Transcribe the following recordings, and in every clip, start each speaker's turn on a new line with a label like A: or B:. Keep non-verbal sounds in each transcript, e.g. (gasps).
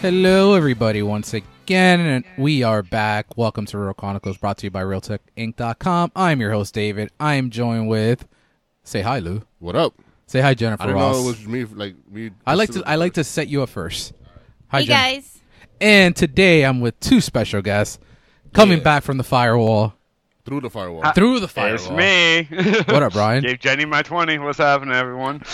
A: Hello, everybody, once again, and we are back. Welcome to Rural Chronicles, brought to you by RealTechInc.com. I'm your host, David. I am joined with, say hi, Lou.
B: What up?
A: Say hi, Jennifer
B: I didn't
A: Ross.
B: know it was me. Like me.
A: I like to I like to set you up first. Hi,
C: hey
A: Jen.
C: guys,
A: And today I'm with two special guests coming
B: Yeah.
A: back from the firewall
B: through the firewall.
A: through the firewall.
D: It's me. (laughs)
A: What up, Brian?
B: (laughs)
D: Gave Jenny my 20. What's happening, everyone?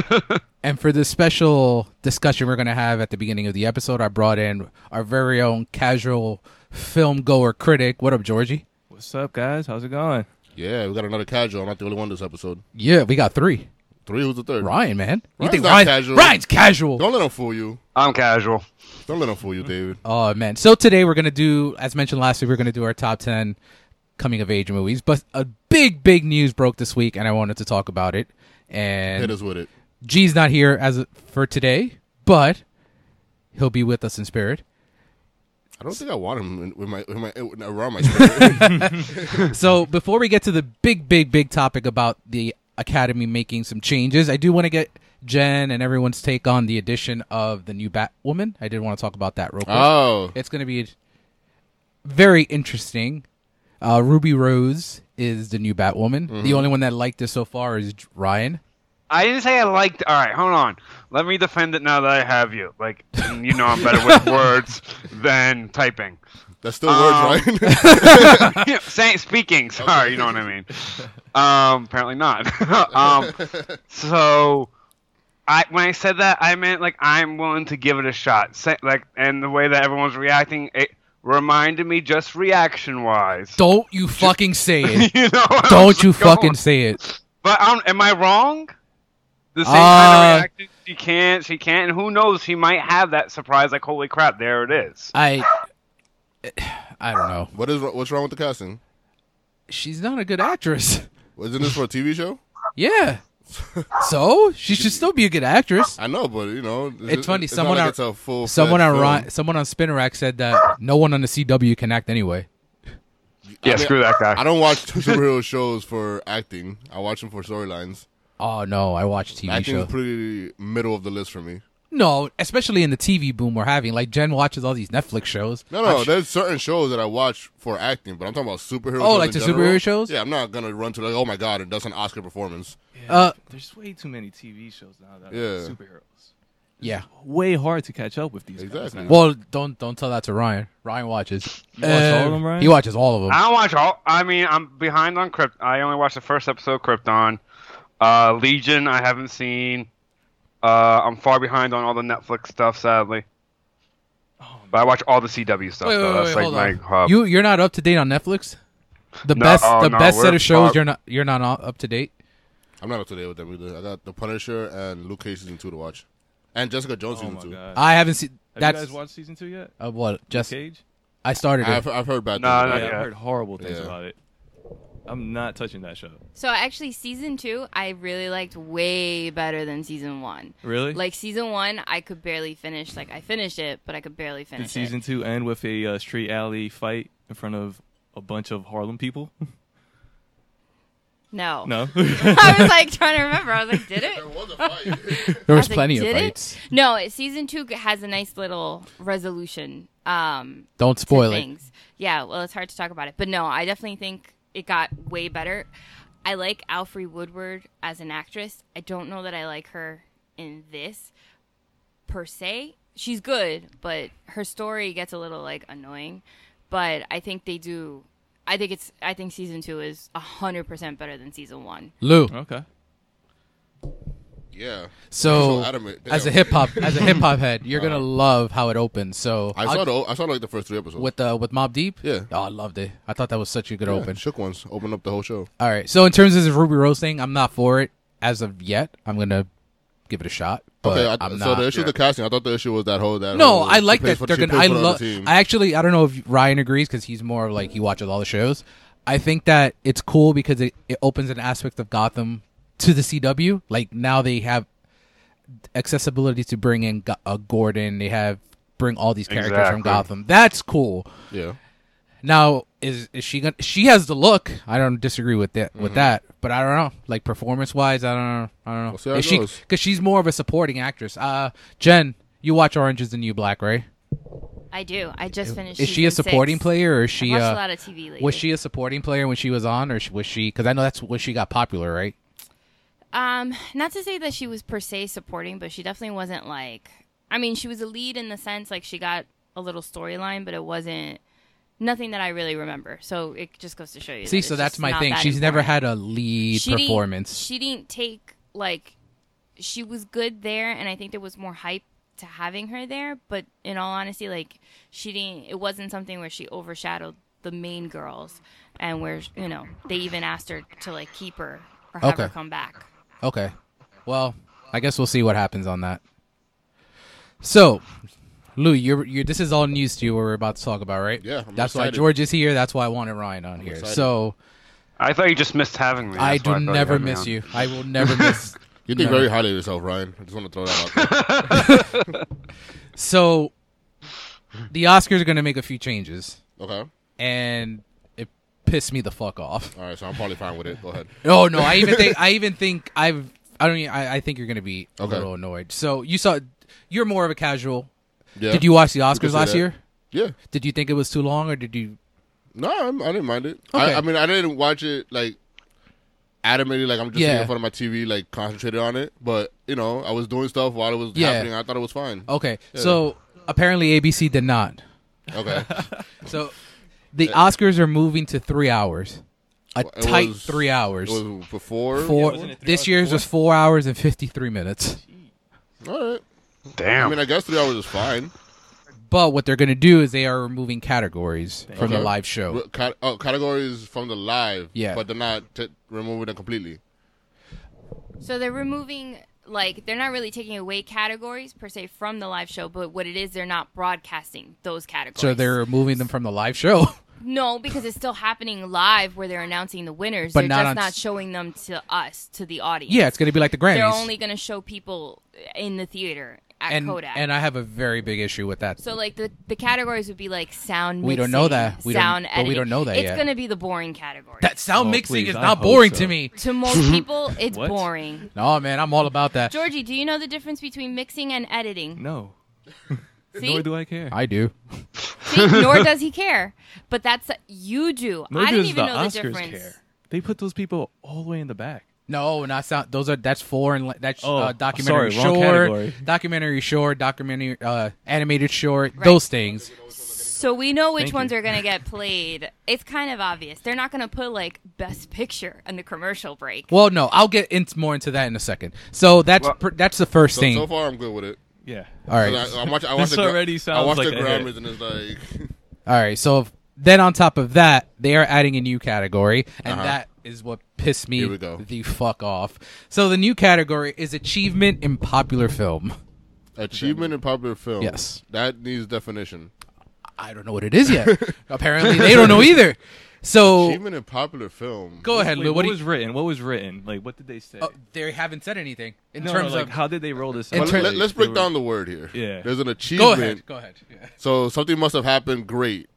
D: (laughs)
A: And for this special discussion we're going to have at the beginning of the episode, I brought in our very own casual film goer critic. What up, Georgie?
E: What's up, guys? How's it going?
B: yeah, we got another casual. I'm not the only one this episode.
A: Yeah, we got three.
B: Three. Who's the third?
A: Ryan, man. you
B: Ryan's
A: think
B: not
A: Ryan,
B: casual.
A: Ryan's casual?
B: Don't let him fool you.
D: I'm casual.
B: Don't let
A: (laughs)
B: him fool you, David.
A: Oh man! So today we're gonna do, as mentioned last week, we're gonna do our top ten coming of age movies. But a big, big news broke this week, and I wanted to talk about it.
B: Hit
A: And
B: us with it.
A: G's not here as for today, but he'll be with us in spirit.
B: I don't think I want him in, with my, with my
A: (laughs)
B: around my. spirit.
A: so before we get to the big, big, big topic about the Academy making some changes, I do want to get Jen and everyone's take on the addition of the new Batwoman. I did want to talk about that real quick.
B: oh,
A: It's going to be very interesting. Uh, Ruby Rose is the new Batwoman. The only one that liked this so far is J- Ryan.
D: I didn't say I liked. All right, hold on. Let me defend it now that I have you. Like, and you know, I'm better (laughs) with words than typing. (laughs)
B: that's still words,
D: Um,
B: right? (laughs)
D: Saying, speaking. Sorry, you know what I mean. Um, apparently not. (laughs) um, so, I when I said that, I meant like I'm willing to give it a shot. Say, like, and the way that everyone's reacting, it reminded me just reaction wise.
A: Don't you fucking say it.
D: (laughs) you know where I'm
A: Don't you
D: (laughs) going.
A: fucking say it.
D: But um, am I wrong? The same
A: Uh,
D: kind of reaction. She can't. She can't. And who knows? She might have that surprise. Like, holy crap! There it is.
A: I (sighs) I don't know.
B: what is what's wrong with the casting?
A: She's not a good actress.
B: Isn't this for a TV show?
A: Yeah. So she should still be a good actress.
B: I know, but you know, it's,
A: It's funny,
B: it's not
A: someone
B: like
A: on-
B: it's a full
A: Someone on Ron, someone on Spinnerack said that no one on the CW can act anyway.
D: Yeah, screw that guy.
B: I don't watch superhero (laughs) shows for acting. I watch them for storylines.
A: Oh no, I watch TV
B: Acting
A: shows.
B: is pretty middle of the list for me.
A: no, especially in the TV boom we're having. Like Jen watches all these Netflix shows.
B: No, no.
A: I'm
B: there's certain shows that I watch for acting, but I'm talking about superhero.
A: Oh,
B: shows
A: like
B: in
A: the
B: general.
A: superhero shows?
B: Yeah, I'm not gonna run to like, oh my god, it does an Oscar performance.
A: Uh,
E: There's way too many TV shows now that
B: Yeah.
E: are superheroes.
A: Yeah.
E: Way hard to catch up with these guys
B: Exactly.
E: now.
A: Well, don't don't tell that to Ryan. Ryan watches.
E: You watch all of them, Ryan?
A: He watches all of them.
D: I don't watch all. I mean, I'm behind on Krypt. I only watched the first episode of Krypton. Uh, Legion, I haven't seen. Uh, I'm far behind on all the Netflix stuff, sadly. But I watch all the CW stuff.
A: Oh, Wait,
D: though.
A: wait, wait,
D: That's
A: hold
D: like
A: on.
D: my hub.
A: You you're not up to date on Netflix. The
D: No,
A: best
D: oh,
A: the
D: no,
A: best set
D: we're
A: of shows
D: far-
A: you're not you're not on- up to date.
B: I'm not up to date with them either. I got The Punisher and Luke Cage season two to watch, and Jessica Jones
E: oh
B: season
E: my
B: two.
E: god.
A: I haven't seen
E: Have
A: Uh, that's
E: you guys watched season two yet?
A: uh, what just
E: Cage?
A: I started it.
B: I've, I've heard bad
D: Nah,
B: things.
D: not
B: about
E: yeah,
B: it.
D: yet.
E: I've heard horrible things
B: Yeah.
E: about it. I'm not touching that show.
C: so actually, season two I really liked way better than season one.
E: Really?
C: Like season one, I could barely finish. Like I finished it, but I could barely
E: Did
C: finish
E: season
C: it.
E: two end with a uh, street alley fight in front of a bunch of
B: (laughs)
E: Harlem people?
C: No,
E: no.
C: (laughs) I was like trying to remember. I was like,
A: (laughs)
C: did it?
B: There was a
E: (laughs)
B: fight.
A: there
C: I
A: was
C: like,
A: plenty of
C: did it?
A: fights.
C: No, it- season two has a nice little resolution. Um,
A: Don't
C: to
A: spoil it.
C: things. Yeah, well, it's hard to talk about it, but no, I definitely think it got way better. I like Alfre Woodward as an actress. I don't know that I like her in this per se. She's good, but her story gets a little like annoying. But I think they do. I think it's. I think season two is hundred percent better than season one.
A: Lou.
E: okay.
B: yeah,
A: So
B: so adamant.
A: as a
B: Damn.
A: hip hop as a hip hop head, you're gonna love how it opens. So
B: I
A: I'll-
B: saw the I saw like the first three episodes.
A: with uh, with Mob Deep.
B: Yeah.
A: Oh, I loved it. I thought that was such a good
B: yeah,
A: open.
B: shook ones opened up the whole show.
A: All right. So in terms of this Ruby Rose thing, I'm not for it as of yet. I'm gonna give it a shot, but
B: Okay, I,
A: am
B: so
A: not.
B: the issue with the casting, I thought the issue was that whole that.
A: no,
B: whole,
A: I like
B: she
A: that
B: plays for-
A: they're
B: she
A: gonna.
B: plays
A: I
B: for the other
A: love.
B: team.
A: I actually I don't know if Ryan agrees because he's more of like he watches all the shows. I think that it's cool because it, it opens an aspect of Gotham to the CW. Like now they have accessibility to bring in Go- uh, Gordon. They have bring all these characters from
D: Exactly.
A: Gotham. That's cool.
B: yeah.
A: Now is is she gonna? She has the look. I don't disagree with that.
B: Mm-hmm.
A: With that, but I don't know. Like performance wise, I don't know. I don't know.
B: We'll see how
A: Is
B: it
A: she
B: goes.
A: because she's more of a supporting actress. Uh, Jen, you watch Orange Is the New Black, right?
C: I do. I just finished.
A: Is she a
C: season
A: supporting
C: six.
A: player or is
C: I
A: she
C: watched
A: uh,
C: a lot of TV lately.
A: was she a supporting player when she was on or sh- was she cuz I know that's when she got popular, right?
C: Um, not to say that she was per se supporting, but she definitely wasn't like. I mean, she was a lead in the sense like she got a little storyline, but it wasn't nothing that I really remember. So it just goes to show you.
A: See,
C: that
A: so
C: it's
A: that's
C: just
A: my
C: not
A: thing.
C: that
A: She's never
C: important.
A: had a lead
C: She didn't-
A: performance.
C: she didn't take like she was good there, and I think there was more hype to having her there. But in all honesty, like she didn't. It wasn't something where she overshadowed the main girls, and where you know they even asked her to like keep her or have her
A: Okay.
C: come back.
A: Okay. Well, I guess we'll see what happens on that. So, Lou, you're, you're this is all news to you what we're about to talk about, right?
B: Yeah, I'm
A: that's why
B: excited.
A: George is here. That's why I wanted Ryan on here.
B: excited.
A: So
D: I thought you just missed having
A: I
D: me. That's why
A: do
D: thought
A: never
D: had me
A: miss
D: on.
A: you. I will
D: (laughs)
A: never miss.
B: You think
A: No.
B: very highly of yourself, Ryan. I just want to throw that out there.
A: So, the Oscars are going to make a few changes,
B: Okay.
A: and it pissed me the fuck off.
B: All right, so I'm probably fine with it. Go ahead.
A: Oh no, I even
B: (laughs)
A: think I even think I've I don't even, I, I think you're going to be a
B: Okay.
A: little annoyed. So you saw you're more of a casual.
B: Yeah.
A: Did you watch the
B: can
A: Oscars
B: say
A: last
B: that.
A: year?
B: Yeah.
A: Did you think it was too long, or did you
B: No, I'm, I didn't mind it.
A: Okay.
B: I, I mean, I didn't watch it like adamantly. Like I'm just
A: Yeah.
B: sitting in front of my TV, like concentrated on it. But you know, I was doing stuff while it was
A: Yeah. Oh.
B: happening. I thought it was fine.
A: Okay, so apparently ABC did not. (laughs)
B: Okay.
A: So the Oscars are moving to three hours, a
B: It
A: tight
B: was-
A: three hours.
B: It was before.
A: Four.
E: wasn't it three
A: this
E: hours
A: year's was four hours and fifty three minutes.
B: All right.
D: Damn.
B: I mean, I guess three hours is fine.
A: But what they're going to do is they are removing categories from the
B: Okay.
A: live show.
B: But Cat- oh, categories from the live.
A: Yeah.
B: But they're not t- removing them completely.
C: So they're removing like they're not really taking away categories per se from the live show, but what it is they're not broadcasting those categories.
A: So they're removing them from the live show. (laughs)
C: no because it's still happening live where they're announcing the winners.
A: But
C: they're
A: not
C: just
A: on
C: not
A: s-
C: showing them to us to the audience.
A: yeah, it's going to be like the Grammys.
C: they're only going to show people in the theater at
A: and
C: Kodak.
A: and I have a very big issue with that.
C: so like the the categories would be like sound.
A: We don't
C: mixing,
A: know that. We don't-
C: sound
A: but we
C: editing.
A: don't know that
C: It's
A: yet.
C: going to be the boring category.
A: that sound
E: Oh,
A: mixing
E: please,
A: is
E: I
A: not
E: hope
A: boring
E: so.
A: to me. (laughs)
C: to most people, it's
E: What?
C: boring.
A: No, man, I'm all about that.
C: Georgie, do you know the difference between mixing and editing?
E: No.
C: See?
E: Nor do I care.
A: I do.
C: See,
E: (laughs)
C: nor does he care. But that's you do.
E: Nor
C: I didn't
E: does
C: even
E: the
C: know
E: Oscars
C: the difference.
E: care. They put those people all the way in the back.
A: No, not sound. Those are that's foreign. la- That's
E: Oh,
A: uh, documentary
E: sorry, wrong
A: short,
E: category.
A: documentary short, documentary uh, animated short.
C: Right.
A: Those things.
C: So we know which
E: Thank
C: ones
E: you.
C: are going to
E: (laughs)
C: get played. It's kind of obvious. They're not going to put like best picture in the commercial break.
A: Well, no, I'll get into more into that in a second. So that's
D: Well-
A: per, that's the first
B: So,
A: thing.
B: so far, I'm good with it.
E: Yeah.
A: all right,
B: 'Cause I, I
E: (laughs)
B: watch, I watch
E: This
B: the, gra-
E: already
B: I
E: sounds
B: watch
E: like
B: the
E: a hit.
B: Grammys, and it's
A: (laughs)
B: like. (laughs)
A: all right. So if- then on top of that, they are adding a new category, and
B: Uh-huh.
A: that is what pissed me
B: Here we go.
A: the fuck off. So the new category is achievement in popular film.
B: Achievement in popular film.
A: Yes.
B: That needs definition.
A: I don't know what it is
B: (laughs)
A: yet. Apparently, they don't know either. So
B: Achievement in popular film.
A: go ahead,
E: Wait,
A: Lou.
E: what
A: What do
E: was
A: you?
E: written? What was written? Like, what did they say?
A: Oh, they haven't said anything in
E: no,
A: terms
E: no, like,
A: of
E: how did they roll this?
A: in
E: out?
A: ter-
B: Well, let, us
E: They
B: break
E: were-
B: down the word here.
E: Yeah.
B: There's an
A: Go
B: achievement.
A: ahead. Go ahead. Yeah.
B: So something must have happened great,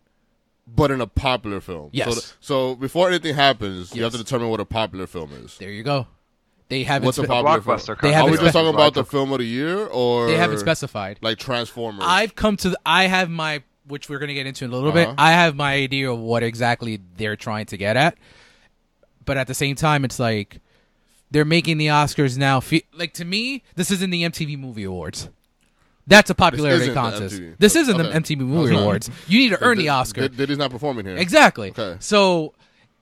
B: but in a popular film.
A: Yes.
B: So, so before anything happens, you have to
A: Yes.
B: determine what a popular film is.
A: There you go. They haven't.
B: What's a
A: spe-
B: popular film?
D: blockbuster.
A: They
B: Are
A: haven't
B: we just talking
A: specified.
B: about the film of the year or
A: They haven't specified.
B: like Transformers?
A: I've come to. The, I have my, which we're gonna get into in a little bit.
B: Uh-huh.
A: I have my idea of what exactly they're trying to get at, but at the same time, it's like they're making the Oscars now. Fe- like to me, this isn't the MTV Movie Awards. That's a popularity
B: isn't the
A: contest.
B: MTV.
A: This isn't
B: Okay.
A: the MTV Movie
B: Okay.
A: Awards. You need to earn the
B: Did-
A: Oscar.
B: did- did he's not performing here.
A: Exactly.
B: Okay.
A: So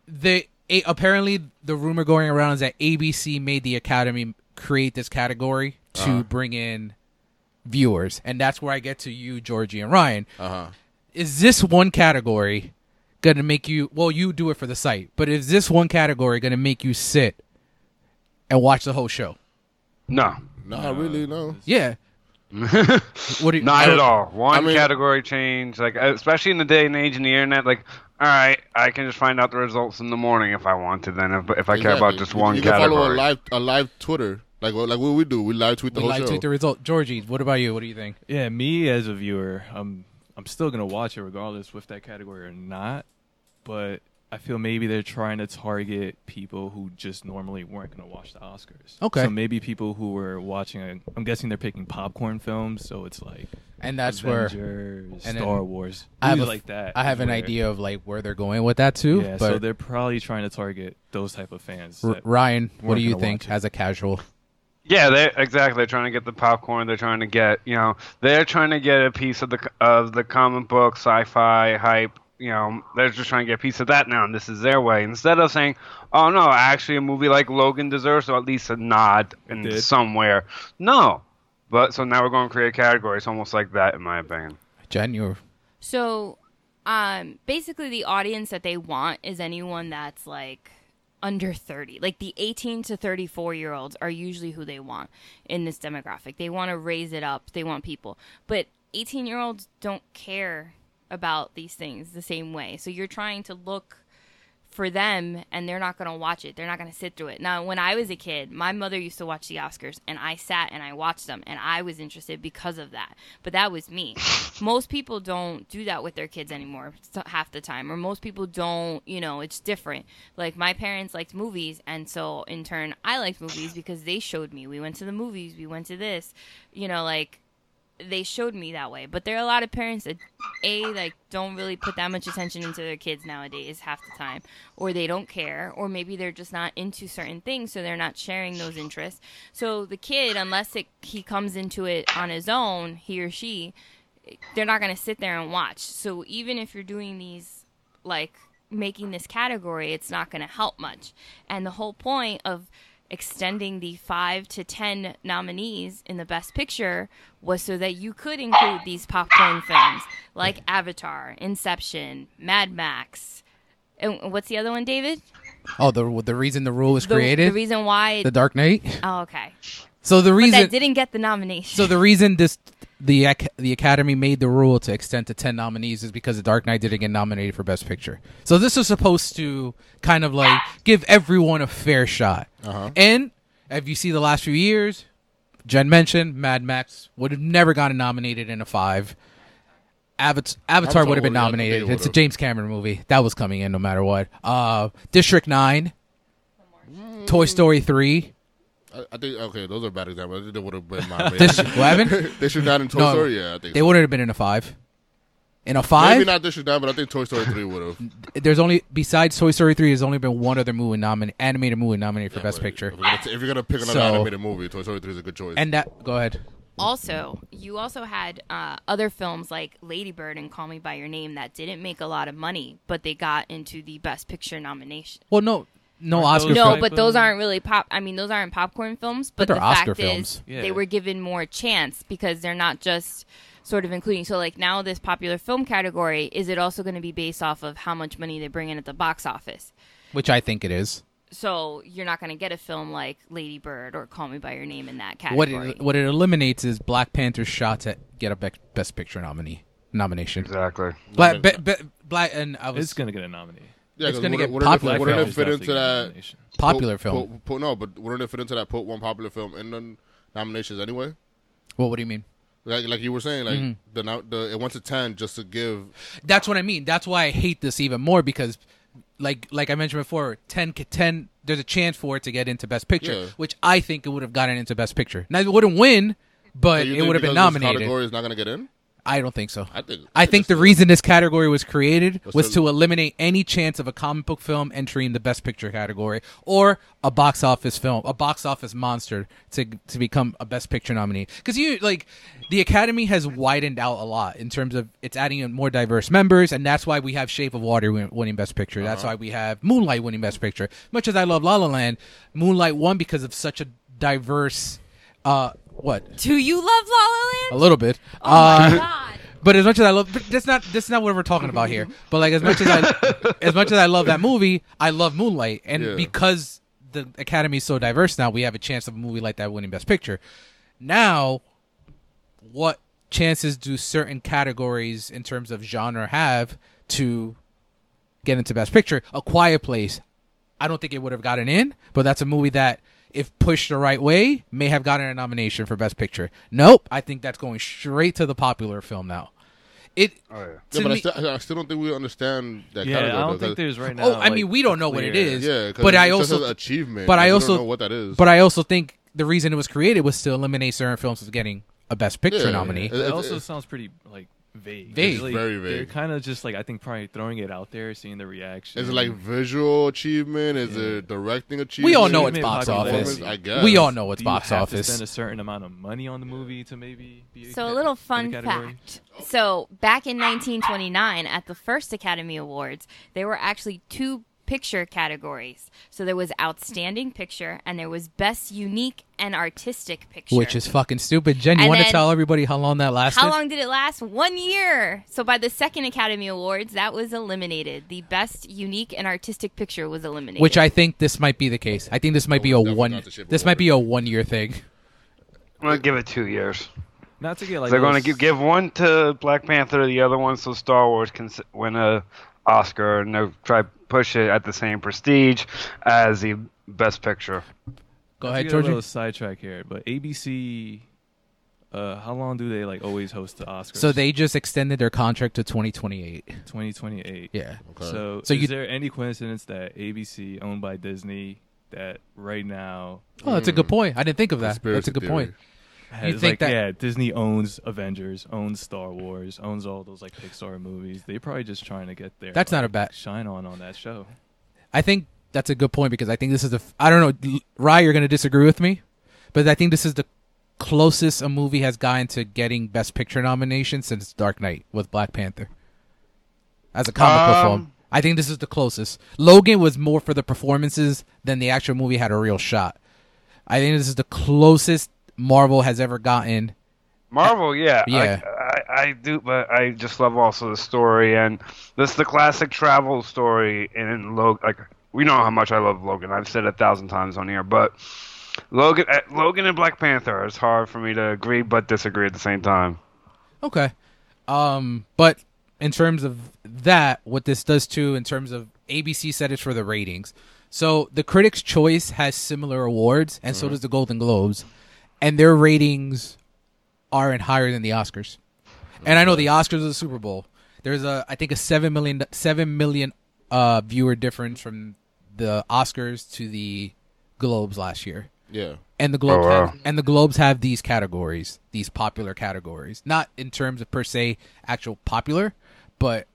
A: the a, apparently the rumor going around is that ABC made the Academy create this category to bring in viewers, and that's where I get to you, Georgie and Ryan.
B: Uh-huh.
A: Is this one category gonna make you? Well, you do it for the site, but is this one category gonna make you sit and watch the whole show?
D: no.
B: Nah, really, no.
A: Yeah. what do you,
D: (laughs) Not
A: I
D: at
A: don't-
D: all. One
B: I mean-
D: category change, like especially in the day and age in the internet, like all right, I can just find out the results in the morning if I want to. Then if, if I care about
B: Exactly.
D: just
B: You-
D: one
B: you can follow a
D: category,
B: live a live Twitter like what- like what we do. We live tweet
A: We
B: the whole
A: like
B: show.
A: tweet the result. Georgie, what about you? What do you think?
E: Yeah, me as a viewer, I'm I'm still gonna watch it regardless with that category or not. But I feel maybe they're trying to target people who just normally weren't going to watch the Oscars.
A: Okay.
E: So maybe people who were watching, i I'm guessing they're picking popcorn films. So it's like
A: and that's where
E: Avengers,
A: and then
E: Star Wars,
A: I have
E: movies
A: a-
E: like that.
A: I
E: is
A: have an
E: where-
A: idea of like where they're going with that too.
E: Yeah, so
A: but
E: they're probably trying to target those type of fans.
A: R-
E: that-
A: Ryan, what
E: weren't
A: do you
E: gonna
A: think
E: watch it.
A: as a casual?
D: Yeah, they exactly. They're trying to get the popcorn. They're trying to get you know. They're trying to get a piece of the of the comic book sci-fi hype. You know, they're just trying to get a piece of that now, and this is their way. Instead of saying, "Oh no, actually, a movie like Logan deserves at least a nod in
E: did.
D: somewhere." No, but so now we're going to create categories, almost like that, in my opinion.
A: Jen, you
C: So, um, basically, the audience that they want is anyone that's like under 30. Like the 18 to 34 year olds are usually who they want in this demographic. They want to raise it up, they want people. But 18 year olds don't care about these things the same way. So, you're trying to look for them and they're not going to watch it. They're not going to sit through it. Now, when I was a kid, my mother used to watch the Oscars and I sat and I watched them and I was interested because of that. But that was me. most people don't do that with their kids anymore so- half the time or most people don't, you know, it's different. Like my parents liked movies and so in turn I liked movies because they showed me. We went to the movies, we went to this. You know, like they showed me that way. But there are a lot of parents that a like don't really put that much attention into their kids nowadays half the time, or they don't care, or maybe they're just not into certain things, so they're not sharing those interests. So the kid, unless it, he comes into it on his own, he or she, they're not going to sit there and watch. So even if you're doing these like making this category, it's not going to help much. And the whole point of extending the 5 to 10 nominees in the best picture was so that you could include these popcorn films like Avatar, Inception, Mad Max. And what's the other one, David?
A: Oh, the the reason the rule was
C: The,
A: created,
C: the reason why it,
A: the Dark Knight.
C: Oh, okay.
A: So the
C: But
A: reason,
C: that didn't get the nomination.
A: so the reason this the ac- the Academy made the rule to extend to ten nominees is because the Dark Knight didn't get nominated for Best Picture. So this was supposed to kind of like give everyone a fair shot. And if you see the last few years, Jen mentioned Mad Max would have never gotten nominated in a five. Avat- Avatar
B: Avatar
A: would have been
B: would've, yeah,
A: nominated.
B: they
A: it's a
B: would've.
A: James Cameron movie that was coming in no matter what. Uh, District Nine, Toy Story Three.
B: I, I think okay, those are bad examples. I think they would have been my
A: This (laughs) what happened?
B: They should not in Toy
A: No,
B: Story. Yeah, I think
A: They
B: so.
A: wouldn't have been in a five. In a
B: Maybe
A: five,
B: not District Nine, but I think Toy Story Three would have.
A: there's only besides Toy Story three, there's only been one other movie nominated, animated movie nominated for Best Picture,
B: If you're, gonna, if you're gonna pick another
A: So-
B: animated movie, Toy Story Three is a good choice.
A: and that go ahead.
C: also you also had uh, other films like Lady Bird and Call Me by Your Name that didn't make a lot of money, but they got into the Best Picture nomination.
A: Well, no, no
E: Aren't
A: Oscar.
E: those-
A: film.
C: No,
E: Right,
C: but
E: but-
C: those aren't really pop. I mean, those aren't popcorn films. But,
A: they're
C: the
A: Oscar
C: fact
A: films.
C: is,
E: Yeah.
C: they were given more chance because they're not just sort of including. So, like now, this popular film category is it also going to be based off of how much money they bring in at the box office?
A: which I think it is.
C: So you're not going to get a film like Lady Bird or Call Me by Your Name in that
A: What
C: category.
A: it, what it eliminates is Black Panther's shot to get a Bec- Best Picture nominee nomination.
D: Exactly.
A: Black, be, be, black, and uh, I was
E: It's gonna get a nominee.
B: yeah,
A: it's
B: 'cause
A: gonna
B: wouldn't-
A: get
B: wouldn't it-
A: popular.
B: Wouldn't it
A: It's
B: fit into that
A: popular
B: put-
A: film.
B: put- put- no, but wouldn't it fit into that put one popular film in the nominations anyway?
A: well, what do you mean?
B: Like like you were saying, like
A: Mm-hmm.
B: the now the it went to ten just to give.
A: That's what I mean. That's why I hate this even more because, like, like I mentioned before, 10, ca- 10 there's a chance for it to get into Best Picture,
B: Yeah.
A: which I think it would have gotten into Best Picture. Now it wouldn't win, but
B: You
A: it
B: think
A: would have been
B: because this
A: nominated.
B: Category is not gonna get in.
A: I don't think so.
B: I think.
A: I think the
B: it's-
A: reason this category was created was
B: the-
A: to eliminate any chance of a comic book film entering the best picture category or a box office film, a box office monster to to become a best picture nominee. Cuz you like the academy has widened out a lot in terms of it's adding in more diverse members and that's why we have Shape of Water win- winning best picture. That's why we have Moonlight winning best picture. Much as I love La La Land, Moonlight won because of such a diverse uh what?
C: Do you love La
A: A
C: La Land?
A: little bit. Uh,
C: Oh my god!
A: But as much as I love, but that's not that's not what we're talking about here. But like as much as I, as much as I love that movie, I love Moonlight, and
B: Yeah.
A: because the Academy is so diverse now, we have a chance of a movie like that winning Best Picture. Now, what chances do certain categories in terms of genre have to get into Best Picture? A Quiet Place, I don't think it would have gotten in, but that's a movie that, if pushed the right way, may have gotten a nomination for Best Picture. Nope, I think that's going straight to the popular film now. It.
D: Oh, yeah.
A: to
B: Yeah, but I
A: me-
B: still, I still don't think we understand that
E: Yeah,
B: category.
E: I don't
B: though, 'cause-
E: think there's right now.
A: oh, I
E: like,
A: mean, we don't know what it
E: clear-
A: is.
B: Yeah, 'cause
A: but
B: it
A: I
B: just
A: also
B: says achievement.
A: but I
B: we
A: also-
B: don't know what that is.
A: But I also think the reason it was created was to eliminate certain films from getting a Best Picture
B: Yeah.
A: nominee.
B: It-
E: It
B: it-
E: also
B: it-
E: sounds pretty like vague.
A: Vague.
E: It's like
B: Very
E: They're
B: vague.
E: kind of just like I think probably throwing it out there, seeing the reaction.
B: is it like visual achievement? Is it directing achievement?
A: We all know it's
E: Maybe
A: box
E: popularity.
A: office.
B: I guess.
A: We all know
E: Do
A: it's
E: you
A: box
E: have To
A: office.
E: spend a certain amount of money on the movie to maybe be
C: So
E: ca-
C: a little
E: in the
C: fun
E: category?
C: fact. So back in 1929, at the first Academy Awards, there were actually two picture categories. So there was Outstanding Picture and there was Best Unique and Artistic Picture.
A: Which is fucking stupid. Jen, you
C: And
A: want to
C: then-
A: tell everybody how long that lasted?
C: how long did it last? One year. So by the second Academy Awards, that was eliminated. The Best Unique and Artistic Picture was eliminated.
A: Which I think this might be the case. I think this might be a
B: Oh, definitely
A: one.
B: not the shape of
A: This
B: water.
A: might be a one year thing.
D: I'm gonna give it two years.
E: Not to get like
D: They're gonna
E: those-
D: gi- give one to Black Panther, the other one so Star Wars can s- win a Oscar, and they'll try push it at the same prestige as the Best Picture.
A: Go
E: not to
A: ahead,
E: get a
A: Georgie.
E: little sidetrack here, but ABC. Uh, how long do they like always host the Oscars?
A: So they just extended their contract to 2028.
E: 2028.
A: Yeah.
B: Okay.
E: So,
A: So
E: is
A: you-
E: there any coincidence that ABC owned by Disney that right now
A: Oh, that's a good point. I didn't think of that. that's
B: Hmm. Conspiracy
A: a good
B: theory.
A: point.
E: has
A: think
E: like
A: that-
E: yeah Disney owns Avengers, owns Star Wars, owns all those like Pixar movies. They probably just trying to get their
A: That's not a
E: like,
A: bad-
E: shine on on that show.
A: I think that's a good point because I think this is the. f- I don't know, Rye, you're going to disagree with me, but I think this is the closest a movie has gotten to getting Best Picture nomination since Dark Knight with Black Panther as a comic book
D: Um,
A: film. I think this is the closest. Logan was more for the performances than the actual movie had a real shot. I think this is the closest Marvel has ever gotten.
D: Marvel, yeah,
A: Yeah.
D: I, I, I do, but I just love also the story, and this is the classic travel story in Logan. Like we know how much I love Logan. I've said it a thousand times on here, but Logan, uh, Logan and Black Panther. It's hard for me to agree but disagree at the same time.
A: Okay. Um, but in terms of that, what this does too, in terms of ABC said it's for the ratings. So the Critics' Choice has similar awards, and so does the Golden Globes, and their ratings are in higher than the Oscars. And I know the Oscars are the Super Bowl. There's a, I think a seven million, seven million uh, viewer difference from the Oscars to the Globes last year
B: Yeah.
A: and the globes
D: Oh, wow.
A: have, and the globes have these categories these popular categories not in terms of per se actual popular but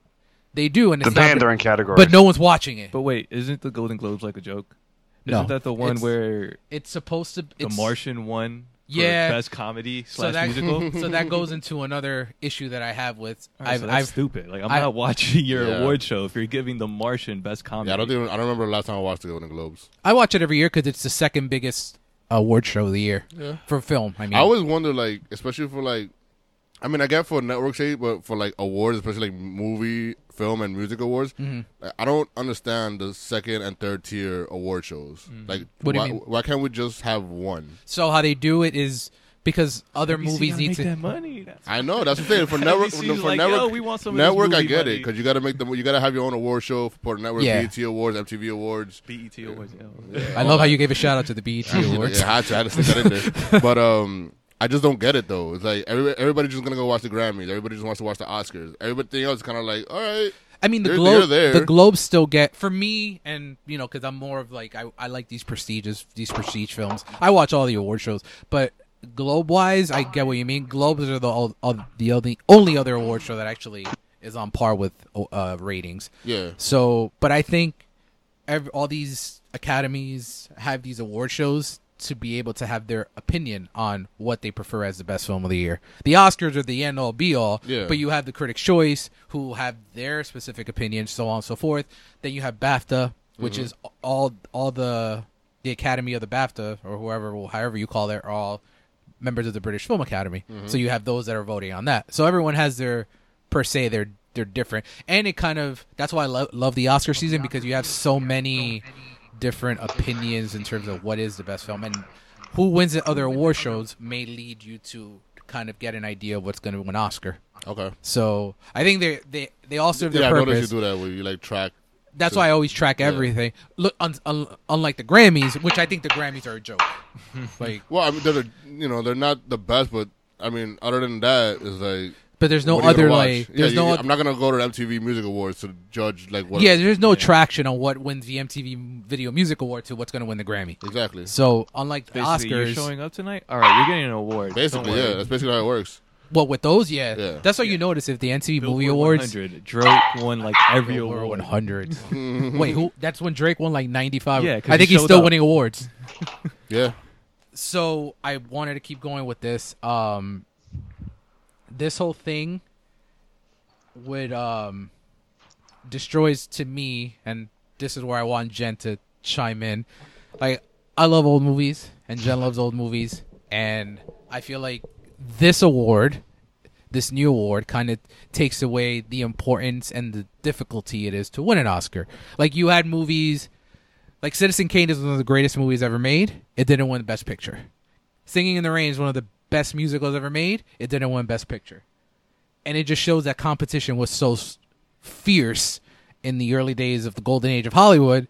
A: they do and
D: The
A: it's not
D: pandering category,
A: but no one's watching it
E: But wait, isn't the Golden Globes like a joke?
A: No.
E: Isn't that the one
A: It's-
E: where
A: it's supposed to
E: The
A: it's,
E: Martian won? for
A: Yeah.
E: best comedy
A: so
E: slash
A: that, (laughs)
E: musical.
A: so
E: (laughs)
A: that goes into another issue that i have with
E: All right,
A: i've
E: so that's
A: i've
E: stupid. Like I'm
A: I-
E: not watching your
B: Yeah.
E: award show if you're giving The Martian best comedy.
B: Yeah, I don't even, I don't remember the last time I watched the Golden Globes.
A: i watch it every year because it's the second biggest award show of the year for film i mean
B: I always wonder, like, especially for like, I mean, I get for network shape, but for like awards, especially like movie, film, and music awards,
E: Mm-hmm.
B: like, I don't understand the second and third tier award shows.
E: Mm-hmm.
B: Like,
A: What do you
B: why,
A: mean?
B: why can't we just have one?
A: so how they do it is because other
E: ABC
A: movies
E: gotta
A: need
E: make
A: to
E: that money. That's
B: I know that's the thing
E: (laughs)
B: for network. for
E: NBC's like,
B: network,
E: "Yo, we want some of this
B: network. I
E: movie
B: get it
E: money."
B: because you got to make them. You got to have your own award show for network,
A: Yeah.
B: BET awards, MTV awards.
E: BET E awards. yeah.
A: i love how you gave a shout out to the bet awards
B: Yeah, I had to, I had to stick that in
A: (laughs)
B: there. But um, I just don't get it though. It's like everybody, everybody's just gonna go watch the Grammys. Everybody just wants to watch the Oscars. Everything else is kind of like, all right,
A: I mean, the
B: They're-
A: globe,
B: they're there.
A: the globes still get for me, and you know, because I'm more of like I, I like these prestigious these prestige films. I watch all the award shows, but globe wise, I get what you mean. Globes are the all, all, the only only other award show that actually is on par with uh, ratings.
B: yeah.
A: So, but I think ev all these academies have these award shows to be able to have their opinion on what they prefer as the best film of the year. The Oscars are the end all be all,
B: Yeah.
A: but you have the Critics' Choice who have their specific opinion, so on and so forth. Then you have BAFTA, which is all all the the Academy of the BAFTA or whoever, or however you call it, are all members of the British Film Academy. So you have those that are voting on that. So everyone has their per se their they're different, and it kind of that's why I lo- love the Oscar season because you have so many different opinions in terms of what is the best film and who wins at other award shows may lead you to kind of get an idea of what's going to win Oscar.
B: Okay.
A: So I think they they they all serve their
B: Yeah, I
A: purpose.
B: noticed you do that where you like track.
A: That's why I always track everything. Look, un- un- unlike the Grammys, which I think the Grammys are a
B: (laughs)
A: joke. like
B: Well, I mean, they're the- you know they're not the best, but I mean, other than that, it's like
A: But there's no
B: What are you
A: other
B: gonna watch?
A: like
B: Yeah,
A: there's
B: you-
A: no
B: I'm not gonna go to the MTV Music Awards to judge like what.
A: yeah there's no traction on what wins the MTV Video Music Award to what's going to win the Grammy.
B: exactly.
A: So unlike the
E: (laughs) Basically,
A: Oscars,
E: you're showing up tonight. All right, you're getting an award.
B: Basically, yeah, that's basically how it works.
A: well with those yeah,
B: Yeah.
A: that's why you notice if the MTV Movie Awards
E: Awards. Drake won like every
A: Billboard
E: award.
A: 100. (laughs) Wait, who? That's when Drake won like 95.
E: Yeah, 'cause
A: I think
E: he
A: he's
E: showed
A: still
E: up.
A: winning awards.
B: Yeah,
A: So I wanted to keep going with this. Um, this whole thing would um destroys to me, and this is where I want Jen to chime in. Like I love old movies, and Jen loves old movies, and I feel like this award, this new award, kind of takes away the importance and the difficulty it is to win an Oscar. Like you had movies like Citizen Kane is one of the greatest movies ever made. It didn't win Best Picture. Singing in the Rain is one of the best musicals ever made. It didn't win Best Picture, and it just shows that competition was so s- fierce in the early days of the golden age of Hollywood.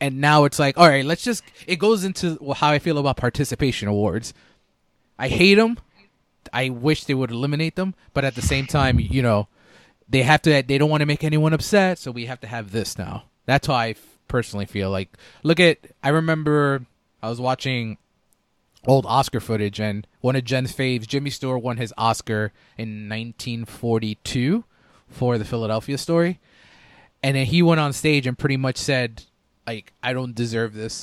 A: And now it's like, all right, let's just. It goes into well, how I feel about participation awards. I hate them. I wish they would eliminate them, but at the same time, you know, they have to. They don't want to make anyone upset, so we have to have this now. That's how I f- personally feel. Like, look at. I remember I was watching old Oscar footage, and one of Jen's faves, Jimmy Stewart, won his Oscar in 1942 for the Philadelphia Story, and then he went on stage and pretty much said, "Like, I don't deserve this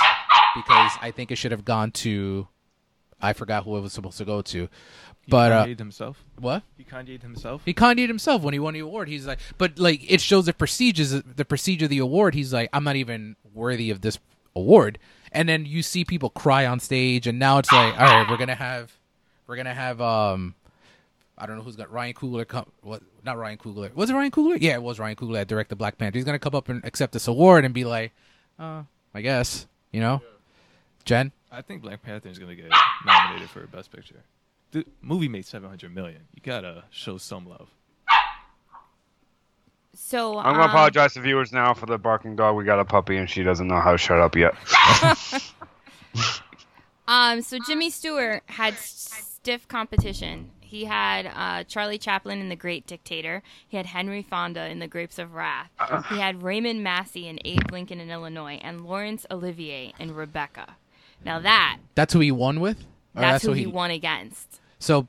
A: because I think it should have gone to." I forgot who it was supposed to go to, but uh,
E: Kanye'd himself.
A: what?
E: He Kanye'd himself.
A: He Kanye'd himself when he won the award. He's like, but like it shows the procedures, the procedure of the award. He's like, I'm not even worthy of this award. And then you see people cry on stage, and now it's like, all right, we're gonna have, we're gonna have, um, I don't know who's got Ryan Coogler come. What? Not Ryan Coogler. Was it Ryan Coogler? Yeah, it was Ryan Coogler that directed Black Panther. He's gonna come up and accept this award and be like, uh, I guess, you know, Jen.
E: I think Black Panther is gonna get nominated for Best Picture. The movie made seven hundred million. You gotta show some love.
C: So
D: I'm gonna
C: um,
D: apologize to viewers now for the barking dog. We got a puppy and she doesn't know how to shut up yet.
C: Um, so Jimmy Stewart had s- stiff competition. He had uh, Charlie Chaplin in The Great Dictator. He had Henry Fonda in The Grapes of Wrath. He had Raymond Massey and Abe Lincoln in Illinois, and Laurence Olivier in Rebecca. Now that
A: That's who he won with. Or
C: that's, who he won against.
A: So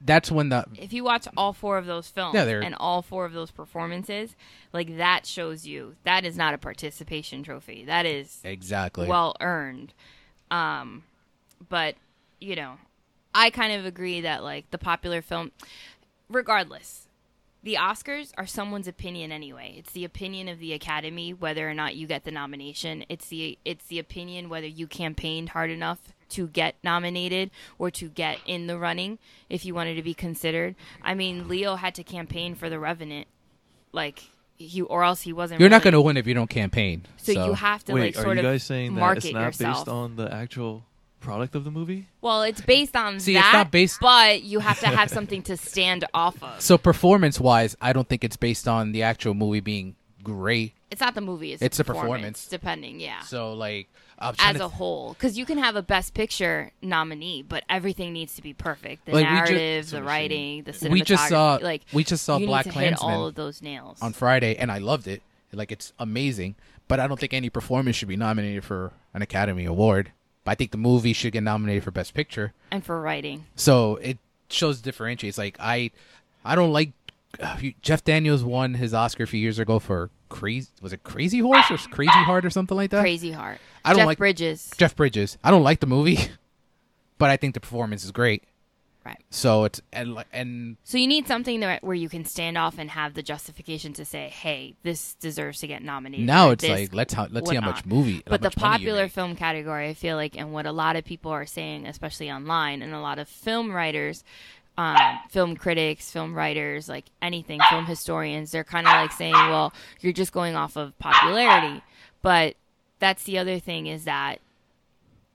A: that's when the
C: If you watch all four of those films
A: Yeah, they're-
C: and all four of those performances, like that shows you that is not a participation trophy. That is
A: exactly.
C: well earned. Um, but you know, I kind of agree that like the popular film, regardless, the Oscars are someone's opinion anyway. It's the opinion of the Academy whether or not you get the nomination. It's the it's the opinion whether you campaigned hard enough to get nominated or to get in the running if you wanted to be considered. I mean, Leo had to campaign for The Revenant, like he or else he wasn't.
A: You're not
C: really-
A: going to win if you don't campaign.
C: So, you have to
E: Wait,
C: like
E: are
C: sort
E: you
C: of
E: guys saying that
C: market
E: it's not
C: yourself.
E: based on the actual product of the movie?
C: Well, it's based on
A: See,
C: that,
A: it's not based-
C: but you have to have something
A: (laughs)
C: to stand off of.
A: So performance wise, I don't think it's based on the actual movie being great.
C: It's not the movie; it's,
A: It's
C: the
A: the
C: performance,
A: performance.
C: depending, yeah,
A: So like, I'm trying
C: as
A: to-
C: a whole. Because you can have a Best Picture nominee, but everything needs to be perfect: the
A: Like, we ju-
C: narrative, the
E: Sort of
C: writing, the cinematography.
A: We just saw-
C: like
A: we just saw
C: you
A: Black
C: need to hit
A: Klansman
C: all of those nails.
A: on Friday, and I loved it. Like it's amazing, but I don't think any performance should be nominated for an Academy Award. But I think the movie should get nominated for Best Picture.
C: and for writing,
A: So it shows differentiates. Like I, I don't like uh, Jeff Daniels won his Oscar a few years ago for Crazy. Was it Crazy Horse or Crazy Heart or something like that?
C: Crazy Heart,
A: I don't
C: Jeff
A: like-
C: Bridges,
A: Jeff Bridges. I don't like the movie, (laughs) but I think the performance is great.
C: right?
A: So it's and like and
C: So you need something that, where you can stand off and have the justification to say, "Hey, this deserves to get nominated."
A: now
C: or
A: it's
C: this
A: like let's how, let's see how
C: whatnot.
A: much movie. how
C: But the
A: much money you
C: popular
A: make.
C: film category, I feel like, and what a lot of people are saying, especially online, and a lot of film writers, um, film critics, film writers, like anything, film historians, they're kind of like saying, well, you're just going off of popularity. But that's the other thing is that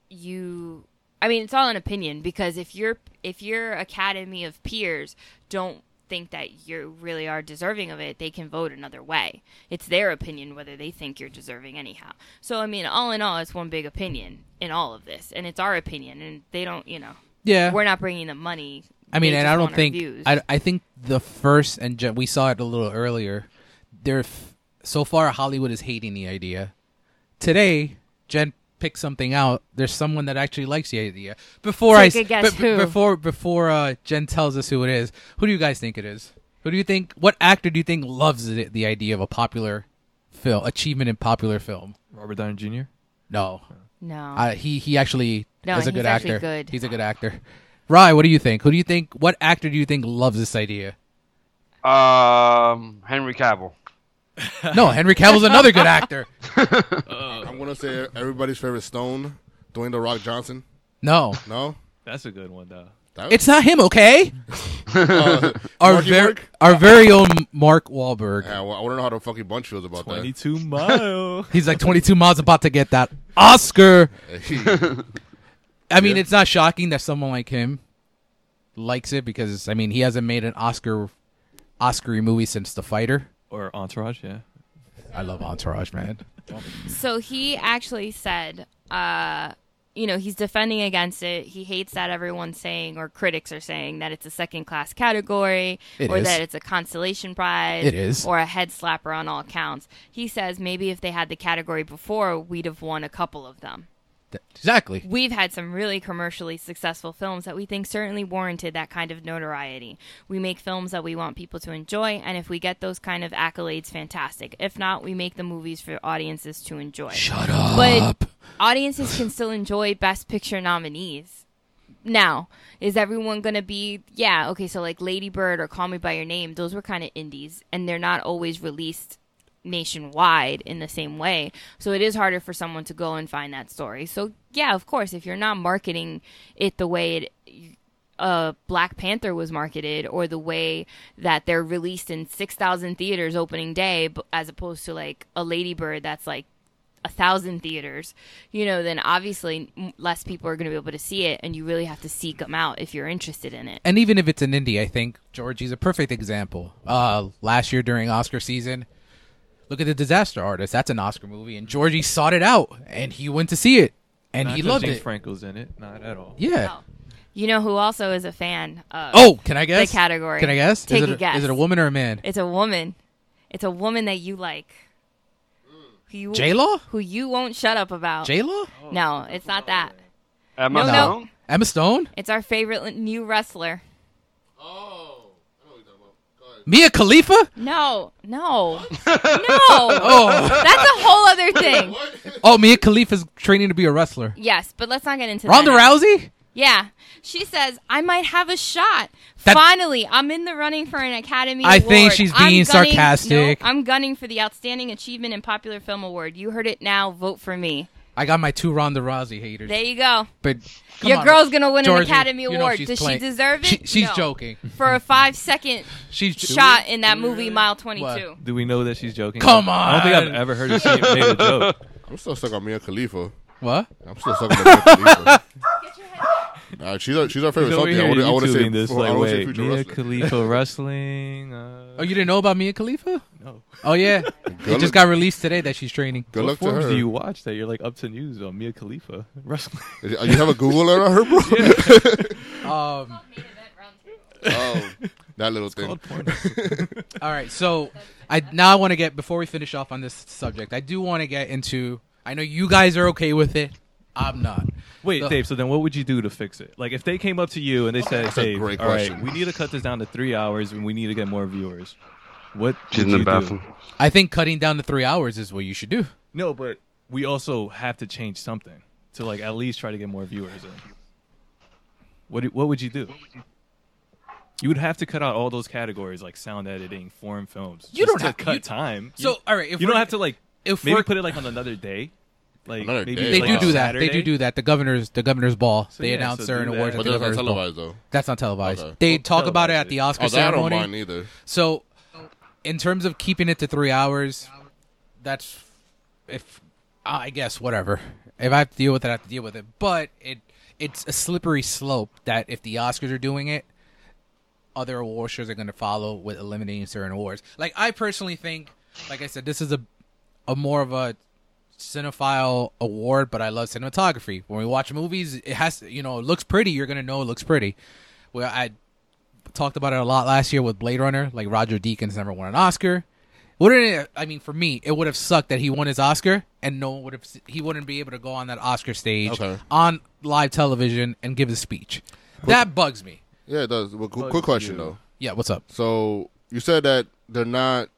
C: you. I mean, it's all an opinion because if your if your academy of peers don't think that you really are deserving of it, they can vote another way. It's their opinion whether they think you're deserving anyhow. So I mean, all in all, it's one big opinion in all of this, and it's our opinion, and they don't, you know,
A: yeah.
C: we're not bringing the money
A: I mean,
C: They
A: and
C: just
A: I don't
C: want our
A: think
C: views.
A: I, I think the first and ju- we saw it a little earlier. There, f- so far Hollywood is hating the idea. Today, Jen picked something out. There's someone that actually likes the idea. Before I
C: Take a
A: s-
C: guess
A: b- b-
C: who.
A: before before uh, Jen tells us who it is, who do you guys think it is? Who do you think? What actor do you think loves the, the idea of a popular film achievement in popular film?
E: Robert Downey Jr.
A: No,
C: No.
A: uh, he he actually
C: No,
A: is a
C: he's
A: good
C: actually
A: actor.
C: good.
A: He's a good actor. Rye, what do you think? Who do you think? What actor do you think loves this
B: (laughs)
A: idea?
D: Um, Henry Cavill.
A: No, Henry Cavill's another good actor.
B: I'm gonna say everybody's favorite Stone, Dwayne the Rock Johnson.
A: No, (laughs)
B: No,
E: That's a good one though.
B: that
A: it's not him. Okay,
B: uh,
A: our
B: Marky
A: ver-
B: Mark?
A: our very own Mark Wahlberg.
B: Yeah, well, I want to know how the fucking bunch feels about (laughs) that.
E: Twenty-two mile.
A: He's like 22 miles about to get that Oscar.
E: (laughs)
A: I mean,
B: Yeah.
A: it's not shocking that someone like him likes it because I mean he hasn't made an Oscar Oscary movie since The Fighter.
E: (laughs) or Entourage, yeah.
A: I love Entourage, man.
C: So he actually said, uh, you know, he's defending against it. He hates that everyone's saying, or critics are saying, that it's a second class category,
A: It
C: or
A: is.
C: that it's a consolation prize,
A: It is.
C: or a head slapper on all counts. He says maybe if they had the category before, we'd have won a couple of them.
A: Th- Exactly.
C: We've had some really commercially successful films that we think certainly warranted that kind of notoriety. We make films that we want people to enjoy, and if we get those kind of accolades, fantastic. If not, we make the movies for audiences to enjoy.
A: Shut up.
C: But audiences can still enjoy Best Picture nominees. Now, is everyone going to be, yeah, okay, so like Lady Bird or Call Me By Your Name, those were kind of indies, and they're not always released nationwide in the same way. So it is harder for someone to go and find that story. So, yeah, of course, if you're not marketing it the way it uh, Black Panther was marketed or the way that they're released in 6,000 theaters opening day b- as opposed to like a Ladybird that's like a thousand theaters, you know, then obviously m- less people are going to be able to see it and you really have to seek them out if you're interested in it.
A: and even if it's an indie, I think Georgie's a perfect example. Uh, last year during Oscar season, look at the Disaster Artist. That's an Oscar movie, and Georgie sought it out, and he went to see it, and
E: Not
A: he
E: that
A: loved
E: James
A: it.
E: Franco's in it, not at all.
A: yeah.
C: You know who also is a fan of
A: Oh, can I guess?
C: Oh. The category.
A: Can I guess?
C: Take
A: is it
C: a guess.
A: Is it a woman or a man?
C: It's a woman. It's a woman that you like. Who you,
A: J Law?
C: who you won't shut up about.
A: J Law?
C: no, it's not that.
D: Emma
C: No, no.
D: Stone?
A: Emma Stone?
C: It's our favorite l- new wrestler.
B: Oh, I know what you're talking about. Go ahead.
A: Mia Khalifa?
C: No,
A: (laughs)
C: no, no. (laughs)
A: Oh,
C: That's a whole other
A: (laughs)
C: thing.
A: oh, Mia Khalifa's training to be a wrestler.
C: Yes, but let's not get into
A: Ronda
C: that. now.
A: Rousey?
C: Yeah, she says I might have a shot.
A: That-
C: Finally, I'm in the running for an Academy.
A: I think
C: Award.
A: she's
C: I'm
A: being
C: gunning-
A: sarcastic.
C: no, I'm gunning for the Outstanding Achievement in Popular Film Award. You heard it now. Vote for me.
A: I got my two Ronda Rousey haters.
C: There you go.
A: but come
C: Your
A: on,
C: girl's gonna win
A: Georgie,
C: an Academy
A: you know
C: Award.
A: she's
C: Does
A: playing-
C: she deserve it?
A: She- she's
C: No.
A: joking.
C: For a five second
A: She's
C: shot in that movie, Mile 22.
A: What?
E: Do we know that she's joking?
A: Come
E: I don't think
A: on.
E: I've ever heard her say made
A: (laughs)
E: a joke.
B: I'm still stuck on Mia Khalifa.
A: What?
B: I'm still stuck on Mia Khalifa. Nah, she's our, she's our favorite.
E: He's over
B: Something
E: here
B: I wouldn't, I wouldn't say
E: YouTubing this.
B: before- I
E: Like,
B: wouldn't say
E: wait,
B: future
E: Mia
B: wrestler.
E: Khalifa wrestling. Uh,
A: Oh, you didn't know about Mia Khalifa?
E: no.
A: Oh
E: (laughs)
A: yeah,
B: Good
A: it just got released today that she's training.
B: Good
E: what
B: luck to
E: forms
B: her.
E: do you watch that you're like up to news on Mia Khalifa (laughs) wrestling?
B: Is it- you have a Google on her,
E: (laughs)
B: bro?
A: Um,
B: oh, that little thing.
E: Called porn.
A: all right, so I now I want to get before we finish off on this subject. I do want to get into. I know you guys are okay with it. I'm not.
E: Wait,
A: The-
E: Dave. So then, what would you do to fix it? Like, if they came up to you and they said,
B: a
E: "Dave, all right,
B: great question.
E: we need to cut this down to three hours, and we need to get more viewers." What
D: She's in
E: would
D: the
E: you do?
D: bathroom.
A: I think cutting down to three hours is what you should do.
E: No, but we also have to change something to like at least try to get more viewers in. What do- what would you do? You would have to cut out all those categories like sound editing, foreign films.
A: You
E: just
A: don't
E: to
A: have-
E: cut
A: you-
E: time.
A: So,
E: you,
A: all right, if
E: you don't
A: we're-
E: have to like
A: if
E: maybe
A: we're-
E: put it like on another day. Like
B: Another
E: maybe
B: day?
A: They
E: like,
A: do
E: a
A: do that. They do
E: Saturday.
A: do that. The governor's the governor's ball.
E: So,
A: they
E: yeah,
A: announce
E: so
A: certain
E: do that.
A: awards.
E: But
A: At
B: But
A: the
B: that's not
A: governor's ball.
B: televised, though.
A: That's not televised.
B: Okay.
A: They
E: Well,
A: talk about it at
E: televised
A: the
E: it.
A: Oscar
B: Oh, that I don't
A: ceremony.
B: mind either.
A: So, in terms of keeping it to three hours, that's if uh, I guess whatever. If I have to deal with it, I have to deal with it. But it it's a slippery slope that if the Oscars are doing it, other award shows are going to follow with eliminating certain awards. Like I personally think, like I said, this is a a more of a cinephile award, but I love cinematography. When we watch movies, it has to, you know, it looks pretty. You're gonna know it looks pretty. Well, I talked about it a lot last year with Blade Runner. Like Roger Deakins never won an Oscar. Wouldn't it? I mean, for me, it would have sucked that he won his Oscar and no one would have. He wouldn't be able to go on that Oscar stage
B: Okay.
A: on live television and give a speech. That bugs me.
B: Yeah, it does. Well, qu-
E: Fuck
B: quick question
E: Oh, you.
B: though.
A: Yeah, what's up?
B: So you said that they're not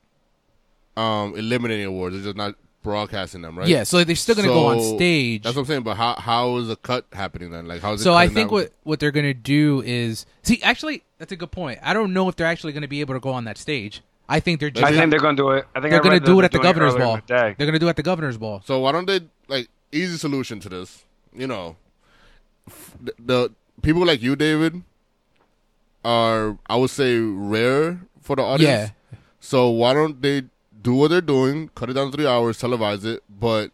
B: um, eliminating awards; they're just not broadcasting them, right?
A: Yeah, so they're still going to go on
B: So,
A: stage.
B: That's what I'm saying. But how how is the cut happening then? Like how is it
A: so I
B: cutting
A: think
B: out-
A: what what they're gonna do is see. Actually, that's a good point. I don't know if they're actually gonna be able to go on that stage. I think they're just
D: I think they're gonna do it. I think
A: they're
D: I
A: gonna
D: read that
A: do it
D: they're
A: at the
D: doing
A: governor's
D: earlier
A: ball.
D: in the
A: They're
D: day.
A: gonna do it at the governor's ball.
B: So why don't they like easy solution to this? You know, f- the, the people like you, David, are I would say rare for the audience. Yeah. So why don't they do what they're doing? Cut it down to three hours, televise it, but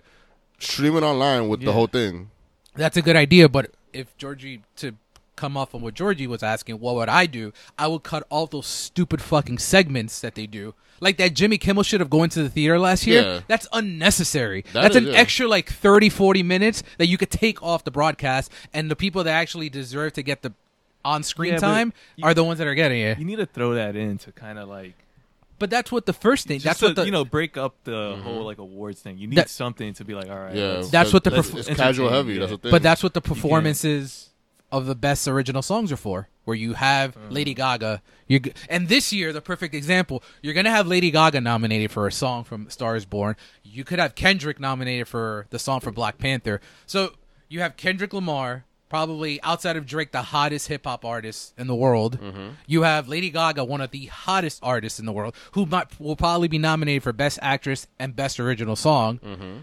B: stream it online with the whole thing.
A: That's a good idea. But if Georgie to come off on what Georgie was asking, what would I do? I would cut all those stupid fucking segments that they do. Like that Jimmy Kimmel shit of going to the theater last year.
B: Yeah.
A: That's unnecessary.
B: That
A: that's
B: is,
A: an
B: yeah.
A: extra like 30, 40 minutes that you could take off the broadcast, and the people that actually deserve to get the on screen
E: Yeah, but
A: time
E: you-
A: are the ones that are getting it.
E: You need to throw that in to kind of like
A: But that's what the first thing.
E: just
A: That's
E: to,
A: what the Mm-hmm.
E: you know break up the whole like awards thing. You need
A: That-
E: something to be like, all right,
B: Yeah,
E: let's-
A: That's what the
B: it's,
A: perf-
B: it's casual
E: entertaining,
B: heavy.
E: yeah.
B: That's the thing.
A: But that's what the performances of the best original songs are for, where you have Lady Gaga. You g- and this year, the perfect example. You're gonna have Lady Gaga nominated for a song from *Star Is Born*. You could have Kendrick nominated for the song from *Black Panther*. So you have Kendrick Lamar, probably outside of Drake, the hottest hip hop artist in the world. You have Lady Gaga, one of the hottest artists in the world, who might, will probably be nominated for Best Actress and Best Original Song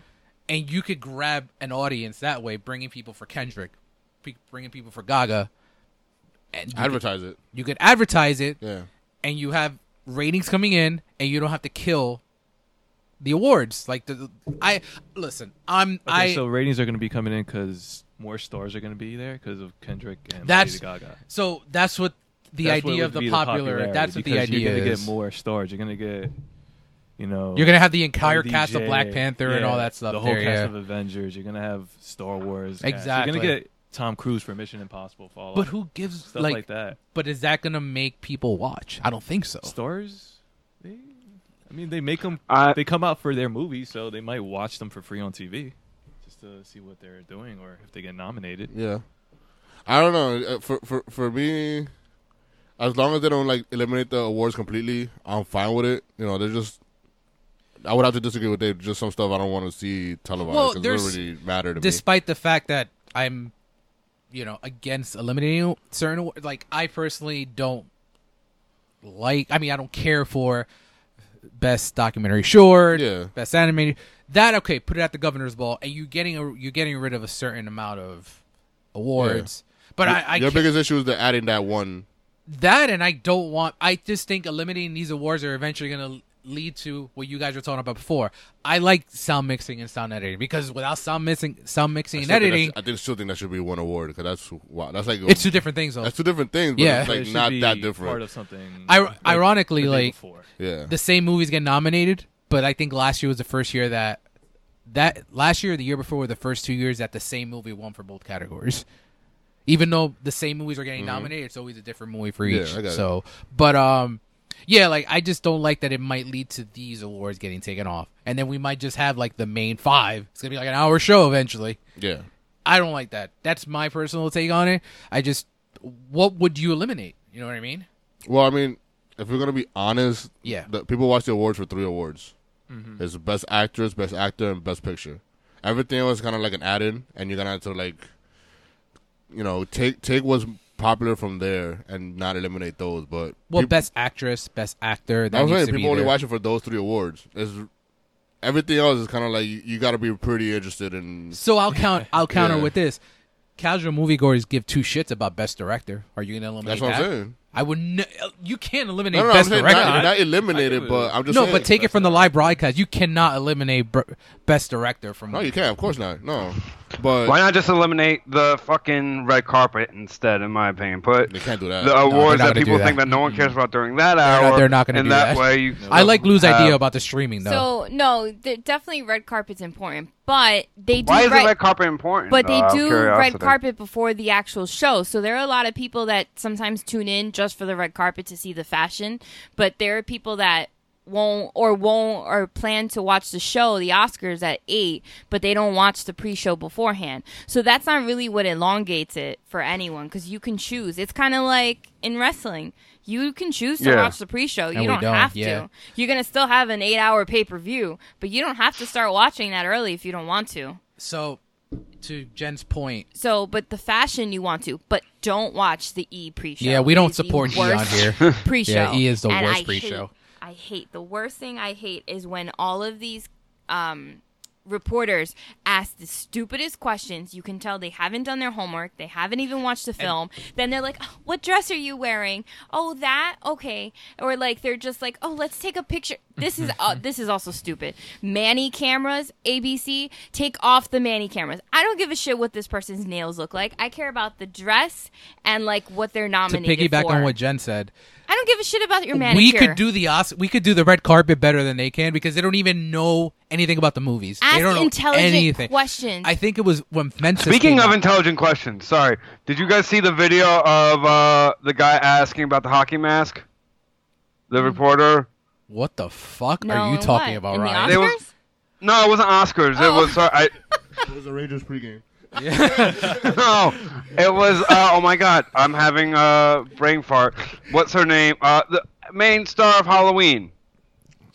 A: and you could grab an audience that way, bringing people for Kendrick, pe- bringing people for Gaga, and you, could,
B: advertise it.
A: you could advertise it,
B: Yeah.
A: and you have ratings coming in, and you don't have to kill the awards. Like the, the- I listen, I'm
E: Okay,
A: I
E: so ratings are going to be coming in because more stars are going to be there because of Kendrick and
A: That's-
E: Lady Gaga.
A: so that's what the
E: That's what
A: idea
E: would
A: of the
E: be
A: popular.
E: popularity,
A: that's what the
E: because
A: idea
E: You're gonna
A: is.
E: get more stars. You're going to get, you know,
A: You're gonna have the entire
E: LDJ,
A: cast of Black Panther and
E: yeah,
A: all that stuff.
E: The whole
A: there,
E: cast
A: yeah.
E: of Avengers. You're going to have Star Wars. cast.
A: Exactly.
E: You're going to get Tom Cruise for Mission Impossible. Fallout.
A: but who gives
E: stuff
A: like,
E: like, that?
A: But is that gonna make people watch? I don't think so.
E: Stars. They, I mean, they make them.
D: I-
E: they come out for their movies, so they might watch them for free on TV, just to see what they're doing or if they get nominated.
B: Yeah. I don't know. Uh, For for for me, as long as they don't like eliminate the awards completely, I'm fine with it. You know, they're just. I would have to disagree with Dave. Just some stuff I don't want to see televised
A: Well,
B: because it
A: there's-
B: doesn't really matter to me.
A: despite the fact that I'm, you know, against eliminating certain awa- like I personally don't like. I mean, I don't care for best documentary short,
B: Yeah.
A: best animated. That okay? Put it at the governor's ball, and you getting a, you getting rid of a certain amount of awards. But I, I
B: Your
A: can't-
B: biggest issue is the adding that one.
A: that and I don't want. I just think eliminating these awards are eventually going to lead to what you guys were talking about before. I like sound mixing and sound editing because without sound mixing, sound mixing and
B: Still think that
A: editing,
B: should- I think still think that should be one award because that's wow. That's like
A: it's two different things though.
B: that's two different things. But
A: Yeah.
B: it's
E: So it
B: like
E: should
B: not
E: be
B: that
E: Part
B: different.
E: of something.
A: I-
E: like
A: ironically,
E: the day
A: like-
E: before.
B: yeah.
A: the same movies get nominated, but I think last year was the first year that that last year or the year before were the first two years that the same movie won for both categories. Even though the same movies are getting nominated, it's always a different movie for
B: Mm-hmm. Yeah,
A: each.
B: I got it.
A: so, but um, yeah, like I just don't like that it might lead to these awards getting taken off, and then we might just have like the main five. It's gonna be like an hour show eventually.
B: yeah.
A: I don't like that. That's my personal take on it. I just, what would you eliminate? You know what I mean?
B: Well, I mean, if we're gonna be honest,
A: Yeah. Mm-hmm.
B: the, people watch the awards for three awards. It's best actress, best actor, and best picture. Everything else is kind of like an add-in, and you're gonna have to like, you know, take take what's popular from there and not eliminate those. But
A: Well,
B: peop-
A: best actress, best actor. That
B: I was
A: needs
B: saying
A: to be
B: people only
A: there.
B: watch it for those three awards. It's, everything else is kind of like you, you got to be pretty interested in.
A: So I'll
B: (laughs)
A: count. I'll counter
B: Yeah.
A: with this. Casual moviegoers give two shits about best director. Are you gonna eliminate
B: That's what I'm
A: that?
B: saying.
A: I would. Ne- you can't eliminate
B: No, no, I'm
A: best
B: saying
A: director.
B: not, not
E: I
B: eliminated,
E: agree with
B: but
E: you.
B: I'm just
A: no,
B: saying-
A: but take it from the live broadcast. You cannot eliminate br- best director from.
B: No, you can't. Of course not. No, but
D: Why not just eliminate the fucking red carpet instead? In my opinion, put
B: they can't do that.
D: the uh, awards
A: not
D: that
A: gonna
D: people
A: do
D: think
A: that.
D: that no one cares about during that
A: They're
D: hour.
A: not- they're not gonna
D: and
A: do
D: that.
A: that.
D: way, you,
A: I like Lou's
D: have-
A: idea about the streaming though.
C: So no, th- definitely red carpet's important, but they do
D: Why is
C: red,
D: the red carpet important?
C: but
D: though,
C: they
D: out of
C: do
D: curiosity?
C: red carpet before the actual show. So there are a lot of people that sometimes tune in just for the red carpet to see the fashion, but there are people that won't or won't or plan to watch the show, the Oscars at eight, but they don't watch the pre-show beforehand. So that's not really what elongates it for anyone because you can choose. It's kind of like in wrestling, you can choose to
D: Yeah.
C: watch the pre-show.
A: we
C: you don't,
A: don't,
C: have
A: yeah.
C: to. You're gonna still have an eight-hour pay-per-view, but you don't have to start watching that early if you don't want to.
A: So, to Jen's point,
C: So, but the fashion you want to, but don't watch the E pre-show.
A: yeah, we don't
C: It's the
A: support E on
C: worst
A: here.
C: (laughs) pre-show.
A: Yeah, E is the
C: And
A: worst
C: I
A: pre-show.
C: hate- I hate the worst thing I hate is when all of these um, reporters ask the stupidest questions. You can tell they haven't done their homework. They haven't even watched the film. then they're like, "Oh, "What dress are you wearing?" "Oh, that." Okay. Or like they're just like, "Oh, let's take a picture." This is
A: (laughs)
C: uh, this is also stupid. Manny cameras, ABC, take off the Manny cameras. I don't give a shit what this person's nails look like. I care about the dress and like what they're
A: to
C: nominated
A: piggyback
C: for.
A: on what Jen said,
C: I don't give a shit about your manicure.
A: we could do the Os- we could do the red carpet better than they can because they don't even know anything about the movies.
C: Ask
A: they don't know
C: intelligent
A: anything.
C: questions.
A: I think it was when Mensa
D: Speaking
A: came
D: of
A: out.
D: intelligent questions, sorry, did you guys see the video of uh, the guy asking about the hockey mask? The reporter.
A: what the fuck
C: No,
A: are you
C: in
A: talking
C: what?
A: about,
C: In the
A: Ryan?
D: They were-
C: Oscars?
D: No, it wasn't Oscars.
C: Oh.
D: It was sorry, I, (laughs)
B: It was a Rangers pregame.
D: no, it was. Uh, oh my God, I'm having a brain fart. What's her name? Uh, the main star of Halloween.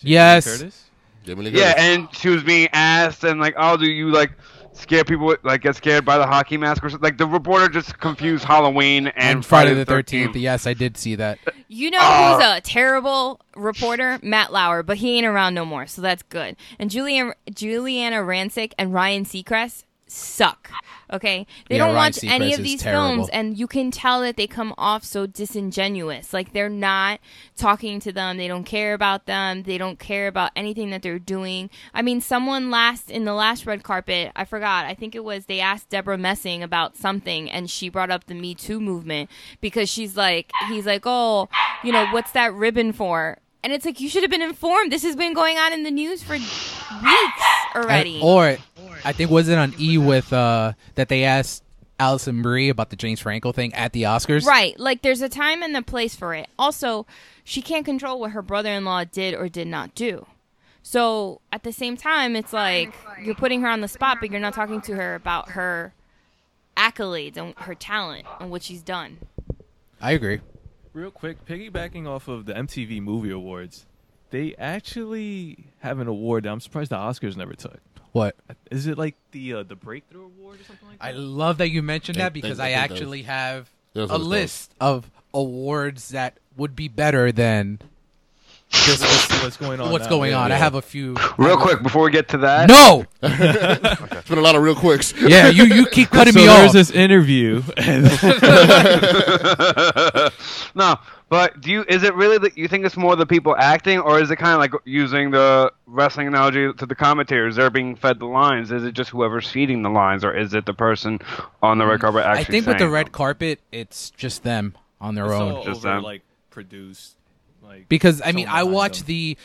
A: Yes.
E: Curtis?
B: Jamie Lee
D: Yeah,
B: Curtis.
D: and she was being asked, and like, oh, do you like scare people? With, like, get scared by the hockey mask or something? Like, the reporter just confused Halloween and,
A: and Friday the Thirteenth. Yes, I did see that.
C: You know who's
A: Uh,
C: a terrible reporter? Matt Lauer, but he ain't around no more, so that's good. And Julian, Juliana Rancic and Ryan Seacrest suck. Okay, they
A: Yeah,
C: don't
A: Ryan
C: watch any
A: Seacrest
C: of
A: is
C: these
A: terrible.
C: films, and you can tell that they come off so disingenuous. Like they're not talking to them. They don't care about them. They don't care about anything that they're doing. I mean, someone last in the last red carpet, I forgot. I think it was they asked Deborah Messing about something, and she brought up the Me Too movement because she's like, he's like, oh, you know, what's that ribbon for? And it's like you should have been informed. This has been going on in the news for weeks
A: And-
C: already.
A: or I think was it on E with uh that they asked Alison Brie about the James Franco thing at the Oscars.
C: Right. Like there's a time and a place for it. Also, she can't control what her brother in law did or did not do. So at the same time, it's like you're putting her on the spot, but you're not talking to her about her accolades and her talent and what she's done.
A: I agree.
E: Real quick, piggybacking off of the MTV Movie Awards, they actually have an award that I'm surprised the Oscars never took.
A: What?
E: Is it like the uh, the Breakthrough Award or something like that?
A: I love that you mentioned
B: They-
A: that
B: they-
A: because
B: they
A: I
B: did those.
A: actually have
B: Those
A: a
B: are the
A: list of awards that would be better than
E: Just what's, what's going on?
A: what's
E: now.
A: going
E: Yeah.
A: on. I
B: yeah.
A: have a few.
D: Real quick, before we get to
A: (laughs)
D: that,
A: No.
B: It's been a lot of real quicks.
A: Yeah, you you keep cutting
E: So
A: me
E: there's
A: off. (laughs)
E: this interview. (laughs) And
D: no, but do you? Is it really that you think it's more the people acting, or is it kind of like using the wrestling analogy to the commentators? They're being fed the lines. Is it just whoever's feeding the lines, or is it the person on the red carpet actually?
A: I think with the
D: saying
A: red
D: them?
A: carpet, it's just them on their
E: it's
A: own.
E: all
D: Just
E: over,
D: them.
E: like produced. Like
A: because I mean
E: someone
A: I
E: behind
A: watch
E: them.
A: the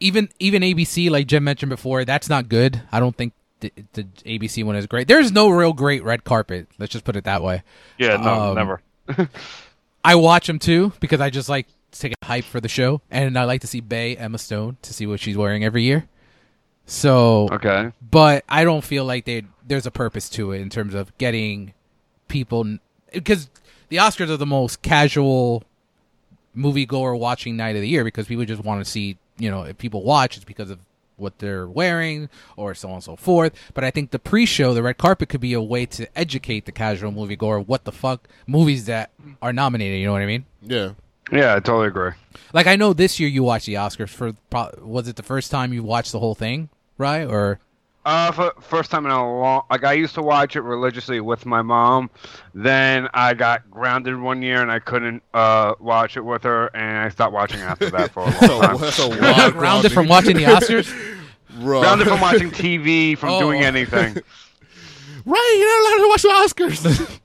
A: even even ABC like Jim mentioned before that's not good. I don't think the, the ABC one is great. There's no real great red carpet. Let's just put it that way.
D: Yeah, no,
A: um,
D: never.
A: I watch them too because I just like to get hype for the show, and I like to see Bay Emma Stone to see what she's wearing every year. So
D: Okay.
A: but I don't feel like they there's a purpose to it in terms of getting people because the Oscars are the most casual moviegoer watching night of the year because people just want to see you know if people watch it's because of what they're wearing or so on and so forth. But I think the pre-show, the red carpet, could be a way to educate the casual moviegoer what the fuck movies that are nominated. You know what I mean?
B: (laughs) Yeah.
D: Yeah, I totally agree.
A: Like I know this year you watched the Oscars for pro- was it the first time you watched the whole thing, right? Or
D: Uh, for first time in a long. Like I used to watch it religiously with my mom. Then I got grounded one year, and I couldn't uh, watch it with her, and I stopped watching after that
B: (laughs)
D: for a long
B: So,
D: time.
B: Oh, that's a wild
A: grounded from watching the Oscars.
B: Bro.
D: grounded from watching TV, from
A: Oh. (laughs)
D: doing anything.
B: Right, you're not allowed to watch the Oscars.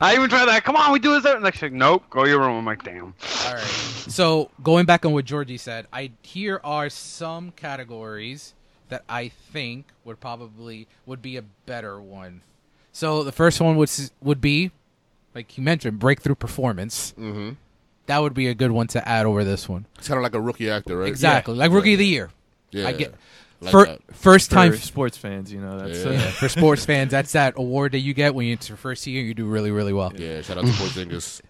D: I even tried that. Come on, we do this. And like, she's like, nope, go to your room. I'm like, damn.
A: All right. So going back on what Georgie said, I here are some categories that I think would probably would be a better one. So the first one would s- would be, like you mentioned, breakthrough performance. Mm-hmm. that would be a good one to add over this one.
B: It's kind of like a rookie actor, right?
A: Exactly, like rookie of the year.
B: Yeah,
A: I get
B: like
A: fir-
B: that.
A: first time (laughs)
E: For sports fans, you know that's uh,
B: Yeah.
A: for sports fans. That's that award that you get when it's your first year. You do really really well.
B: Yeah, shout out to Porzingis.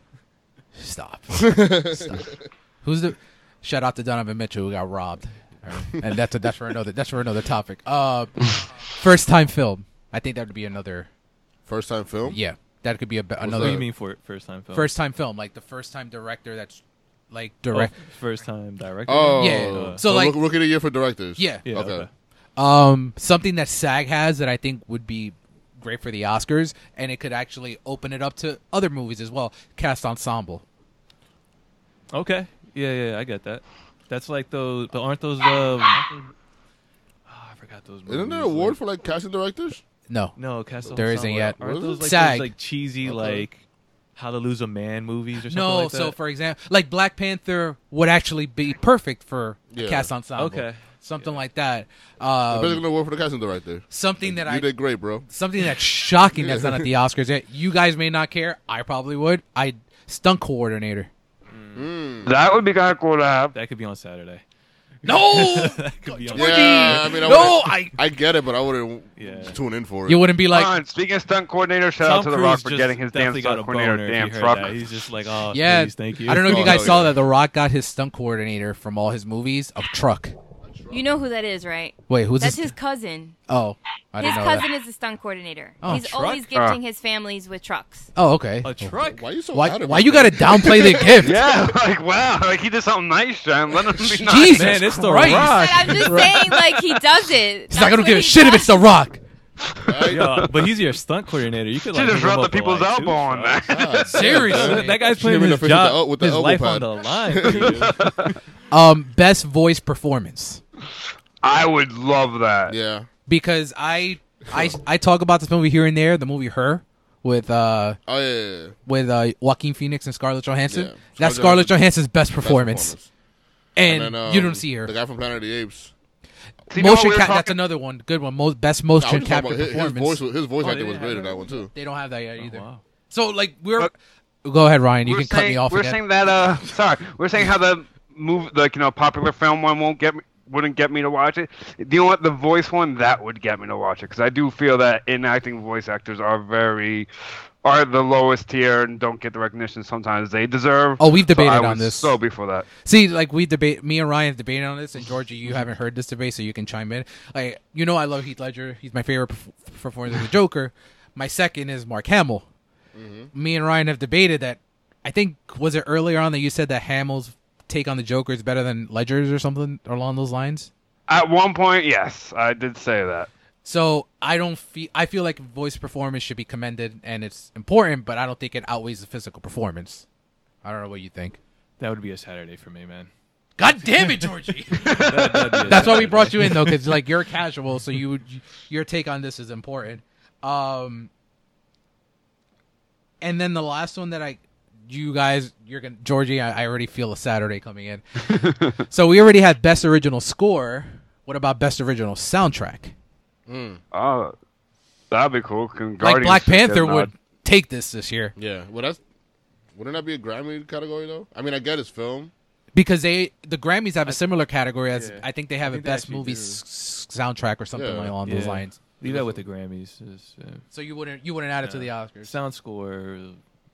A: Stop. Stop. Who's the? Shout out to Donovan Mitchell who got robbed, and that's a, that's for another that's for another topic. Uh, first time film. I think that would be another.
B: First time film.
A: Yeah, that could be a, be-
E: what do you
A: another
E: mean for first time film?
A: first time film, like the first time director that's like
E: Oh,
A: direct.
E: first time director.
B: Oh,
A: Yeah.
E: So,
A: So like
B: rook- rookie of the year for directors.
A: yeah,
E: yeah,
B: okay.
E: okay.
A: um, something that SAG has that I think would be great for the Oscars, and it could actually open it up to other movies as well. Cast ensemble.
E: Okay. Yeah, yeah, I get that. That's like those, but aren't those? Uh, I forgot those. Movies.
B: Isn't there an award
E: Like-
B: for like casting directors?
A: No,
E: No, Castle.
A: There isn't yet.
E: Aren't
B: Really?
E: those like,
A: SAG.
E: those like cheesy like How to Lose a Man movies or something
A: no.
E: like that?
A: so for example, like Black Panther would actually be perfect for a
B: Yeah.
A: cast ensemble.
E: Okay.
A: something like that. Um,
B: Basically, an award for the casting director.
A: something that
B: you
A: I
B: did great, bro.
A: something that's shocking that's not at
B: (laughs)
A: the Oscars yet. You guys may not care. I probably would. I stunt
E: (laughs)
A: coordinator.
D: That would be kind of cool to have.
E: that could be on Saturday.
A: No,
E: That could be on.
A: Would
B: Yeah,
A: be-
B: I mean, I
A: no,
B: wouldn't-
A: I.
B: I get it, but I wouldn't
E: Yeah.
B: tune in for it.
A: You wouldn't be like,
D: Come on, speaking of stunt coordinator, shout out to The
E: Cruise
D: Rock for
E: just
D: getting his damn
E: definitely got
D: stunt
E: a
D: coordinator.
E: boner if he
D: Damn
E: heard
D: truck.
E: that. He's just like, oh,
A: yeah.
E: please, thank you.
A: I don't know if you
B: Oh,
A: guys
B: yeah.
A: saw that. The Rock got his stunt coordinator from all his movies of truck.
C: You know who that is, right?
A: Wait, who's
C: That's
A: this?
C: his cousin.
A: oh, I
C: his
A: didn't know
C: cousin
A: that.
C: is a stunt coordinator.
A: Oh,
C: He's
A: truck?
C: always gifting his families with trucks.
A: Oh, okay.
E: A truck.
B: Why you so
A: Why?
B: mad
A: Why
B: about
A: you
B: that?
A: gotta downplay
B: (laughs)
A: the gift?
D: (laughs) Yeah, like wow, like he did something nice, John.
E: (laughs)
D: Let him be nice.
A: Jesus
E: Man, it's The
A: Christ.
E: Rock.
C: But I'm just saying, like he does it.
A: He's not gonna give a shit if it's The Rock.
B: Right?
E: Yo, but he's
A: (laughs)
E: your stunt coordinator. You could
D: Should
E: like
D: just
E: hit him
D: rubbed the
E: up
D: people's
E: with, like, two
D: elbow on
E: shots.
D: that.
B: God,
A: Seriously.
E: (laughs) That guy's
B: Should've
E: playing
B: been
E: his
B: the first with the
E: job,
B: el- with the
E: his
B: elbow
E: life on
B: pad.
E: the
A: (laughs)
E: line. dude.
A: Um, best voice performance
D: (laughs) I would love that.
B: Yeah.
A: because I, I, I talk about this movie here and there. The movie Her with uh
B: Oh yeah. yeah, yeah. Best
A: with uh Joaquin Phoenix and Scarlett Johansson.
B: Yeah.
A: That's
B: Scarlett
A: Scarlett Johansson's best performance, and,
B: then,
A: you
B: um,
A: don't see her.
B: The guy from Planet of the Apes.
D: See, you know what
A: motion
D: we were
A: cap.
D: talking-
A: That's another one. Good one. Most best
B: I was
A: motion
B: just talking
A: capture
B: about his, his
A: performance.
B: voice. was- Oh, His voice
E: Oh,
B: acting was
E: yeah.
B: great in that one too.
A: They don't have that yet either.
E: wow.
A: So like we're.
D: But-
A: go ahead, Ryan. You
D: we're
A: can
D: saying,
A: cut me off.
D: We're
A: again.
D: saying that. Uh, (laughs) sorry, we're saying how the move, like you know, popular film one won't get me, wouldn't get me to watch it. Do you know what the voice one that would get me to watch it? Because I do feel that enacting voice actors are very are the lowest tier and don't get the recognition sometimes they deserve.
A: Oh, we've debated
D: so I
A: on
D: would
A: this.
D: So before that,
A: See, like we debate, me and Ryan have debated on this, and Georgia, you haven't heard this debate, so you can chime in. Like, you know, I love Heath Ledger; he's my favorite perf- performer as the Joker. My second is Mark Hamill. Me and Ryan have debated that. I think was it earlier on that you said that Hamill's take on the Joker is better than Ledger's or something along those lines.
D: at one point, yes, I did say that.
A: So I don't feel I feel like voice performance should be commended and it's important, but I don't think it outweighs the physical performance. I don't know what you think.
E: That would be a Saturday for me, man.
A: God damn it, Georgie!
E: That- that'd be a
A: That's why we
E: Saturday.
A: brought you in though, because like you're casual, so you your take on this is important. Um, and then the last one that I, you guys, you're gonna Georgie, I, I already feel a Saturday coming in. so we already had best original score. What about best original soundtrack?
D: Oh, that'd be cool. Can
A: like
D: Guardians
A: Black
D: just get
A: Panther
D: nod?
A: would take this this year
B: Yeah. Well, that's wouldn't that be a Grammy category though? I mean, I get his film.
A: because they the Grammys have a similar category as I think they have a
E: I think they
A: best
E: actually
A: movie
E: do.
A: s- soundtrack or something
B: Yeah.
A: like along those
E: Yeah.
A: lines.
E: Leave that with the Grammys. It's, uh,
A: So you wouldn't you wouldn't add it to the Oscars.
E: sound score.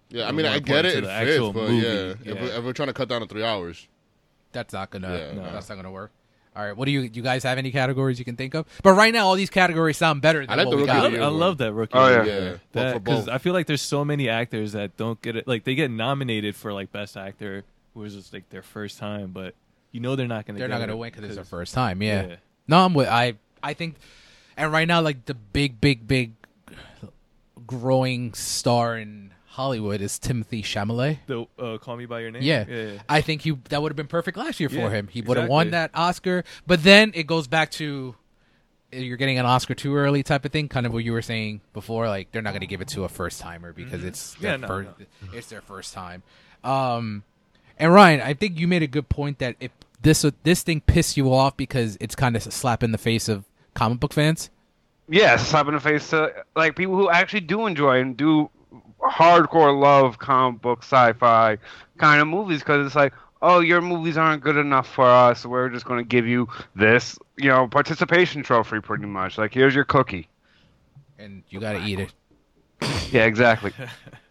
B: Yeah. I
E: Or
B: mean,
E: more
B: I get
E: important
B: it.
E: to
B: It
E: the
B: fits,
E: actual
B: but
E: movie.
B: yeah, If,
E: Yeah.
B: we're, if we're trying to cut down to three hours,
A: That's not gonna.
B: Yeah, no.
A: That's not gonna work. All right. What do you? Do you guys have any categories you can think of? But right now, all these categories sound better than
B: I like
A: what
B: the
A: we
B: rookie
E: I
A: got.
B: of
E: love,
B: the year.
E: I love that rookie.
D: Oh, yeah.
E: Award.
B: Yeah.
E: That-
B: But for
E: 'cause
B: both.
E: I feel like there's so many actors that don't get it. Like they get nominated for like best actor, where it's like their first time, but you know they're not gonna.
A: They're
E: get
A: not
E: it
A: gonna win because it's their first time. Yeah.
E: Yeah.
A: No, I'm with. I I think, and right now, like the big, big, big, growing star in Hollywood is Timothy Chalamet.
E: The uh, Call Me by Your Name.
A: Yeah.
E: yeah.
A: I think he that would have been perfect last year for
E: Yeah,
A: him. He would have won that
E: exactly.
A: Oscar. But then it goes back to uh, you're getting an Oscar too early type of thing, kind of what you were saying before. Like they're not going to give it to a first timer because it's their
E: Mm-hmm. Yeah, no,
A: first, (laughs) it's their first time. Um, and Ryan, I think you made a good point that if this this thing pissed you off because it's kind of a slap in the face of comic book fans.
D: Yes, slap in the face to like people who actually do enjoy and do hardcore love comic book sci-fi kind of movies because it's like, oh, your movies aren't good enough for us. We're just going to give you this, you know, participation trophy, pretty much. Like, here's your cookie.
A: and you gotta eat it.
D: Yeah, exactly. (laughs)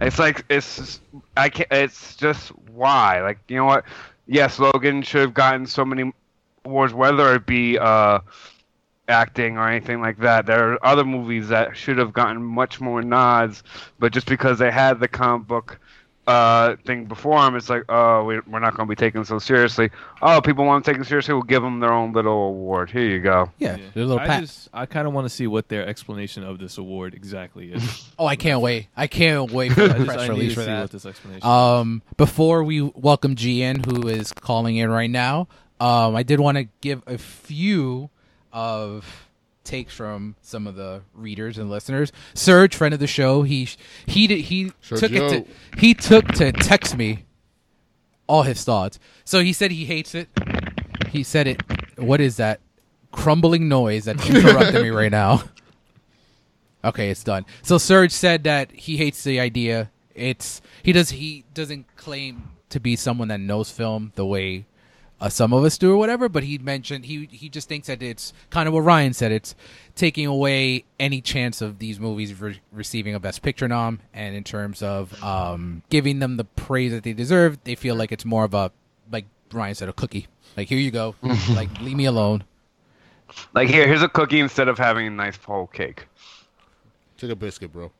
D: it's like it's just- I can't. It's just why. Like you know what? Yes, Logan should have gotten so many awards, whether it be uh, acting or anything like that. There are other movies that should have gotten much more nods, but just because they had the comic book uh, thing before them, it's like, oh, we, we're not going to be taken so seriously. Oh, people want to take them seriously. We'll give them their own little award. Here you go.
A: Yeah,
E: Yeah.
A: their little
E: I
A: pat.
E: just I kind of want to see what their explanation of this award exactly
A: (laughs)
E: is.
A: oh, I can't wait! I can't wait
E: (laughs)
A: for
E: I
A: the
E: just
A: press
E: I need
A: release
E: to
A: for
E: see
A: that.
E: what this explanation.
A: Um, before we welcome GN, who is calling in right now, um, I did want to give a few of takes from some of the readers and listeners. Serge, friend of the show, he he did he
B: Sergio.
A: took it to he took to text me all his thoughts. So he said he hates it. He said it. What is that crumbling noise that's interrupting me right now? Okay, it's done. So Serge said that he hates the idea. It's he does he doesn't claim to be someone that knows film the way uh, some of us do or whatever, but he mentioned he he just thinks that it's kind of what Ryan said. It's taking away any chance of these movies re- receiving a Best Picture nom, and in terms of um, giving them the praise that they deserve, they feel like it's more of a like Ryan said a cookie. Like here you go, like leave me alone.
D: Like here, here's a cookie instead of having a nice whole cake.
B: Take a biscuit, bro.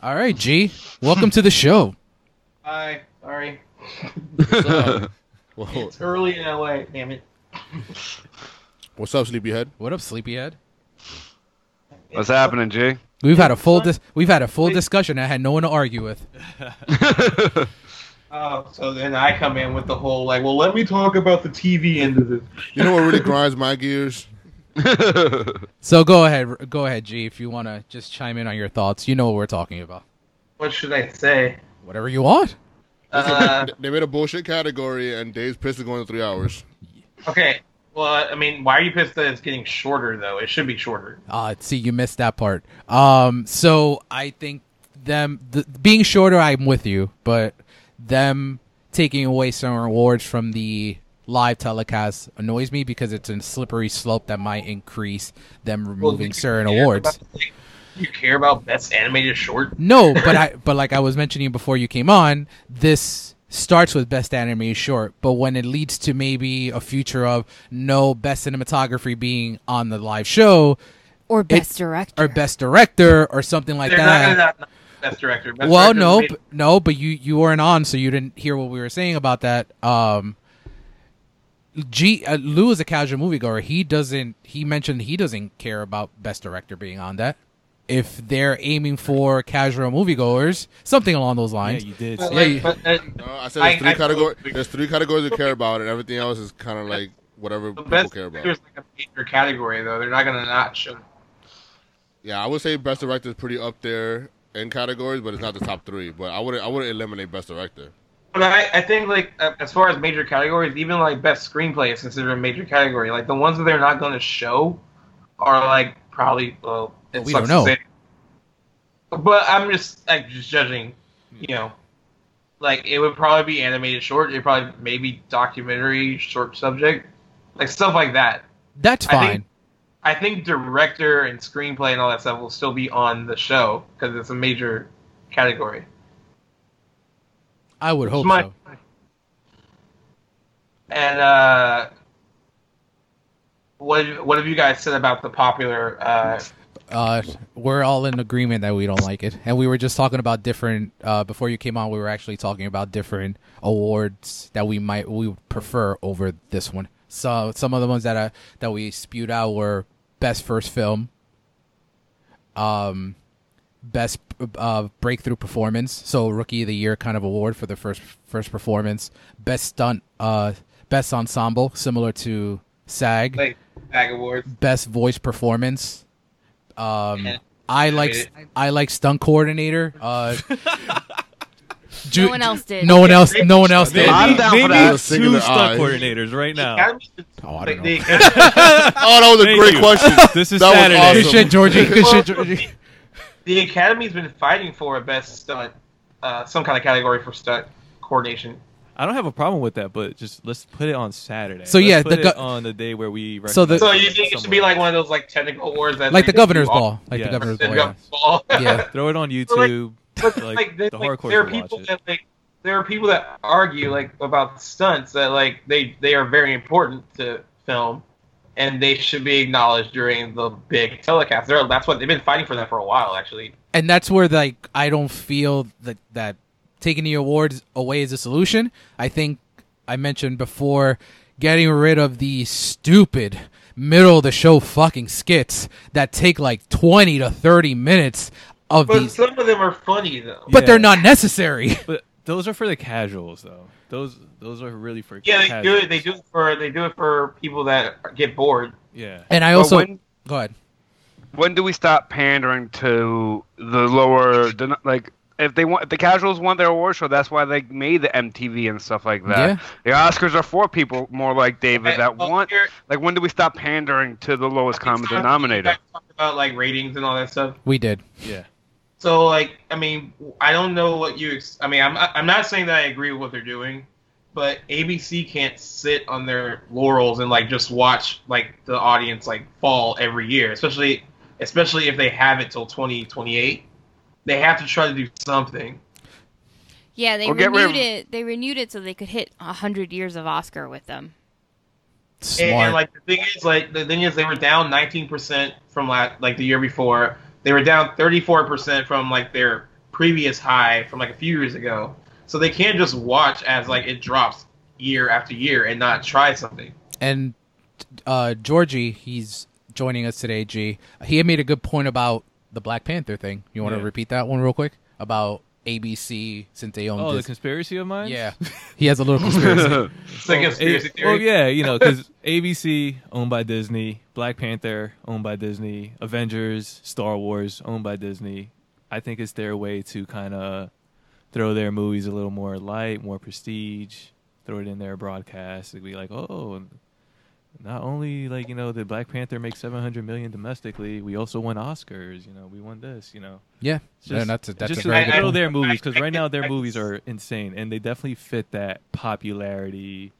A: All right, G, welcome to the show.
F: Hi, sorry.
B: What's up? Whoa.
F: It's early in LA, damn it.
B: What's up, sleepyhead?
A: What up, sleepyhead?
D: What's happening,
F: (laughs)
D: G?
A: We've had a full
F: son-
A: dis- we've had a full
F: Wait.
A: discussion. I had no one to argue with.
F: Oh, so then I come in with the whole like, well, let me talk about the TV end of this.
B: You know what (laughs) really grinds my gears?
A: So go ahead, go ahead, G. If you want to just chime in on your thoughts, you know what we're talking about.
F: What should I say?
A: Whatever you want.
F: Uh,
B: They made a bullshit category, and Dave's pissed is going to three hours.
F: okay. Well, I mean, why are you pissed that it's getting shorter though? It should be shorter.
A: Ah, see, you missed that part. Um, so I think them th- being shorter, I'm with you, but them taking away some rewards from the live telecast annoys me because it's a slippery slope that might increase them
F: Well,
A: removing
F: do you
A: certain
F: care
A: awards.
F: about- like, do you care about best animated short?
A: No, but I but like I was mentioning before you came on, this starts with best anime short, but when it leads to maybe a future of no best cinematography being on the live show
C: Or best director.
A: or best director or something like
F: They're not
A: that.
F: gonna not, best director. Best
A: well,
F: director
A: no,
F: made-
A: b- no, but you you weren't on, so you didn't hear what we were saying about that. Um, G uh, Lou is a casual moviegoer. He doesn't. He mentioned he doesn't care about best director being on that. If they're aiming for casual moviegoers, something along those
E: yeah,
A: lines.
E: you did.
F: but,
E: say-
F: like,
A: yeah.
F: but, uh,
B: No, I said there's
F: I-
B: three
F: I-
B: categories. There's three categories we care about, and everything else is kind of like whatever
F: the
B: people
F: best
B: care about.
F: director is like a major category though. They're not gonna not show.
B: Yeah, I would say best director is pretty up there in categories, but it's not the top three. But I wouldn't, I wouldn't eliminate best director.
F: But I, I think like uh, as far as major categories, even like best screenplay is considered a major category. Like the ones that they're not going to show are like probably well, it
A: But we
F: sucks
A: don't know.
F: to say. But I'm just like just judging, you know, like it would probably be animated short. It would probably maybe documentary short subject, like stuff like that.
A: That's
F: I think-
A: fine.
F: I think director and screenplay and all that stuff will still be on the show because it's a major category.
A: I, would hope
F: my-
A: so.
F: And uh, what have- what have you guys said about the popular? Uh,
A: Uh, we're all in agreement that we don't like it, and we were just talking about different. Uh, before you came on, we were actually talking about different awards that we might we would prefer over this one. So some of the ones that I, that we spewed out were best first film, um, best uh, breakthrough performance, so rookie of the year kind of award for the first first performance, best stunt, uh, best ensemble, similar to SAG.
F: like bag awards.
A: best voice performance. Um,
F: Yeah.
A: I like I like stunt coordinator.
C: (laughs)
A: Uh, Ju-
C: No one else did.
A: No one else. No one else
E: They
A: did.
D: I'm
E: need,
D: down
E: they
D: for
E: need
D: that.
B: Singular eyes.
E: two stunt coordinators right now.
F: Academy-
A: Oh, I don't (laughs)
F: the-
A: know.
B: Oh, that was a
E: Thank
B: great
E: you.
B: question.
E: (laughs) This is
B: That was
E: Saturday.
B: awesome.
A: Good shit, Georgie. Good shit, Georgie.
F: the Academy's been fighting for a best stunt, uh, some kind of category for stunt coordination.
E: I don't have a problem with that, but just let's put it on Saturday.
A: So,
E: Let's
A: yeah,
E: put
A: the
E: it
A: go-
E: on the day where we
A: So the-
E: recognize
F: So you think it should be
E: someone.
F: like one of those like technical awards that
A: like
F: they
A: the governor's
F: do off-
A: ball, like
E: Yeah.
A: the governor's
F: (laughs) the
A: ball. Yeah.
F: governor's ball.
A: Yeah.
E: throw it on
F: So, like,
E: YouTube.
F: But,
E: (laughs) like,
F: there's,
E: the hardcore
F: there are
E: can watch
F: people
E: it.
F: that like there are people that argue like about stunts that like they they are very important to film and they should be acknowledged during the big telecast They're- that's what they've been fighting for that for a while actually
A: and that's where like I don't feel that that taking the awards away is a solution. I think I mentioned before getting rid of the stupid middle of the show fucking skits that take like 20 to 30 minutes of
F: but
A: these
F: some of them are funny though
A: but they're
E: Yeah.
A: not necessary. (laughs)
E: But those are for the casuals, though. Those those are really for
F: yeah they do
E: casuals.
F: it they do it for they do it for people that get bored
E: Yeah,
A: And I
D: But
A: also
D: when-
A: go ahead.
D: when do we stop pandering to the lower the- like if they want if the casuals want their award show that's why they made the mtv and stuff like that the oscars are for people more like david
F: Okay,
D: that
F: well,
D: want
F: here-
D: like when do we stop pandering to the lowest common
F: Sometimes
D: denominator
F: you guys talk about like ratings and all that stuff
A: We did.
E: yeah.
F: So like, I mean, I don't know what you. Ex- I mean, I'm I'm not saying that I agree with what they're doing, but ABC can't sit on their laurels and like just watch like the audience like fall every year, especially especially if they have it till 2028. They have to try to do something.
C: Yeah, they
D: Or get rid
C: renewed
D: of-
C: it. They renewed it so they could hit hundred years of Oscar with them.
F: And,
A: Smart.
F: and like the thing is, like the thing is, they were down 19 percent from la- like the year before. They were down 34 percent from like their previous high from like a few years ago. So they can't just watch as like it drops year after year and not try something.
A: and uh, Georgie, he's joining us today. G, he had made a good point about the Black Panther thing. You want to
E: Yeah.
A: repeat that one real quick about ABC since they own
E: Oh, the
A: Disney?
E: conspiracy of mine.
A: yeah, he has a little conspiracy.
E: (laughs)
F: It's like a conspiracy
E: Oh, A- well,
F: theory.
E: yeah, you know, because ABC owned by Disney, Black Panther owned by Disney, Avengers, Star Wars owned by Disney. I think it's their way to kind of throw their movies a little more light, more prestige. Throw it in their broadcast. It'd be like, oh, not only like you know did Black Panther make seven hundred million domestically, we also won Oscars. You know, we won this. You know,
A: yeah,
E: It's
A: No, that's a, that's
E: just
A: a very
E: to
A: good
E: throw
A: point.
E: their movies because
F: I- I
E: right now their
F: can-
E: movies are insane and they definitely fit that popularity.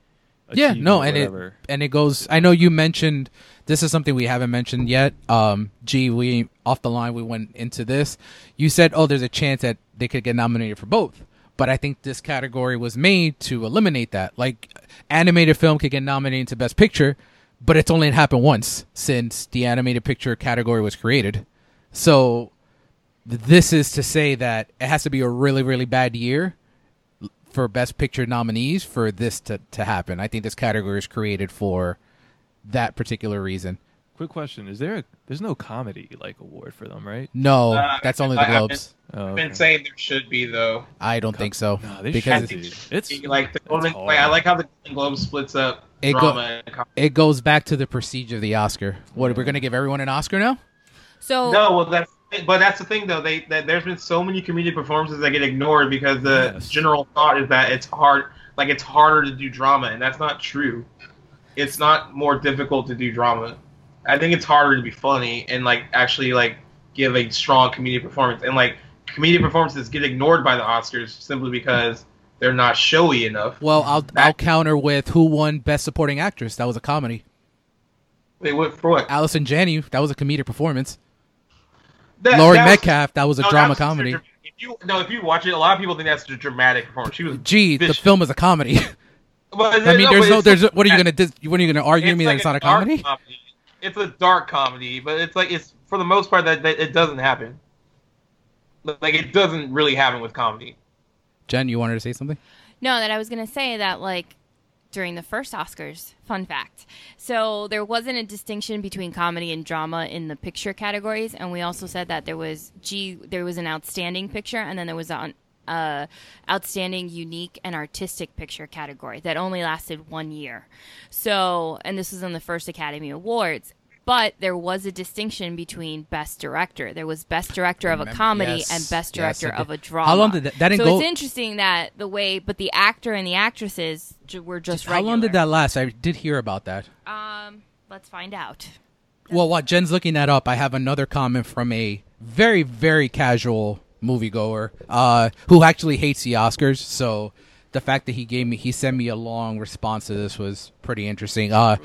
A: Yeah, no,
E: achievement,
A: and
E: whatever.
A: it and it goes. I know you mentioned this is something we haven't mentioned yet. Um, gee, we off the line. We went into this. You said, oh, there's a chance that they could get nominated for both, but I think this category was made to eliminate that. Like, animated film could get nominated to best picture, but it's only happened once since the animated picture category was created. So this is to say that it has to be a really really bad year for best picture nominees for this to, to happen i think this category is created for that particular reason
E: Quick question: Is there a, there's no comedy like award for them, right?
A: no
F: Uh,
A: that's only the
F: I- I-
A: globes
E: Oh,
F: I've
E: okay.
F: been saying there should be though.
A: i don't think so
E: Nah, they
A: because
E: should
A: it,
E: be.
F: (laughs)
E: it's
F: Like the
E: it's
F: Golden,
E: hard.
F: like I like how the Golden Globe splits up
A: It go-
F: drama. and comedy.
A: it goes back to the prestige of the oscar what we're gonna give everyone an oscar now
C: So
F: No, well that's but that's the thing though. They that there's been so many comedic performances that get ignored because the
E: Yes.
F: general thought is that it's hard, like it's harder to do drama, and that's not true. It's not more difficult to do drama. I think it's harder to be funny and like actually like give a strong comedic performance. And like comedic performances get ignored by the Oscars simply because they're not showy enough.
A: well i'll i'll counter with who won best supporting actress that was a comedy
F: Wait, what for what?
A: allison janney that was a comedic performance
F: That-
A: laurie
F: that was-
A: metcalf that was a
F: no, that
A: drama
F: was just a
A: comedy
F: dra- If you no, if you watch it, a lot of people think that's a dramatic performance. She was
A: gee the
F: vicious.
A: film is a
F: (laughs)
A: comedy
F: But
A: I mean, there's
F: but
A: no,
F: it's-
A: there's. What are you gonna, dis, what are you gonna argue
F: it's
A: me
F: like
A: that it's not a
F: dark
A: comedy?
F: It's a dark comedy, but it's like it's for the most part that, that it doesn't happen. Like it doesn't really happen with comedy.
A: Jen, you wanted to say something?
C: No, that I was going to say that, like, during the first Oscars, fun fact. So there wasn't a distinction between comedy and drama in the picture categories. And we also said that there was, G, there was an outstanding picture and then there was an uh, outstanding, unique, and artistic picture category that only lasted one year. So, and this was in the first Academy Awards. But there was a distinction between best director. There was best director of a
A: Remem-
C: comedy
A: yes,
C: and best
A: yes,
C: director
A: I did.
C: of a drama.
A: How long did that- that didn't
C: so
A: go-
C: it's interesting that the way, but the actor and the actresses j- were just
A: How long did that last? I did hear about that.
C: that? Um, let's find out.
A: Well, while Jen's looking that up, I have another comment from a very very casual moviegoer uh, who actually hates the Oscars. So the fact that he gave me he sent me a long response to this was pretty interesting. Uh,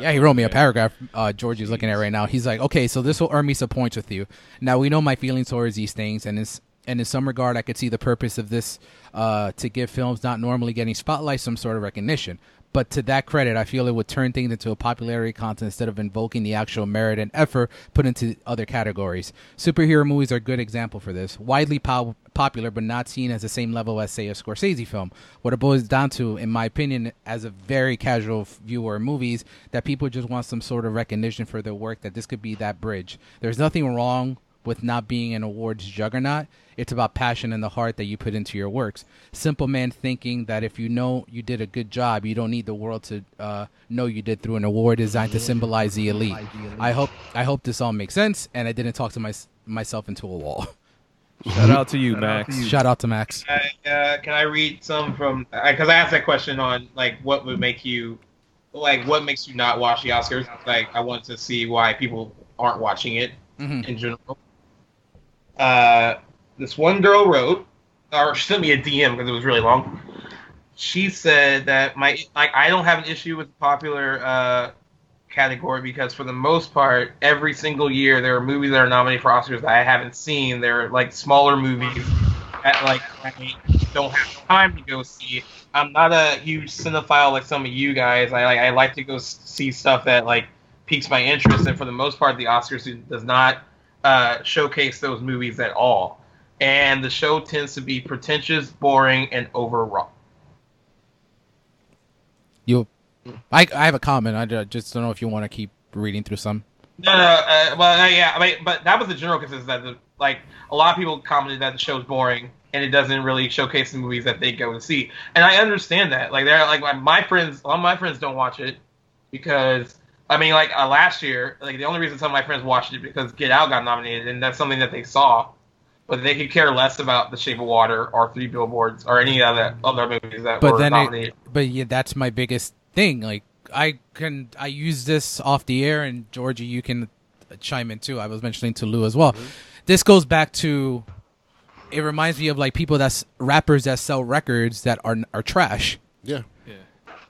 A: yeah, he wrote me a paragraph. Uh, George is looking at right now. He's like, okay, so this will earn me some points with you. Now we know my feelings towards these things, and it's and in some regard, I could see the purpose of this uh, to give films not normally getting spotlight some sort of recognition. But to that credit, I feel it would turn things into a popularity contest instead of invoking the actual merit and effort put into other categories. Superhero movies are a good example for this. Widely po- popular, but not seen as the same level as, say, a Scorsese film. What it boils down to, in my opinion, as a very casual viewer of movies, that people just want some sort of recognition for their work, that this could be that bridge. There's nothing wrong with not being an awards juggernaut. It's about passion and the heart that you put into your works. Simple man thinking that if you know you did a good job, you don't need the world to uh, know you did through an award designed to symbolize the elite. I hope I hope this all makes sense, and I didn't talk to my, myself into a wall.
E: Shout out to you, Max.
A: (laughs) Shout out to Max.
F: I, uh, can I read some from? Because I asked that question on like what would make you, like what makes you not watch the Oscars. Like I want to see why people aren't watching it
A: Mhm.
F: in general. Uh, this one girl wrote, or (laughs) she sent me a DM because it was really long. She said that my like I don't have an issue with the popular uh, category because for the most part, every single year there are movies that are nominated for Oscars that I haven't seen. They're like smaller movies that like I don't have time to go see. I'm not a huge cinephile like some of you guys. I like I like to go s- see stuff that like piques my interest, and for the most part, the Oscars does not uh, showcase those movies at all. And the show tends to be pretentious, boring, and overwrought.
A: You, I, I have a comment. I ju- just don't know if you want to keep reading through some.
F: No, no, uh, well, uh, yeah, I mean, but that was the general consensus that, the, like, a lot of people commented that the show's boring and it doesn't really showcase the movies that they go to see. And I understand that. Like, they're like my- my friends, a lot of my friends don't watch it because. I mean, like uh, last year, like the only reason some of my friends watched it because Get Out got nominated, and that's something that they saw, but they could care less about The Shape of Water or Three Billboards or any other other movies that
A: but
F: were
A: then
F: nominated.
A: it, but yeah that's my biggest thing like i can i use this off the air and georgie you can chime in too i was mentioning to lou as well this goes back to it reminds me of like people that's rappers that sell records that are are trash
B: Yeah.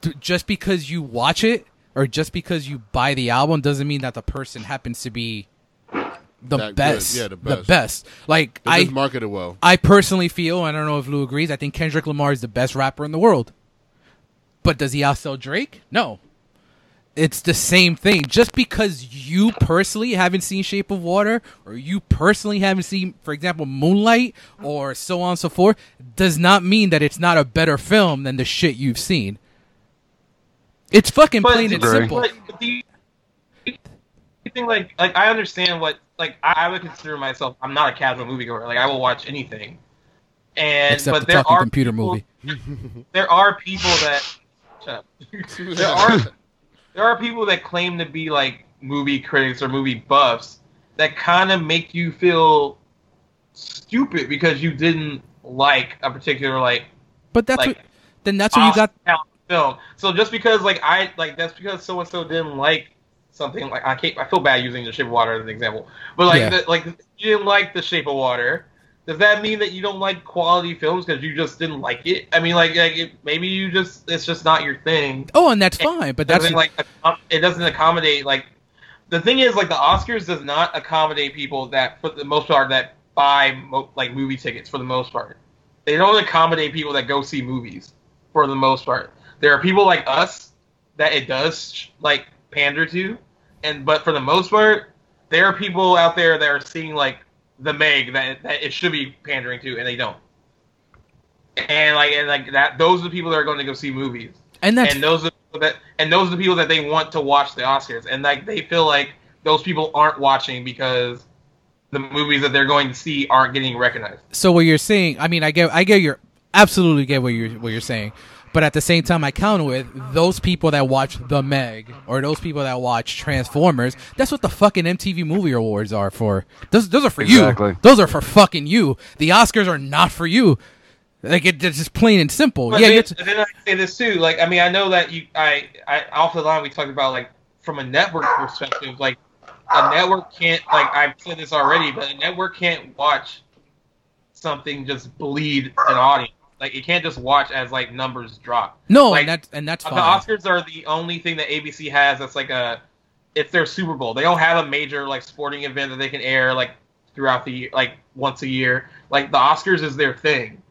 A: Th- just because you watch it or just because you buy the album doesn't mean that the person happens to be the
B: That good.
A: best
B: Yeah, the
A: the
B: best.
A: best like
B: They
A: i
B: just marketed (laughs) well.
A: I personally feel, and I don't know if Lou agrees, I think Kendrick Lamar is the best rapper in the world. But does he outsell Drake? No. It's the same thing. Just because you personally haven't seen Shape of Water, or you personally haven't seen, for example, Moonlight, or so on and so forth, does not mean that it's not a better film than the shit you've seen. It's fucking plain and
D: Agree.
A: simple.
F: But, but do you, do you think like like I understand what like I, I would consider myself. I'm not a casual moviegoer. Like I will watch anything. And
A: Except
F: but
A: the
F: there
A: fucking
F: are
A: computer
F: people,
A: movie.
F: There are people that shut up. there are
A: (laughs)
F: there are people that claim to be like movie critics or movie buffs that kind of make you feel stupid because you didn't like a particular like
A: But that's
F: like
A: what, then that's what you got.
F: awesome film. So just because like I like that's because so and so didn't like something like I can't I feel bad using the Shape of Water as an example, but like
A: Yeah.
F: the, like you didn't like the Shape of Water. Does that mean that you don't like quality films because you just didn't like it? I mean, like, like it, maybe you just it's just not your thing.
A: Oh, and that's fine. But that's
F: doesn't, like accom- it doesn't accommodate like the thing is like the Oscars does not accommodate people that for the most part that buy mo- like movie tickets for the most part. They don't accommodate people that go see movies for the most part. There are people like us that it does like pander to, and but for the most part, there are people out there that are seeing like the Meg that that it should be pandering to, and they don't. And like and like that, those are the people that are going to go see movies
A: and that's
F: and those are the people that and those are the people that they want to watch the Oscars, and like they feel like those people aren't watching because the movies that they're going to see aren't getting recognized.
A: so what you're saying i mean i get i get your absolutely get what you're what you're saying but at the same time i counter with those people that watch the meg or those people that watch transformers that's what the fucking mtv movie awards are for those those are for you
D: Exactly.
A: those are for fucking you the oscars are not for you like it, it's just plain and simple
F: But
A: yeah
F: then,
A: you're t-
F: and then I say this too. Like, I mean, I know that you, I, I, off the line, we talked about like from a network perspective, like a network can't like I've said this already, but a network can't watch something just bleed an audience. Like it can't just watch as like numbers drop.
A: No,
F: Like,
A: and that's and that's
F: The
A: fine.
F: Oscars are the only thing that ABC has that's like a it's their Super Bowl. They don't have a major like sporting event that they can air like throughout the year, like once a year. Like the Oscars is their thing,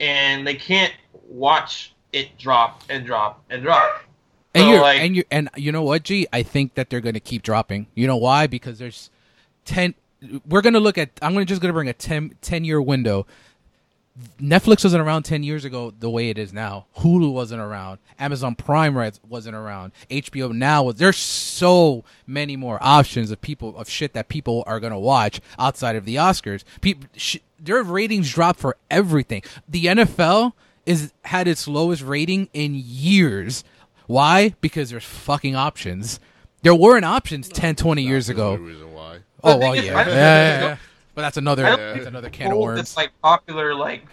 F: and they can't watch it drop and drop and drop.
A: and
F: So,
A: you
F: like-
A: and you and you know what, G? I think that they're gonna keep dropping. You know why? Because there's ten. We're gonna look at. I'm gonna just gonna bring a 10, 10 year window. Netflix wasn't around ten years ago the way it is now. Hulu wasn't around. Amazon Prime rights wasn't around. HBO now was. There's so many more options of people of shit that people are gonna watch outside of the Oscars. People, sh- their ratings drop for everything. The NFL is had its lowest rating in years. Why? Because there's fucking options. There weren't options 10, 20 years
B: That's the only
A: ago.
B: reason why.
A: Oh,
F: The thing
A: well, yeah.
F: is, I
A: Yeah,
F: don't-
A: yeah, yeah. But that's another
F: I don't
A: that's
B: think
A: another can of
F: pulled
A: worms.
F: This like popular like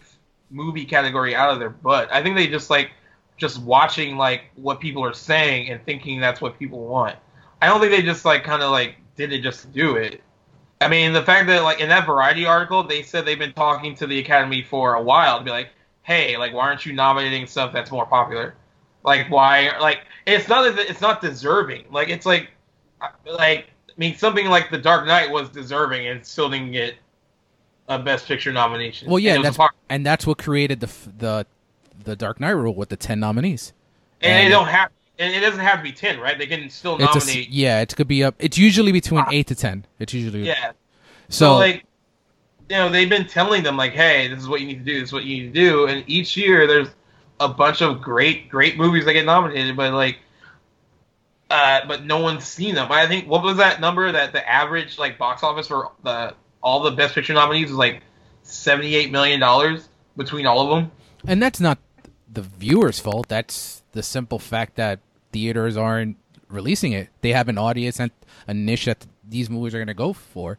F: movie category out of their butt. I think they just like just watching like what people are saying and thinking that's what people want. I don't think they just like kind of like did it just to do it. I mean, the fact that like in that Variety article, they said they've been talking to the Academy for a while to be like, hey, like why aren't you nominating stuff that's more popular? Like why? Like it's not that it's not deserving. Like it's like I- like I mean something like The Dark Knight was deserving and still didn't get a Best Picture nomination.
A: Well, yeah,
F: and it
A: that's
F: was a part-
A: and that's what created the f- the the Dark Knight rule with the ten nominees.
F: and,
A: and-
F: they don't have and it doesn't have to be ten, right? They can still
A: It's a s-
F: nominate. Uh,
A: yeah, it could be up. It's usually between eight to ten. It's usually
F: yeah,
A: So,
F: So, like, you know, they've been telling them like, "Hey, this is what you need to do. This is what you need to do." And each year, there's a bunch of great, great movies that get nominated, but like, uh, but no one's seen them. I think what was that number that the average like box office for the all the best picture nominees was like seventy eight million dollars between all of them.
A: and that's not the viewer's fault. That's the simple fact that theaters aren't releasing it. They have an audience and a niche that these movies are going to go for.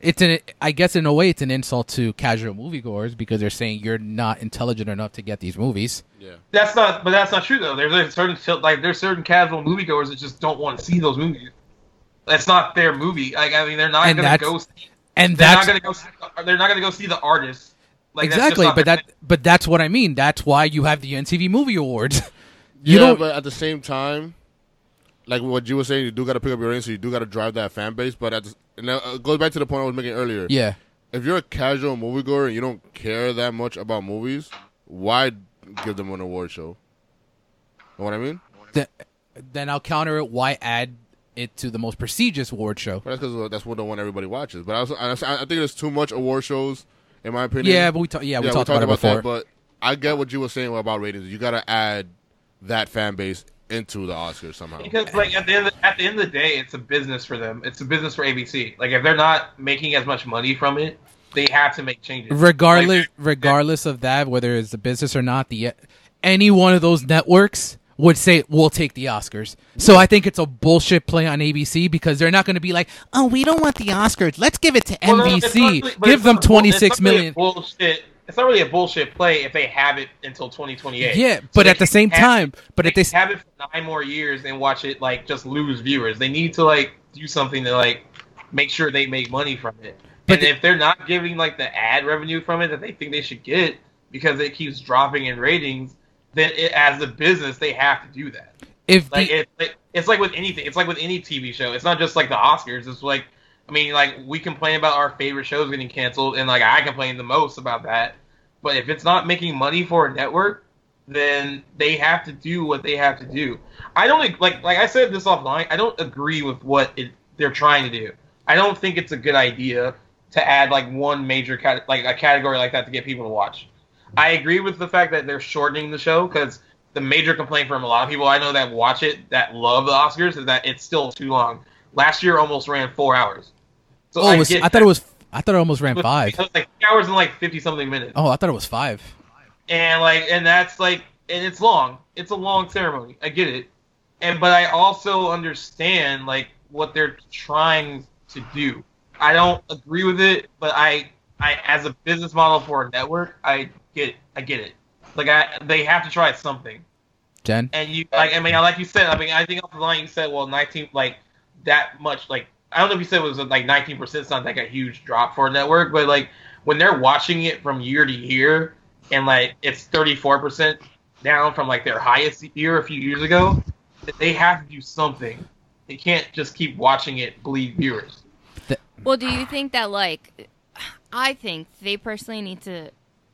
A: It's an, I guess, in a way, it's an insult to casual moviegoers because they're saying you're not intelligent enough to get these movies.
B: Yeah.
F: That's not, but that's not true though. There's, there's certain like there's certain casual moviegoers that just don't want to see those movies. That's not their movie. Like I mean, they're not
A: And
F: going to
A: that's-
F: go. See
A: And
F: they're
A: that's
F: not gonna go. See, uh, they're not gonna go see the artist. Like, that's just
A: exactly,
F: not
A: but
F: their
A: that, but that's what I mean. That's why you have the NTV Movie Awards. (laughs)
B: yeah,
A: don't-
B: but at the same time, like what you were saying, you do got to pick up your ratings, so you do got to drive that fan base. But at the, and now it goes back to the point I was making earlier.
A: yeah.
B: If you're a casual moviegoer and you don't care that much about movies, why give them an award show? Know what I mean?
A: Th- then I'll counter it. Why add it to the most prestigious award show?
B: But that's because that's what the one everybody watches. But I, also, I, I think there's too much award shows, in my opinion.
A: Yeah, but we talked. Yeah, we talked about, it before.
B: that. But I get what you were saying about ratings. You got to add that fan base into the Oscars somehow.
F: Because like at the end, at the end of the day, it's a business for them. It's a business for ABC. Like if they're not making as much money from it, they have to make changes.
A: regardless,
F: Like,
A: regardless of that, whether it's a business or not, the any one of those networks would say we'll take the Oscars. So I think it's a bullshit play on ABC because they're not going to be like, oh, we don't want the Oscars. Let's give it to
F: well, no, it's not
A: NBC.
F: really- but
A: give
F: it's
A: them
F: not a bull- it's
A: twenty six
F: not really
A: million.
F: a bullshit. It's not really a bullshit play if they have it until 2028.
A: Yeah,
F: So
A: but
F: they
A: at the
F: can
A: same
F: have-
A: time, but at
F: they
A: this
F: can have it for nine more years and watch it like just lose viewers. They need to like do something to like make sure they make money from it.
A: But
F: and
A: the-
F: if they're not giving like the ad revenue from it that they think they should get because it keeps dropping in ratings, then it, as a business they have to do that.
A: if
F: Like
A: the,
F: it, it, it's like with anything. It's like with any TV show. It's not just like the Oscars. It's like I mean, like we complain about our favorite shows getting canceled, and like I complain the most about that. But if it's not making money for a network, then they have to do what they have to do. I don't ag- like like I said this offline. I don't agree with what it, they're trying to do. I don't think it's a good idea to add like one major cat like a category like that to get people to watch. I agree with the fact that they're shortening the show because the major complaint from a lot of people I know that watch it that love the Oscars is that it's still too long. Last year almost ran four hours. So
A: oh, it was,
F: get
A: I thought it was. I thought it almost ran
F: (laughs) that.
A: five.
F: It was like three hours and like fifty something minutes
A: Oh, I thought it was five.
F: and like and that's like and it's long it's a long ceremony i get it and but i also understand like what they're trying to do i don't agree with it but i i as a business model for a network i get i get it like i they have to try something
A: Jen.
F: and you like i mean like you said i mean i think off the line you said well 19 like that much like I don't know if you said it was like 19%. It's not like a huge drop for a network, but like when they're watching it from year to year and like it's 34% down from like their highest year a few years ago, they have to do something. They can't just keep watching it bleed viewers.
C: Well, do you think that like I think they personally need to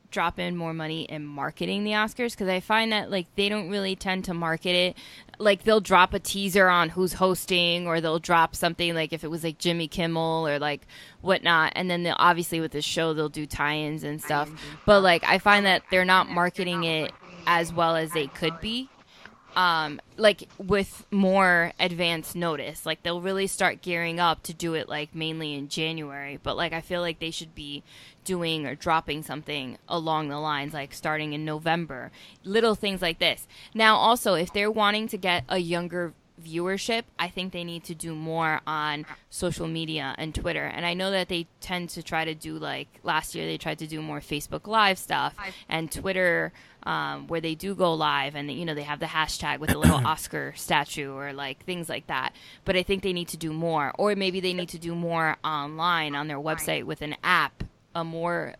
C: drop in more money in marketing the Oscars because I find that like they don't really tend to market it. Like they'll drop a teaser on who's hosting, or they'll drop something like if it was like Jimmy Kimmel or like whatnot, and then they'll obviously with the show they'll do tie-ins and stuff. But like I find that they're not marketing it as well as they could be um, like with more advance notice. Like they'll really start gearing up to do it like mainly in January. But like I feel like they should be doing or dropping something along the lines like starting in November. Little things like this. Now also if they're wanting to get a younger viewership, I think they need to do more on social media and Twitter. And I know that they tend to try to do like last year they tried to do more Facebook Live stuff and Twitter um, where they do go live and you know they have the hashtag with a
A: (clears throat)
C: little Oscar statue or like things like that. But I think they need to do more, or maybe they need to do more online on their website with an app, a more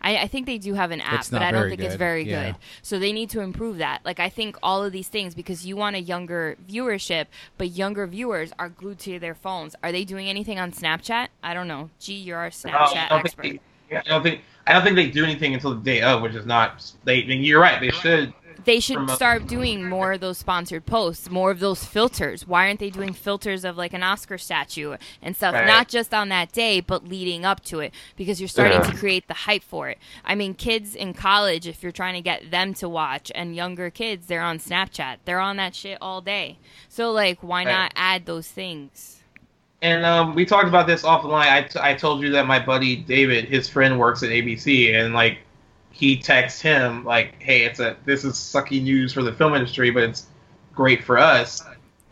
C: I, I think they do have an app,
A: It's
C: but
A: not
C: I don't
A: very
C: think it's
A: good.
C: very
A: Yeah.
C: good. So they need to improve that. Like I think all of these things because you want a younger viewership, but younger viewers are glued to their phones. Are they doing anything on Snapchat? I don't know. Gee, you're our Snapchat
F: Um, I don't
C: expert.
F: think they, yeah, I don't think I don't think they do anything until the day of, which is not. They and you're right. They should.
C: they should
F: promote-
C: start doing more of those sponsored posts, more of those filters. Why aren't they doing filters of like an Oscar statue and stuff?
F: Right.
C: Not just on that day, but leading up to it, because you're starting
D: Yeah.
C: to create the hype for it. I mean, kids in college, if you're trying to get them to watch, and younger kids, they're on Snapchat, they're on that shit all day. So like, why
F: Right.
C: not add those things?
F: And um, we talked about this offline. I, t- I told you that my buddy David, his friend works at ABC, and like he texts him like, "Hey, it's a this is sucky news for the film industry, but it's great for us."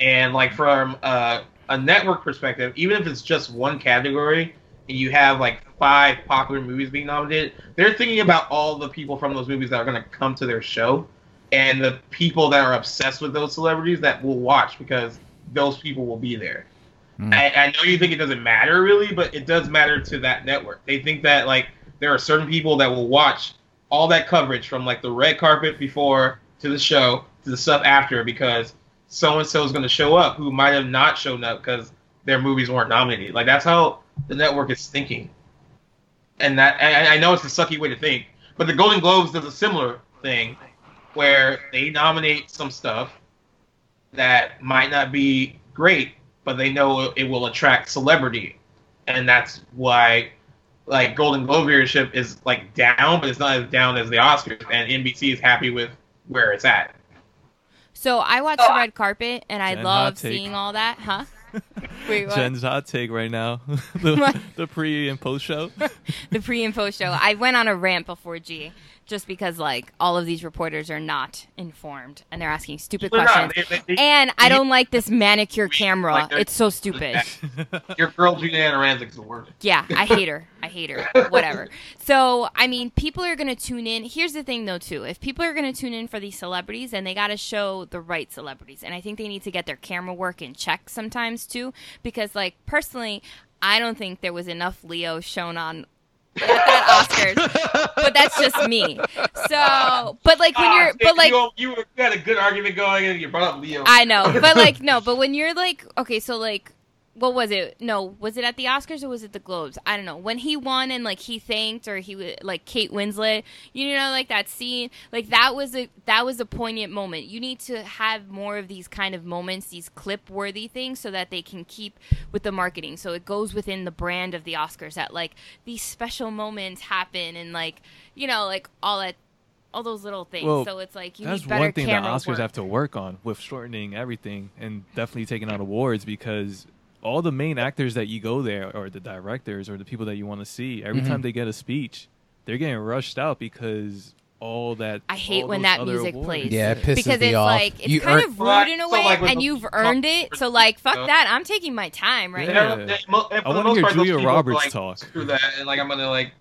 F: And like from uh, a network perspective, even if it's just one category and you have like five popular movies being nominated, they're thinking about all the people from those movies that are going to come to their show and the people that are obsessed with those celebrities that will watch because those people will be there. I, I know you think it doesn't matter really, but it does matter to that network. They think that like there are certain people that will watch all that coverage from like the red carpet before to the show to the stuff after because so and so is going to show up who might have not shown up because their movies weren't nominated. Like that's how the network is thinking, and that I, I know it's a sucky way to think, but the Golden Globes does a similar thing where they nominate some stuff that might not be great, but they know it will attract celebrity, and that's why like Golden Globe viewership is like down, but it's not as down as the Oscars, and NBC is happy with where it's at.
C: So I watch the red carpet, and I
E: Jen,
C: love
E: hot take.
C: seeing all that, huh? Wait, what?
E: Jen's hot take right now. (laughs) the,
C: What?
E: the pre and post show.
C: the pre and post show. I went on a rant before G, just because like all of these reporters are not informed and they're asking stupid
F: They're
C: questions.
F: not. They- they- they-
C: and I don't like this manicure camera.
F: Like, they're-
C: It's so
F: (laughs)
C: stupid.
F: Your girl Juliana Ranzik's the word.
C: Yeah, I hate her. I hate her. Whatever. So, I mean, people are going to tune in. Here's the thing, though, too. If people are going to tune in for these celebrities, then they got to show the right celebrities. And I think they need to get their camera work in check sometimes, too. Because, like, personally, I don't think there was enough Leo shown on at that Oscars. but that's just me. So, but like, when
F: Ah,
C: you're,
F: you-
C: but like,
F: you, you had a good argument going, and you brought up Leo.
C: I
E: (laughs)
C: know, but like no, but when you're like okay, so like what was it? No, was it at the Oscars or was it the Globes? I don't know. When he won and like he thanked or he was like Kate Winslet, you know, like that scene, like that was a that was a poignant moment. You need to have more of these kind of moments, these clip worthy things, so that they can keep with the marketing. So it goes within the brand of the Oscars that like these special moments happen and like you know like all that. All those little things,
E: Well,
C: so it's like you
E: That's
C: need better
E: one thing the
C: camera
E: Oscars
C: work.
E: have to work on with shortening everything and definitely taking out awards because all the main actors that you go there or the directors or the people that you want to see, every time they get a speech, they're getting rushed out because all that.
C: I hate
E: all
C: when
E: those
C: that
E: other
C: music
E: awards.
C: plays.
A: Yeah, it pisses
C: because
A: me
C: it's
A: off.
C: like it's
A: You
C: kind
A: earn-
C: of
F: Well,
C: rude in a
F: so,
C: way,
F: like, with
C: and
F: the-
C: you've earned it. So like, fuck
F: Yeah.
C: that. I'm taking my time right
E: Yeah.
C: now.
F: And for the- and for
E: I
F: the
E: wanna
F: most
E: hear
F: part, those
E: Julia
F: people are
E: Roberts
F: like,
E: talk.
F: Screw that, and like I'm gonna like,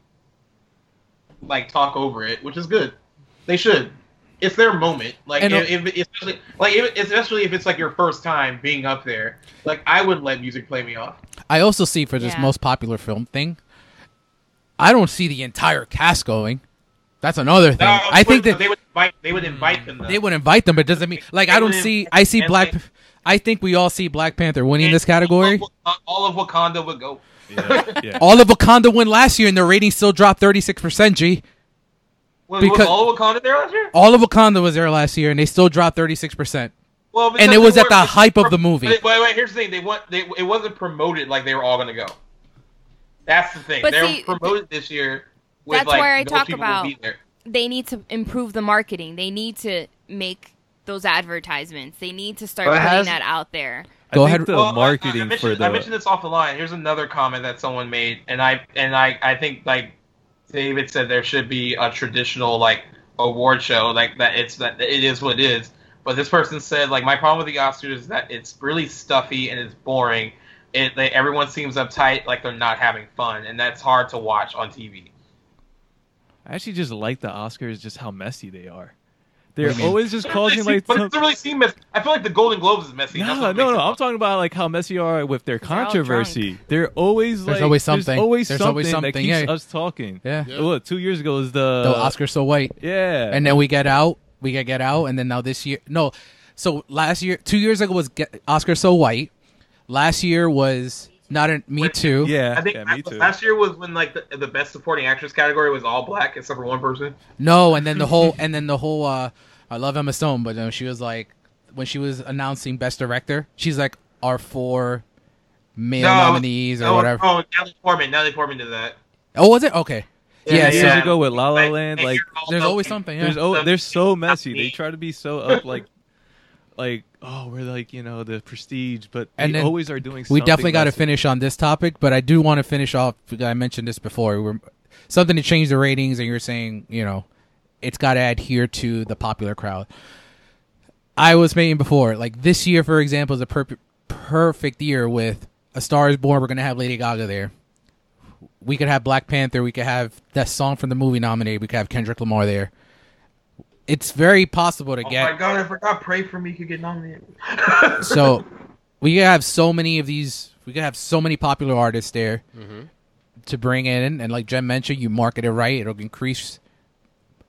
F: like talk over it, which is good. They should. It's their moment. Like,
A: And- uh,
F: if, if, especially like if, especially if it's like your first time being up there. Like, I would let music play me off.
A: I also see for this
C: Yeah.
A: most popular film thing, I don't see the entire cast going. That's another thing.
F: No,
A: I think
F: but
A: that
F: they would invite they would invite them. Though.
A: they would invite them, but it doesn't mean like I
F: They
A: don't
F: would
A: see.
F: invite
A: I see
F: them,
A: Black.
F: like-
A: I think we all see Black Panther winning
F: And
A: this category.
F: All of, Wak- all of Wakanda would go. (laughs)
E: Yeah, yeah.
A: (laughs) All of Wakanda won last year, and the rating still dropped thirty six percent. G.
F: Was,
A: Because-
F: was all of Wakanda there last year?
A: All of Wakanda was there last year, and they still dropped thirty six percent.
F: Well, because
A: it
F: they
A: was at
F: weren't-
A: the hype of the movie.
F: Wait, wait, wait, here's the thing: they want they it wasn't promoted like they were all gonna go. That's the thing.
C: But
F: They're
C: see,
F: promoted this year. With,
C: that's
F: like,
C: where I
F: no
C: talk
F: people will
C: about-
F: be there.
C: they need to improve the marketing. They need to make those advertisements. They need to start
D: But it
C: putting
D: has-
C: that out there.
E: I
A: Go
E: think
A: ahead.
E: The
F: Well, I- I- I,
E: marketing
F: mentioned,
E: for the
F: I mentioned this off the line. Here's another comment that someone made, and I and I I think like David said, there should be a traditional like award show like that. It's that it is what it is. But this person said like my problem with the Oscars is that it's really stuffy and it's boring. It they, everyone seems uptight, like they're not having fun, and that's hard to watch on TV.
E: I actually just like the Oscars, just how messy they are.
A: do
E: They're
A: you mean?
E: always
F: (laughs)
E: just causing like
F: but
E: some-
F: it doesn't really seem messy. I feel like the Golden Globes is messy. That's
E: No,
F: what
E: no,
F: makes
E: no.
F: it
E: I'm talking about like how messy you are with their
C: all drunk.
E: controversy. They're always
A: There's
E: like
A: always something.
E: There's always
A: There's
E: something,
A: always
E: that
A: something,
E: keeps
A: yeah.
E: us talking.
A: Yeah.
B: Yeah.
E: Look, two years ago was the,
A: the Oscar's so white.
E: Yeah,
A: and then we get out we get get out and then now this year no so last year two years ago was get, oscar so white last year was not in me too
E: yeah,
F: I think
E: yeah,
F: that
E: me
F: was-
E: too.
F: last year was when like the, the best supporting actress category was all black except for one person.
A: no and then the whole and then the whole uh i love emma stone but um, she was like when she was announcing best director she's like our four male nominees or
F: no,
A: whatever
F: Oh, Natalie Portman. Natalie Portman did that.
A: oh was it okay yeah,
E: Years
A: so
F: yeah.
E: ago with La La
F: Like,
E: Land,
F: they
E: like
F: all
A: there's
F: know-
A: always something yeah.
E: there's oh, they're so messy. They
F: me.
E: try to be so
F: (laughs)
E: up like. Like oh we're like you know the prestige, but
A: And
E: they
A: then
E: always are doing.
A: we
E: something
A: definitely got to
E: messy.
A: finish on this topic, but I do want to finish off. I mentioned this before. We're, something to change the ratings, and you're saying, you know, it's got to adhere to the popular crowd. I was making before, like this year, for example, is a per- perfect year with A Star Is Born. We're gonna have Lady Gaga there. We could have Black Panther. We could have that song from the movie nominated. We could have Kendrick Lamar there. It's very possible to
F: Oh
A: get
F: my god, I forgot. Pray for me could get nominated.
A: so we could have so many of these we could have so many popular artists there
B: Mm-hmm.
A: to bring in and like jen mentioned you market it right it'll increase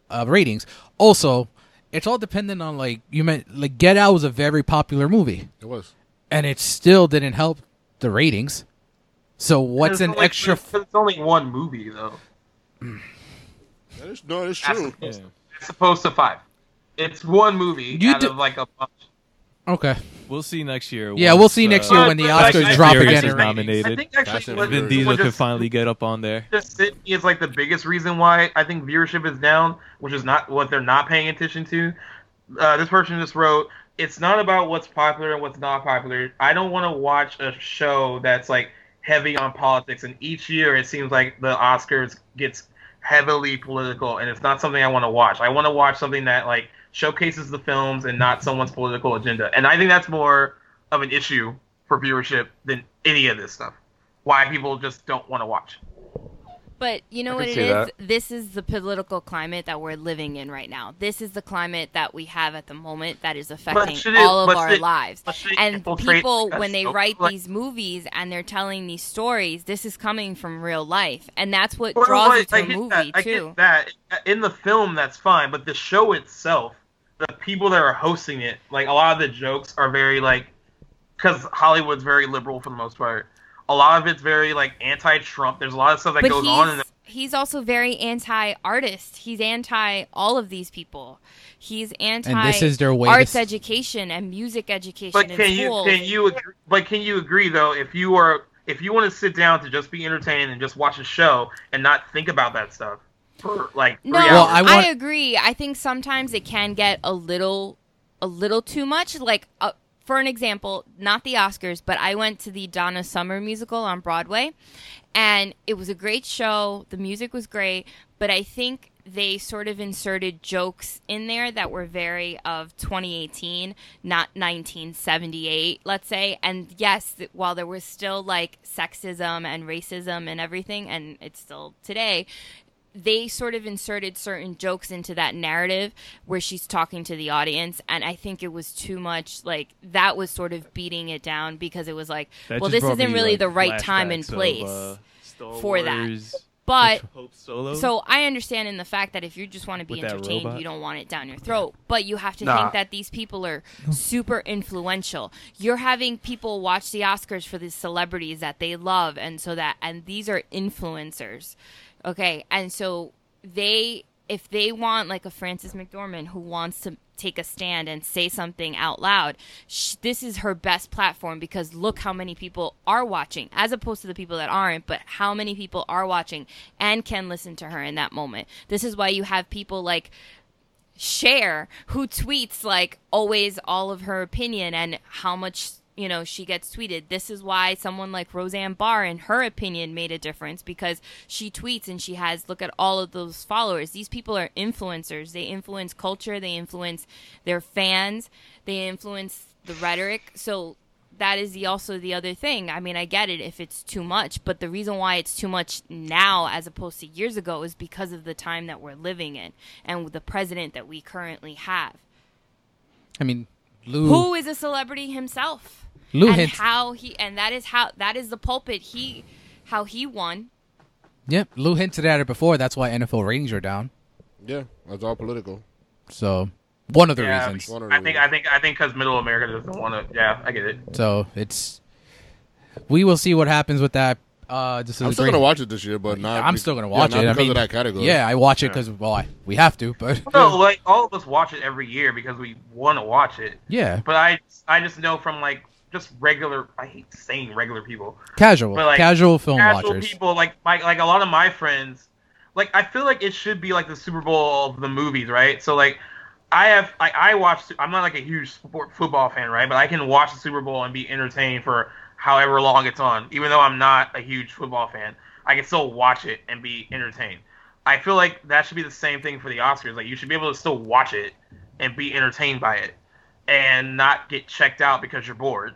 A: uh, ratings also it's all dependent on like you meant like get out was a very popular movie
B: It was.
A: and it still didn't help the ratings so (laughs) what's
F: There's
A: an
F: only-
A: extra f-
F: There's only one movie though.
B: That is, no, it's
F: That's-
B: true.
E: Yeah.
F: It's supposed to five. It's one movie
A: You
F: out
A: do-
F: of like a bunch.
A: okay
E: We'll see next year.
A: Yeah,
E: once,
A: we'll see next
E: uh,
A: year when the
F: But,
A: Oscars
F: I
A: drop
F: think-
A: again
F: I
A: is
F: think-
E: nominated.
F: I think actually,
B: Passion
F: what,
B: and
E: Vin
B: Fury.
E: Diesel
F: what
E: could
F: just,
E: finally get up on there.
F: just hit me is like the biggest reason why I think viewership is down, which is not what they're not paying attention to. Uh, this person just wrote, "It's not about what's popular and what's not popular. I don't want to watch a show that's like heavy on politics, and each year it seems like the Oscars gets heavily political, and it's not something I want to watch. I want to watch something that like showcases the films and not someone's political agenda. And I think that's more of an issue for viewership than any of this stuff. Why people just don't want to watch."
C: But you know
D: I
C: what
D: can
C: it
D: see
C: is?
D: that.
C: This is the political climate that we're living in right now. This is the climate that we have at the moment that is affecting
F: should it-
C: all of
F: but
C: our
F: should-
C: lives.
F: but should it
C: And
F: (laughs) infiltrate
C: people,
F: discussion?
C: when they write
F: Like-
C: these movies and they're telling these stories, this is coming from real life. And that's what
F: Well,
C: draws
F: wait,
C: you to
F: I
C: a
F: get
C: movie,
F: that. I
C: too.
F: get that. In the film, that's fine, but the show itself, the people that are hosting it, like a lot of the jokes are very like, because Hollywood's very liberal for the most part. A lot of it's very like anti-Trump. There's a lot of stuff that
C: but
F: goes
C: he's,
F: on in the
C: he's also very anti-artist. He's anti all of these people. He's anti
A: is their way to
C: arts
A: s-
C: education and music education
F: But
C: in
F: can you
C: schools.
F: can you agree, but can you agree though if you are if you want to sit down to just be entertained and just watch a show and not think about that stuff for like three
C: No,
A: Well,
F: hours?
A: I
C: I,
A: want-
C: agree. I think sometimes it can get a little, a little too much. Like, uh, for an example, not the Oscars, but I went to the Donna Summer musical on Broadway, and it was a great show. The music was great, but I think they sort of inserted jokes in there that were very of 2018, not 1978, let's say. And yes, th- while there was still like sexism and racism and everything, and it's still today they sort of inserted certain jokes into that narrative where she's talking to the audience and i think it was too much like that was sort of beating it down because it was like
E: That
C: well
E: just
C: this
E: brought
C: isn't
E: me,
C: really
E: like,
C: the right time and
E: flashbacks of,
C: place
E: uh, Star
C: for that.
E: Wars
C: but
E: Hope Solo.
C: so I understand in the fact that if you just want to be
E: With that
C: entertained,
E: robot?
C: you don't want it down your throat. But you have to
D: Nah.
C: think that these people are super influential. You're having people watch the Oscars for these celebrities that they love, and so that and these are influencers, okay? And so they, if they want like a Frances McDormand who wants to take a stand and say something out loud, sh- this is her best platform because look how many people are watching, as opposed to the people that aren't, but how many people are watching and can listen to her in that moment. This is why you have people like Cher who tweets like always all of her opinion and how much you know she gets tweeted. This is why someone like Roseanne Barr in her opinion made a difference because she tweets and she has look at all of those followers. These people are influencers. They influence culture, they influence their fans, they influence the rhetoric. So that is the also the other thing. I mean, I get it if it's too much, but the reason why it's too much now as opposed to years ago is because of the time that we're living in and with the president that we currently have.
A: I mean, Lou.
C: Who is a celebrity himself?
A: Lou
C: and
A: hints-
C: how he and that is how that is the pulpit he how he won.
A: Yep, Lou hinted at it before. That's why NFL ratings are down.
B: Yeah, that's all political.
A: So one of the
F: Yeah,
A: reasons.
B: One of the
F: I think I think I think because Middle America doesn't want to. Yeah, I get it.
A: So it's we will see what happens with that. Uh, this is
B: I'm
A: a
B: still
A: great-
B: gonna watch it this year, but not.
A: I'm
B: be-
A: still gonna
B: yeah,
A: watch
B: not
A: it.
B: because
A: I mean,
B: of that category.
A: Yeah, I watch it because well, I, we have to. But
F: No, like all of us watch it every year because we want to watch it.
A: (laughs) yeah,
F: But I I just know from like just regular. I hate saying regular people.
A: casual,
F: But, like,
A: casual film
F: casual
A: watchers.
F: people like my like a lot of my friends like i feel like it should be like the super bowl of the movies right so like i have i, I watch i'm not like a huge sport, football fan right but i can watch the super bowl and be entertained for however long it's on even though i'm not a huge football fan i can still watch it and be entertained i feel like that should be the same thing for the oscars like you should be able to still watch it and be entertained by it and not get checked out because you're bored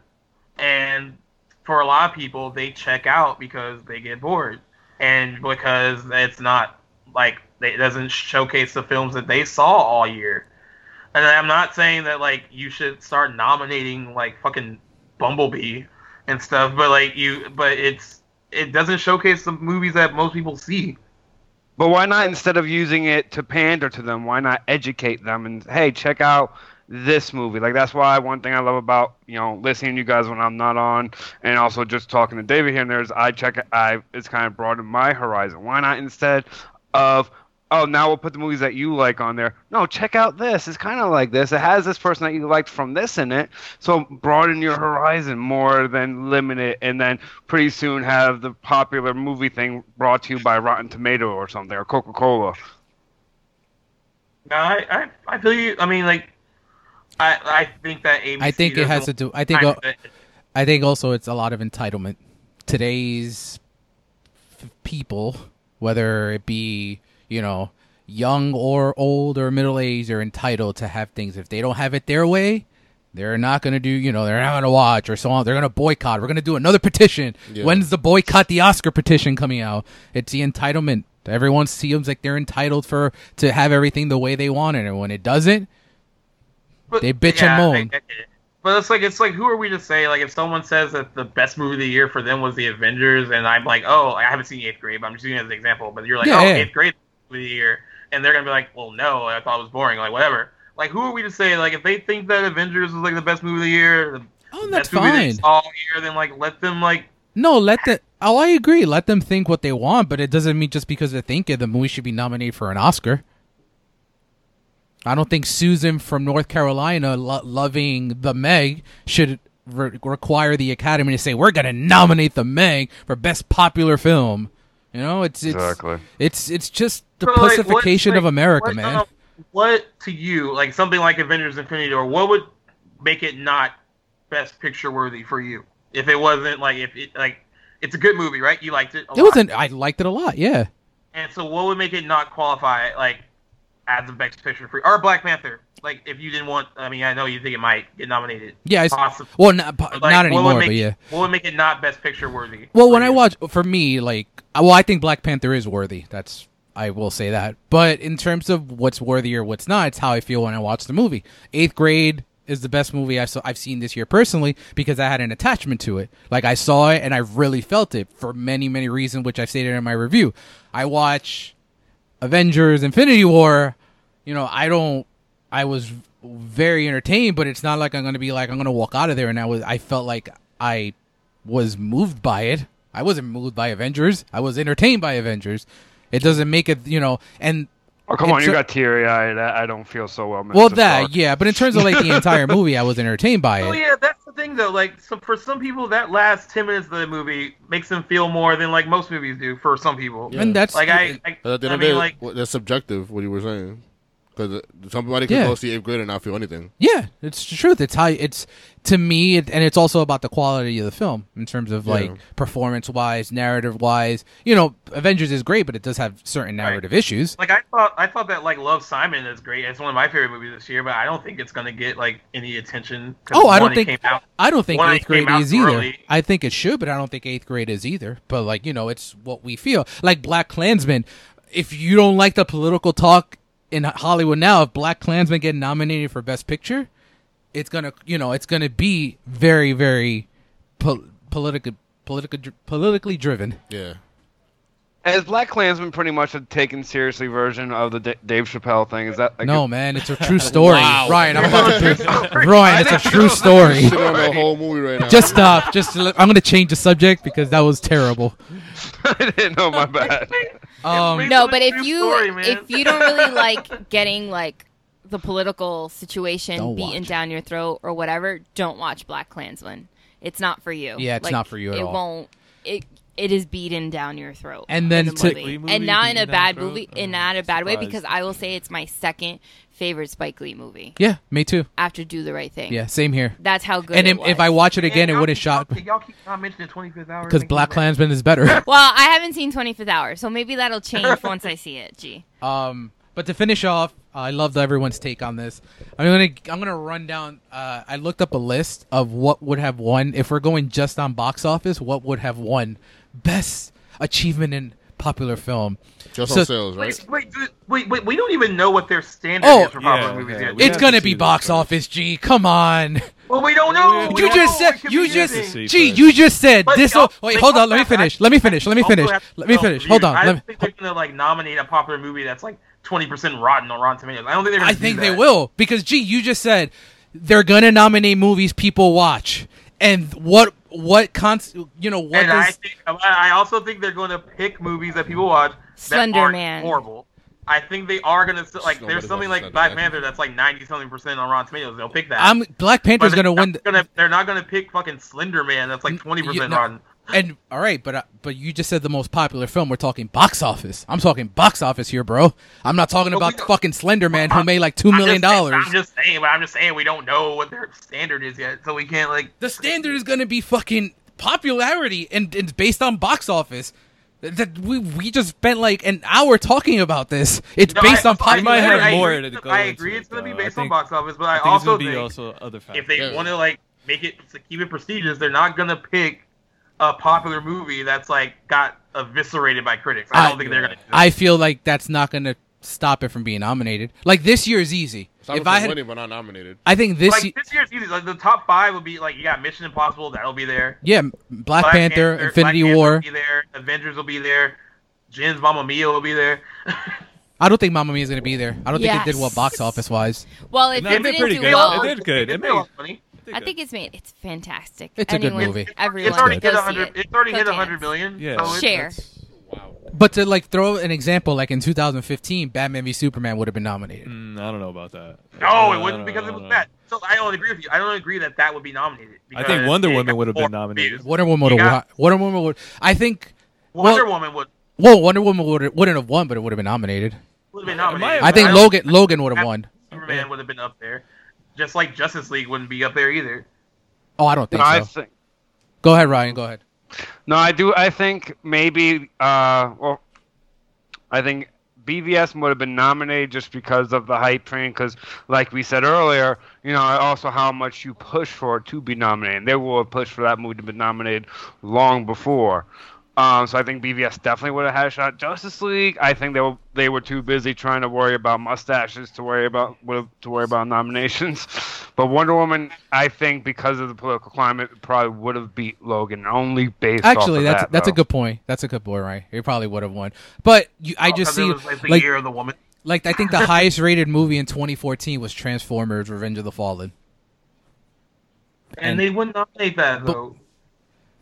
F: and for a lot of people, they check out because they get bored, and because it's not like it doesn't showcase the films that they saw all year. And I'm not saying that like you should start nominating like fucking Bumblebee and stuff, but like you, but it's it doesn't showcase the movies that most people see.
D: But why not instead of using it to pander to them, why not educate them and hey, check out this movie? Like that's why one thing I love about you know listening to you guys when I'm not on, and also just talking to David here and there is I check I it's kind of broadened my horizon. Why not instead of oh now we'll put the movies that you like on there? No, check out this. It's kind of like this. It has this person that you liked from this in it. So broaden your horizon more than limit it, and then pretty soon have the popular movie thing brought to you by Rotten Tomato or something or Coca Cola.
F: No, I, I I feel you. I mean, like I I think that ABC
A: I think it has to
F: doesn't
A: do. I think uh,
F: kind of-
A: I think also it's a lot of entitlement. Today's f- people, whether it be you know young or old or middle aged, are entitled to have things. If they don't have it their way, they're not going to do. You know, they're not going to watch or so on. They're going to boycott. We're going to do another petition.
B: Yeah.
A: When's the boycott the Oscar petition coming out? It's the entitlement. Everyone seems like they're entitled for to have everything the way they want it, and when it doesn't,
F: But-
A: They bitch and moan.
F: I- I- but it's like it's like who are we to say like if someone says that the best movie of the year for them was the Avengers and I'm like oh I haven't seen Eighth Grade but I'm just using it as an example but you're like
A: Yeah,
F: oh
A: yeah.
F: Eighth Grade movie of the year and they're gonna be like well no I thought it was boring like whatever like who are we to say like if they think that Avengers was like the best movie of the year the
A: oh, that's
F: best movie
A: fine.
F: they saw all year then like let them like
A: No, let the oh, I agree. Let them think what they want, but it doesn't mean just because they think it, the movie should be nominated for an Oscar. I don't think Susan from North Carolina lo- loving the Meg should re- require the Academy to say we're going to nominate the Meg for best popular film. You know, it's it's
D: Exactly.
A: it's it's just the
F: But, like, what-
A: pussification
F: like,
A: of America,
F: what,
A: man.
F: um, what to you, like something like Avengers: Infinity War, what would make it not best picture worthy for you? If it wasn't like if it like it's a good movie, right? You liked it. A
A: It
F: lot.
A: wasn't. I liked it a lot. Yeah.
F: And so, what would make it not qualify like as the best picture for or Black Panther? Like if you didn't want, I mean, I know you think it might get nominated.
A: Yeah, it's-
F: Possibly.
A: Well, not po-
F: But, like,
A: not
F: what would
A: anymore,
F: make
A: but
F: it-
A: yeah.
F: What would make it not best picture worthy?
A: Well,
F: for
A: when I
F: you?
A: uh, watch, for me, like, I- well, I think Black Panther is worthy. That's I will say that. But in terms of what's worthy or what's not, it's how I feel when I watch the movie. Eighth grade is the best movie I've, I've seen this year personally because I had an attachment to it. Like I saw it and I really felt it for many, many reasons, which I've stated in my review. I watch Avengers Infinity War, you know, I don't I was very entertained, but it's not like I'm going to be like I'm going to walk out of there and I was I felt like I was moved by it. I wasn't moved by Avengers. I was entertained by Avengers. It doesn't make it, you know, and
D: Oh, come on,
A: it's
D: you
A: a-
D: got teary eyed. I I don't feel so well. Mr.
A: well that
D: Stark.
A: yeah, but in terms of like the entire movie, I was entertained by
F: (laughs) Oh
A: it.
F: yeah, that's the thing though. Like, so for some people, that last ten minutes of the movie makes them feel more than like most movies do. For some people,
A: And that's
F: like I, I,
B: But at the end
F: I
B: of the
F: mean,
B: day,
F: like,
B: what- that's subjective. What you were saying, because somebody could
A: Yeah.
B: go see eighth grade and not feel anything.
A: Yeah, it's the truth. It's how it's to me, it, and it's also about the quality of the film in terms of like
B: Yeah.
A: performance wise, narrative wise. You know, Avengers is great, but it does have certain narrative issues.
F: like I thought, I thought that like Love Simon is great. It's one of my favorite movies this year, but I don't think it's gonna get like any attention. 'cause
A: Oh, I
F: one,
A: don't
F: it
A: think
F: came out-
A: I don't think
F: when it
A: eighth grade
F: came out
A: is either.
F: early-
A: I think it should, but I don't think eighth grade is either. But like you know, it's what we feel. Like Black Klansman, if you don't like the political talk in Hollywood now, if Black Klansman get nominated for Best Picture, it's gonna you know it's gonna be very very po- politically politically politically driven.
B: Yeah,
D: Is Black Klansman pretty much a taken seriously version of the D- Dave Chappelle thing? Is that like
A: no, man, it's a true story.
G: Wow.
A: Ryan, I'm about to. Ryan, it's a true story.
B: sitting on the whole movie right now.
A: Just stop. Just to let- I'm gonna change the subject because that was terrible.
D: (laughs) I didn't know
A: (laughs)
D: my bad.
E: (laughs)
A: Um,
F: It's
C: no,
F: a
C: but
F: true
C: if you
F: story, man.
C: if you don't really like getting like the political situation
A: Don't
C: beaten
A: watch.
C: down your throat or whatever, don't watch Black Klansman. It's not for you.
A: Yeah, it's
C: Like,
A: not for you at
C: it
A: all.
C: won't. It it is beaten down your throat.
A: And then
C: in the
A: to-
C: movie.
E: Spike Lee
C: and
E: movie
C: not in
E: beaten
C: a
E: down
C: bad
E: your throat?
C: movie,
E: Oh,
C: and not in a bad way
E: surprised.
C: because I will say it's my second favorite Spike Lee movie
A: yeah, me too.
C: after Do the Right Thing.
A: Yeah, same here.
C: that's how good.
A: And
C: it
A: if, if
C: was.
A: I watch it again, it
F: y'all
A: wouldn't
F: keep-
A: shock
F: y'all- Y'all keep not mentioning Twenty Fifth Hour
A: because
F: making
A: Black
F: that-
A: Klansman is
C: (laughs)
A: better.
C: Well, I haven't seen 25th Hour, so maybe that'll
E: (laughs)
C: change once I see it. Gee.
A: Um, but to finish off, I loved everyone's take on this. I'm gonna I'm gonna run down. Uh, I looked up a list of what would have won if we're going just on box office. What would have won best achievement in popular film?
B: just
A: So-
B: on sales, right?
F: Wait, wait, th- wait, wait, we don't even know what their standard
A: Oh,
F: is for popular
E: yeah,
F: movies
E: okay.
F: yet.
E: We
A: it's
E: have
A: gonna
E: to see
A: be
E: this
A: box
E: first.
A: office. G, come on.
F: well, we don't know.
E: You
F: We
A: You
F: don't
A: just
F: know. It
A: said
F: could
A: you
F: be
A: just
F: anything.
E: anything.
A: gee you just said
F: But
A: this.
F: y'all-
A: Oh, wait,
F: but
A: hold
F: y'all
A: on. Let me
F: have to-
A: finish. Let me finish. Let me
F: y'all have
A: finish.
F: to
A: Let me
F: tell
A: finish.
F: the
A: Hold
F: viewers.
A: on.
F: I
A: Let
F: don't
A: me.
F: think they're gonna like nominate a popular movie that's like twenty percent rotten on Rotten Tomatoes. I don't think they're. Gonna
A: I
F: do
A: think
F: that.
A: they will because gee, you just said they're gonna nominate movies people watch, and what what const you know what
F: and I,
A: does
F: think, I I also think they're going to pick movies that people watch that
C: Slender
F: are
C: Man.
F: horrible. I think they are going to like.
B: Nobody
F: There's something
B: watches Slender
F: like Black
B: Man.
F: Panther that's like ninety something percent on Rotten Tomatoes. They'll pick that.
A: I'm Black
F: But
A: Panther's
F: they're
A: gonna
F: not
A: win. The,
F: gonna- they're not going to pick fucking Slender Man that's like twenty percent
A: no.
F: rotten.
A: and all right, but uh, but you just said the most popular film. We're talking box office. I'm talking box office here, bro. I'm not talking
F: But we
A: about
F: don't-
A: fucking Slender Man who
F: I'm-
A: made like two
F: I'm
A: million
F: just saying-
A: dollars.
F: I'm just saying, but I'm just saying we don't know what their standard is yet, so we can't like.
A: The standard is going to be fucking popularity, and it's based on box office. That- That we we just spent like an hour talking about this. It's
F: No,
A: based
F: I-
A: on
F: I-
E: You might have
A: popularity.
F: I agree
E: more
F: it's-
E: to go
F: I
E: into
F: agree
E: it,
F: it's going to be
E: though.
F: based
E: I
F: on
E: think-
F: box office, but
E: I
F: I,
E: think
F: also
E: it's gonna
F: think
E: be also other factors.
F: if they
B: Yeah.
F: want to like make it to keep it prestigious, they're not gonna pick a popular movie that's like got eviscerated by critics. I,
A: I-
F: don't think they're gonna. Do that.
A: I feel like that's not going to stop it from being nominated. Like this year is easy.
B: Some
A: if I had,
B: winning, but not nominated.
A: I think this.
F: like
A: ye-
F: this year's easy. Like the top five would be like you got Mission Impossible, that'll be there.
A: yeah, Black, Panther, Infinity
F: Black Panther
A: War.
F: will be there. Avengers will be there. Jin's Mamma Mia will be there.
A: I don't think Mamma Mia is going to be there. I don't think it did well
C: Yes.
A: box office wise.
C: Well, it
E: No,
C: didn't
E: they're pretty
C: do
E: good.
C: well.
E: It did good. It
F: made
E: made-
F: money.
C: I think it's made. It's fantastic.
A: It's a good
C: Anyone-
A: movie.
C: Everyone,
F: It's already
C: go
F: hit
C: see
F: hundred.
C: it.
F: It's already
C: Go
F: hit
C: dance.
F: hundred million.
E: Yeah,
F: so it's-
C: Share.
A: But to like throw an example, like in 2015, Batman v Superman would have been nominated.
E: Mm, I don't know about that.
F: No,
A: Uh,
E: I
F: it wouldn't
E: don't
F: because it
E: know.
F: was bad. So I don't agree with you. I don't agree that that would be nominated.
E: I think
F: because
E: Wonder
F: it
E: Woman
F: got
E: would have been
F: more
E: nominated.
F: views.
A: Wonder Woman would
F: You
A: have.
F: got-
A: Wonder Woman would. I think.
F: Wonder
A: well,
F: Woman would
A: Well, Wonder Woman would wouldn't have won, but it would have been nominated.
F: would have been
E: Am I-
F: nominated.
A: I think
F: don't-
A: Logan Logan would have won.
F: Superman would have been up there, just like Justice League wouldn't be up there either.
A: Oh, I don't think
D: No, I
A: so.
D: think
A: Go ahead, Ryan. Go ahead.
D: No, I do. I think maybe. Uh, well, I think BVS would have been nominated just because of the hype train. Because, like we said earlier, you know, also how much you push for it to be nominated. They will have pushed for that movie to be nominated long before. Um, so I think BVS definitely would have had a shot. at Justice League, I think they were they were too busy trying to worry about mustaches to worry about would've- to worry about nominations. (laughs) But Wonder Woman, I think because of the political climate, probably would have beat Logan only based off
A: Actually,
D: of
A: that's
D: that,
A: that's a
D: though.
A: good point. That's a good point, right? He probably would have won, but you, I just
F: Oh, It
A: see
F: was like the
A: like
F: year of the woman.
A: like I think the highest rated movie in 2014 was Transformers: Revenge of the Fallen.
F: And,
A: And-
F: they wouldn't nominate that
A: But-
F: though.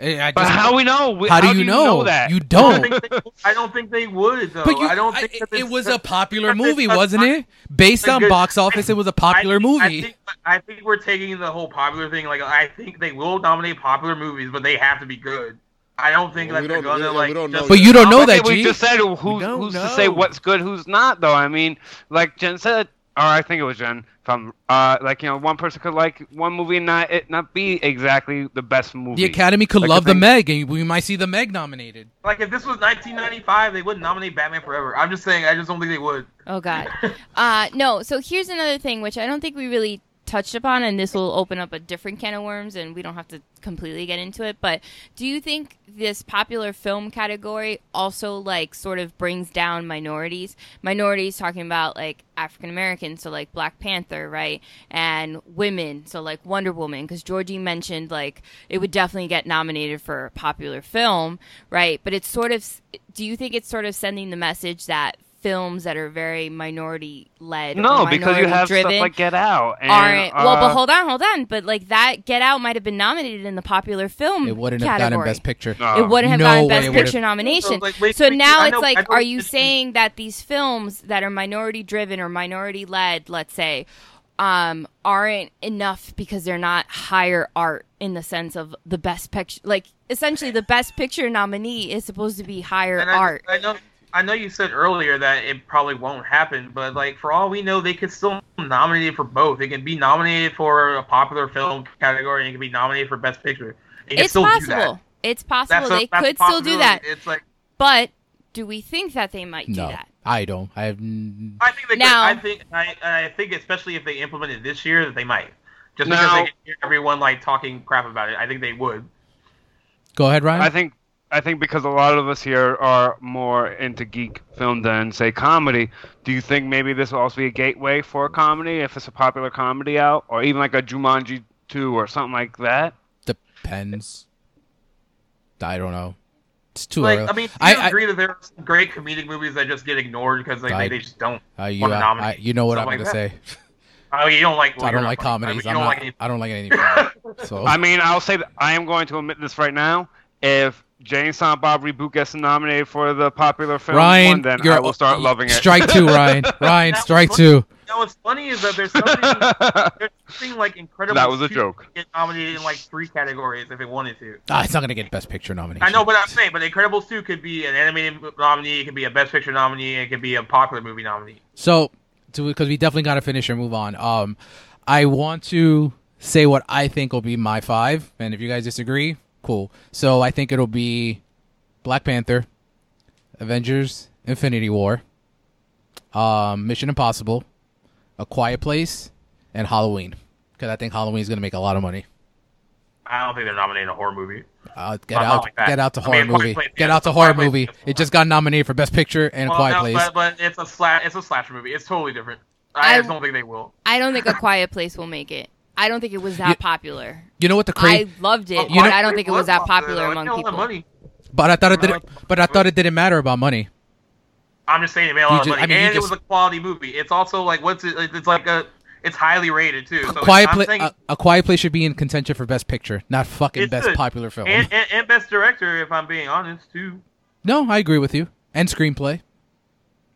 A: Eh, I
D: But
A: just-
D: how we know? We-
A: how do you, know?
D: that?
A: You
F: I don't
A: don't.
F: think they, I don't think they would though.
A: But you,
F: I don't think
A: I-
F: that
A: it
F: this-
A: was
F: that-
A: a popular
F: that this
A: movie,
F: does
A: wasn't
F: not-
A: it? Based on
F: because
A: box
F: I-
A: office, it was a
F: I
A: popular
F: think- I
A: movie.
F: think, I think we're taking the whole popular thing. Like I think they will nominate popular movies, but they have to be good. I don't think
B: Well,
F: that
B: we
F: they're
B: don't-
F: gonna
B: yeah, we
F: like.
B: don't
F: just-
B: know
A: but you don't know
D: But
A: that,
D: we
A: G.
D: just said who's, who's
E: don't
D: to say
E: know.
D: what's good, who's not, though. I mean, like Jen said, or I think it was Jen. From uh, like you know, one person could like one movie and not it not be exactly the best movie.
A: the Academy could
D: Like, I
A: love the
D: think-
A: Meg, and we might see the Meg nominated.
F: Like if this was 1995, they wouldn't nominate Batman Forever. I'm just saying, I just don't think they would.
C: Oh God. Uh, no. So here's another thing which I don't think we really touched upon, and this will open up a different can of worms, and we don't have to completely get into it. But do you think this popular film category also like sort of brings down minorities? Minorities talking about like African Americans, so like Black Panther, right? And women, so like Wonder Woman, because Georgie mentioned like it would definitely get nominated for popular film, right? But it's sort of. Do you think it's sort of sending the message that films that are very minority led.
D: no, because you have
C: driven
D: stuff like Get Out. And,
C: aren't well, but
D: uh,
C: hold on, hold on. But like that, Get Out might have been nominated in the popular film.
A: It wouldn't have
C: Hmm. category.
A: gotten Best Picture.
D: No.
C: It wouldn't have
A: No
C: gotten
A: way it
C: Best
A: would've-
C: Picture
F: So,
C: nomination.
F: like, wait,
C: so
F: wait,
C: now
F: I
C: it's
F: know- I
C: like,
F: know
C: are you
F: this is-
C: saying that these films that are minority driven or minority led, let's say, um, aren't enough because they're not higher art in the sense of the best picture? Like essentially, the Best Picture nominee is supposed to be higher
F: And I,
C: art.
F: I know, I know you said earlier that it probably won't happen, but like for all we know, they could still nominate it for both. It can be nominated for a popular film category, and it can be nominated for best picture. It can
C: it's
F: still do that.
C: possible. It's possible
F: That's a-
C: they
F: that's a
C: could still do
F: possibility.
C: that.
F: It's like
C: But do we think that they might do
A: No,
C: that?
A: I don't. I have. n-
F: I think they
C: Now-
F: could, I think I, I think especially if they implemented this year that they might. Just because
D: Now-
F: they can hear everyone like talking crap about it, I think they would.
A: Go ahead, Ryan.
D: I think I think because a lot of us here are more into geek film than say comedy. Do you think maybe this will also be a gateway for a comedy if it's a popular comedy out, or even like a Jumanji two or something like that?
A: Depends. I don't know. It's too
F: Like
A: early.
F: I mean, do
A: I,
F: you
A: I-
F: agree that there are some great comedic movies that just get ignored because like,
A: I-
F: they, they just don't.
A: uh, you,
F: wanna
A: I-
F: nominate
A: I- you know what I'm
F: something
A: gonna
F: like
A: say.
F: I mean, you don't like.
A: I don't like
F: I mean,
A: comedies.
F: you
A: I am
F: don't
A: not.
F: like any-
A: I don't like
F: (laughs)
A: anything. So
D: I mean, I'll say that I am going to admit this right now. If Jane Silent Bob reboot gets nominated for the popular film, one,
A: Ryan,
D: then
A: you're
D: I will start loving it.
A: Strike two, Ryan. Ryan,
F: That
A: strike
F: was-
A: two.
F: No, what's funny is that there's
A: (laughs)
F: something,
D: that
F: there's something like incredible.
D: was a joke.
F: Get nominated in like three categories if it wanted to.
A: Ah, it's not gonna get Best Picture nomination.
F: I know, but I'm saying, but Incredibles 2 could be an animated nominee, it could be a Best Picture nominee, it could be a popular movie nominee.
A: So, because we definitely got to finish and move on. Um, I want to say what I think will be my five, and if you guys disagree, cool. So I think it'll be Black Panther, Avengers: Infinity War, um, Mission Impossible, A Quiet Place, and Halloween. Because I think Halloween is going to make a lot of money.
F: I don't think they're nominating a horror movie.
A: Uh, get
F: Not
A: out,
F: like that.
A: get out to
F: I
A: horror
F: mean, Quiet
A: movie.
F: Place,
A: get
F: yeah,
A: out to horror
F: Quiet Place
A: movie.
F: is
A: It just got nominated for Best Picture and A Quiet
F: no,
A: Place.
F: But, but it's a slash, it's a slash movie. It's totally different. I,
C: I-
F: just don't think they will.
C: I don't
F: (laughs)
C: think A Quiet Place will make it. I don't think it was that
A: You-
C: popular.
A: you know what the crazy?
C: I loved
F: Oh,
C: it,
A: you
C: but
A: know-
C: I don't think it was that popular
F: It
C: among
F: made a lot of
C: people.
F: Money.
A: But I thought it
F: No.
A: didn't. But I thought it didn't matter about money.
F: I'm just saying it made a lot
A: You
F: of
A: ju-
F: money,
A: I mean, you
F: and
A: just-
F: it was a quality movie. It's also like what's it? It's like a, it's highly rated too. So it's-
A: Quiet
F: I'm
A: Pla- uh,
F: saying-
A: a, a Quiet Place should be in contention for Best Picture, not fucking
F: It
A: Best
F: should.
A: Popular Film.
F: and, and, and best director, if I'm being honest, too.
A: no, I agree with you. And screenplay.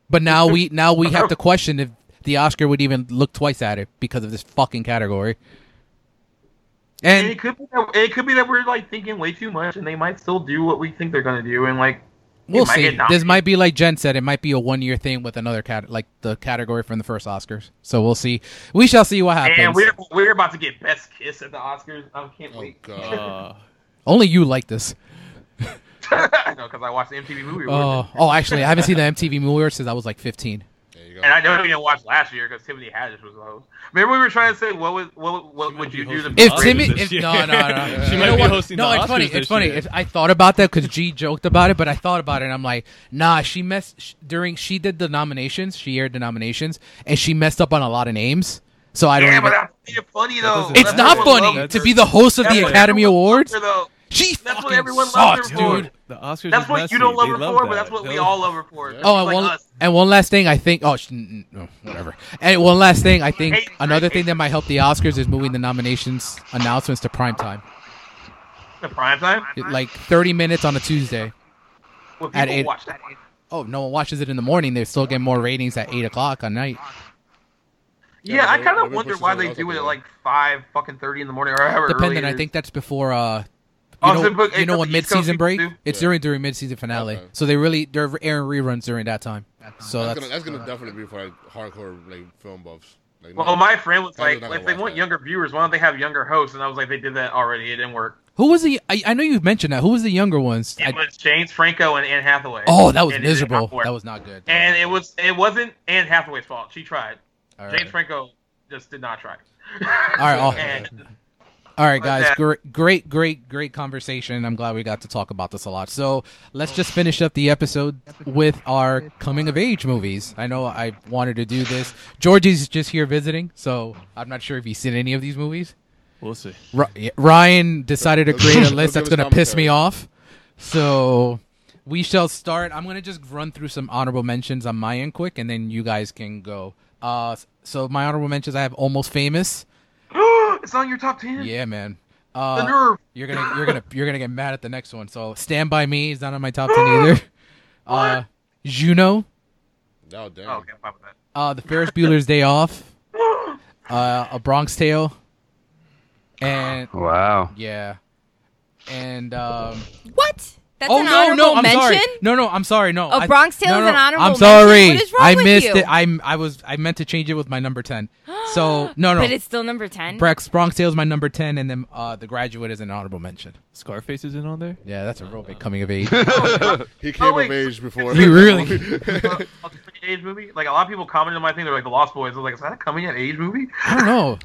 A: But now we now we
F: (laughs)
A: have to question if the Oscar would even look twice at it because of this fucking category. And
F: And, it could be that, it could be that we're like thinking way too much, and they might still do what we think they're gonna do, and like
A: we'll
F: might
A: see.
F: get knocked.
A: This might be like Jen said. It might be a one year thing with another cat like the category from the first Oscars. So we'll see. We shall see what happens.
F: And we're we're about to get best kiss at the Oscars. I can't
B: Oh
F: wait.
B: god.
E: Uh,
F: (laughs)
A: Only you like this.
F: (laughs) I know because I watched the MTV movie. Awards.
A: Oh, oh, actually, I haven't seen the MTV movie since I was like fifteen.
B: There you go.
F: and I know you didn't watch last year because Tiffany Haddish was the host. Remember we were trying to say what was what what would you do to
E: hosting
A: If
E: Oscars
A: Timmy,
E: this
A: if,
E: year.
A: no, no, no,
E: (laughs) She
A: You
E: might
A: know
E: be
A: what?
E: hosting
A: No,
E: the
A: it's funny.
E: Oscars
A: It's
E: this
A: funny.
E: year.
A: If I thought about that because G joked about it, but I thought about it and I'm like, nah. She messed sh- during. She did the nominations. She aired the nominations, and she messed up on a lot of names. So I don't.
F: Yeah,
A: even-
F: but that's funny though.
E: doesn't-
A: it's
E: that's
A: not
E: what
A: funny
E: love
A: to
E: her.
A: be the host of
F: That's
A: the
F: what
A: Academy
F: everyone
A: Awards.
F: loves her, though.
A: She
F: That's what
A: fucking
F: everyone loves her
A: sucked,
F: for.
A: dude.
E: The Oscars.
F: That's
E: is
F: what
E: messy.
F: you don't love
E: They
F: her for,
E: that.
F: but that's what we
E: Those-
F: all love her for.
A: Oh, and
F: like
A: one,
F: us.
A: and one last thing, I think. Oh, sh- n- n- no, whatever. And one last thing, I think
F: Hate-
A: another thing
F: hate-
A: that might help the Oscars is moving the nominations announcements to prime time,
F: The prime time.
A: It- like 30 minutes on a Tuesday.
F: Well,
A: at
F: people
A: eight-
F: watch that.
A: Oh, no one watches it in the morning. They still get more ratings at eight o'clock at night.
F: Yeah,
B: Yeah, but
F: I
B: they-
F: kind
B: they've
F: of
B: been
F: wonder
B: pushing
F: why
B: something
F: they
B: else
F: do
B: up
F: it
B: there.
F: at like five fucking thirty in the morning or however.
A: Dependent,
F: early it
A: I
F: is.
A: think that's before uh, you
F: Oh,
A: know,
F: so book-
A: you know when
F: it's on the East
A: mid-season
F: Coast
A: break.
F: too?
A: It's
B: Yeah.
A: during during mid-season finale,
B: Okay.
A: so they really they're airing reruns during that time. So
B: that's,
A: that's,
B: gonna, that's gonna definitely be for like hardcore like film buffs. Like,
F: Well, my friend was
B: I'm
F: like,
B: not gonna
F: if they
B: watch
F: want
B: that.
F: younger viewers, why don't they have younger hosts? And I was like, they did that already. It didn't work.
A: who was the? I, I know you mentioned that. Who was the younger ones?
F: It
A: I-
F: was James Franco and Anne Hathaway.
A: oh, that was
F: And it did not
A: miserable.
F: work.
A: That was not good.
F: and it was it wasn't Anne Hathaway's fault. She tried.
A: All right.
F: James Franco just
A: (laughs)
F: did not try.
A: All right, I'll-
F: And-
A: All right,
F: But
A: guys.
F: that-
A: Great, great, great, great conversation. I'm glad we got to talk about this a lot. So let's just finish up the episode with our coming of age movies. I know I wanted to do this. Georgie's just here visiting, so I'm not sure if he's seen any of these movies.
E: We'll see.
A: Ri- yeah, Ryan decided to
B: Let's-
A: create
B: (laughs)
A: a
B: let's
A: list
B: give
A: that's
B: us
A: going to piss me
B: commentary.
A: off. So we shall start. I'm going to just run through some honorable mentions on my end quick, and then you guys can go. Uh, s- so my honorable mentions, I have Almost Famous.
F: (gasps) it's on your top ten.
A: Yeah, man.
F: The
A: Uh,
F: nerve.
A: you're gonna you're gonna you're gonna get mad at the next one. So Stand by Me is not on my top ten either. Uh, Juno,
B: Oh, damn.
F: Oh, okay, I'm fine with that.
A: uh, The Ferris Bueller's Day Off, uh, A Bronx Tale, and
D: Wow.
A: yeah, and um.
C: What? That's
A: oh
C: an
A: no
C: honorable
A: no I'm
C: mention?
A: sorry no no I'm sorry no
C: A
A: I-
C: Bronx Tale
A: no,
C: is
A: no,
C: an honorable
A: I'm
C: mention?
A: sorry
C: What is wrong
A: I
C: with
A: missed
C: you?
A: it I'm I was I meant to change it with my number
C: (gasps)
A: ten so no no
C: But it's still number 10.
A: Brex Bronx Tale is my number ten and then uh The Graduate is an honorable mention
E: Scarface is in on there.
A: yeah that's a real big coming of
C: (laughs)
A: age
B: He came
F: Oh, wait.
B: of age before.
A: You
B: (laughs)
A: really-
F: Uh, a coming age movie. Like a lot of people commented on my thing. They're like the Lost Boys. I was like, is that a coming at age movie?
A: I don't know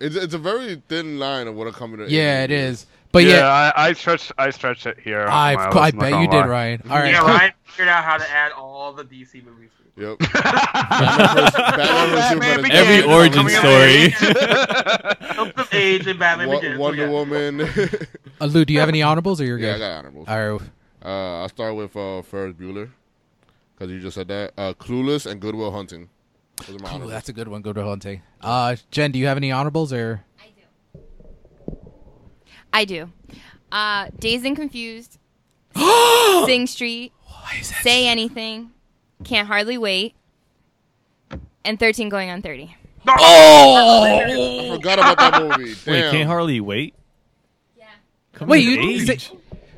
B: It's, it's a very thin line of what a coming to
A: yeah
B: age
A: it
B: is.
A: is but yeah,
D: I, I stretched I stretched it here. on
A: I,
D: my
A: I
D: list, not
A: bet
D: gonna
A: you did,
D: lie.
A: Ryan. All right.
F: Yeah,
A: (laughs)
F: Ryan figured out how to add all the DC movies.
B: Yep.
F: (laughs)
B: Batman versus- Batman versus
D: Batman
B: Superman.
D: Begins.
E: Every
D: Yeah,
E: origin
D: coming of
E: story.
A: (laughs)
F: Films of Age and Batman
B: Wo-
F: Begins.
B: Wonder
F: yeah.
B: Woman. (laughs)
A: Uh, Lou, do you have any honorables or you're
B: yeah, I
A: good?
B: got honorables.
A: All right.
B: Uh, I'll start with uh, Ferris Bueller because you just said that. Uh, Clueless and Goodwill Hunting. Those are my
A: Ooh,
B: honorables.
A: that's a good one. Go to hunting. Uh, Jen, do you have any honorables or?
C: I do. Uh, Days
A: (gasps)
C: and Confused. Sing Street. Say Anything. Can't Hardly Wait. And 13 Going on 30.
B: I forgot about that movie. Damn.
E: Wait, can't Harley wait?
C: Yeah.
E: Come
A: Wait,
E: on,
A: you-
E: age.
A: is (laughs) it-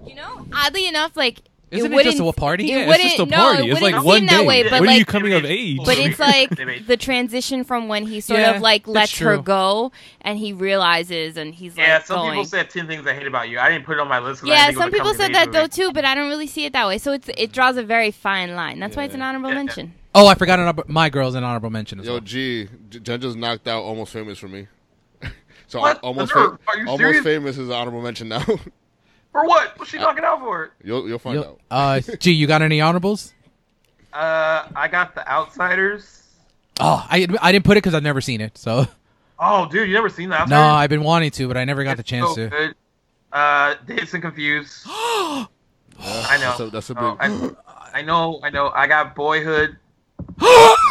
C: You know, oddly enough, like
A: Isn't it
C: wouldn't-
A: just a party?
C: It
A: Yeah,
E: it's
C: wouldn't,
E: just a
C: No, it
E: party. It's
C: wouldn't
E: like
C: seem
E: one
C: that
E: day.
C: way, but
E: When are
C: like,
E: you coming of age?
C: but
F: (laughs)
C: it's like
F: They made-
C: the transition from when he sort
A: Yeah,
C: of like
A: that's
C: lets her
A: true.
C: go and he realizes and he's like
F: yeah, some
C: going.
F: people said 10 things I hate about you. I didn't put it on my list. 'cause I
C: yeah,
F: didn't
C: some
F: think it
C: people
F: was a
C: said that
F: coming
C: though
F: of age
C: too, but I don't really see it that way. So it's it draws a very fine line. That's why it's an honorable
F: Yeah.
C: mention.
A: (laughs) Oh, I forgot. An, my girl's an honorable mention as
B: Yo,
A: well.
B: G, J- Jen just knocked out Almost Famous for me. (laughs) so
F: What?
B: almost,
F: Sir,
B: Fa-
F: (laughs) are you
B: almost
F: serious?
B: famous is an honorable mention now. (laughs)
F: movie. For what? What's she knocking out for?
B: you'll you'll find
A: Yo-
B: out. (laughs)
A: uh, G, you got any honorables?
F: Uh, I got The Outsiders.
A: Oh, I I didn't put it because I've never seen it. So
F: Oh, dude, you never seen The Outsiders?
A: no, I've been wanting to, but I never got the
F: It's
A: chance
F: so
A: to.
F: Good. Uh, Dazed
C: (gasps)
F: and Confused.
C: Oh,
F: I know.
B: That's a, that's a big.
F: Oh, I, I know. I know. I got Boyhood.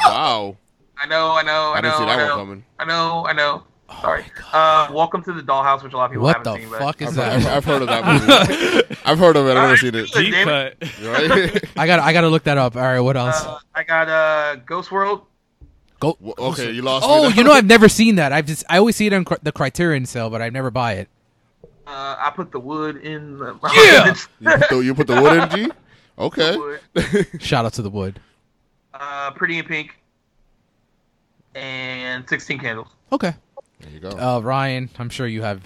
B: wow.
F: I know. I know. I,
B: I
F: know.
B: didn't see that
F: I
B: one
F: know,
B: coming.
F: I know. I know.
C: Oh
F: Sorry. uh, Welcome to the Dollhouse, which a lot of people
A: What
F: haven't
A: the
F: seen.
A: fuck
B: I've
A: is
B: heard, I've-
A: that?
B: I've
A: (laughs)
B: heard of that movie. I've heard of it. I've never seen it.
E: (laughs) Deep
F: Damn
E: cut.
B: You
F: (laughs)
B: Right?
A: I got I got to look that up. All right, what
F: But,
A: else?
F: uh, I got uh, Ghost World.
A: Go.
B: Well, okay, you lost.
A: Oh,
B: me
A: you know I've never seen that. I've just I always see it on cr- the Criterion sale, but I never buy it.
F: Uh, I put the wood in. The- (laughs)
A: Yeah!
B: you put the, you put the wood in G. Okay.
F: Wood.
A: Shout out to the wood.
F: uh, Pretty in Pink, and Sixteen Candles.
A: Okay.
B: There you go.
A: Uh, Ryan, I'm sure you have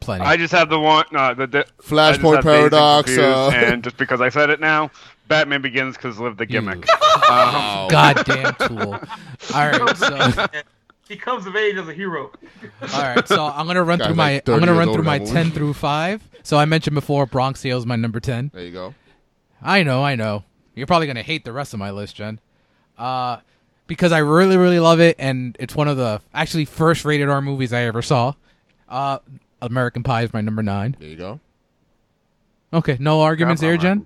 A: plenty.
D: I just have the one. Uh, the, the I just
B: Flashpoint
D: have Dazed and um,
B: Paradox,
D: Confused,
B: (laughs) uh,
D: and just because I said it now, Batman Begins because live the gimmick.
B: Wow.
A: Goddamn tool. All right, so all
F: He comes of age as a hero.
A: right, so I'm gonna run
B: Guy's
A: through my
B: like 30
A: I'm gonna
B: years
A: run
B: old
A: through
B: now,
A: my
B: what was
A: ten
B: it?
A: through five. So I mentioned before Bronx Tale is my number ten.
B: There you go.
A: I know, I know. You're probably gonna hate the rest of my list, Jen. Uh, because I really, really love it, and it's one of the actually first rated R movies I ever saw. Uh, American Pie is my number nine.
B: There you go.
A: Okay, no arguments there, Jen.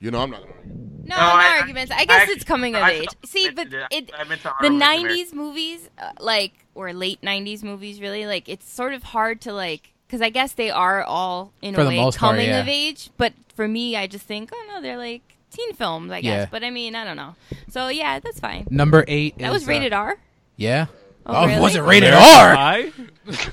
B: You know I'm not gonna
C: No, no
F: No, I-
C: arguments. I guess
F: actually-
C: it's coming of
F: I
C: age.
F: should-
C: See,
F: I
C: but
F: did- I-
C: it
F: I meant to
C: the
F: honorable mention Mary.
C: '90s movies, uh, like or late '90s movies, really, like it's sort of hard to like because I guess they are all in
A: For
C: a
A: the
C: way
A: most part,
C: coming
A: yeah.
C: of age. But for me, I just think, oh no, they're like teen films, I guess.
A: Yeah.
C: But I mean, I don't know. So yeah, that's fine.
A: Number eight.
C: That was
A: is,
C: rated
A: Uh,
C: R.
A: yeah.
C: Oh,
A: it
C: really?
A: wasn't rated
E: American
A: R.
E: Pie?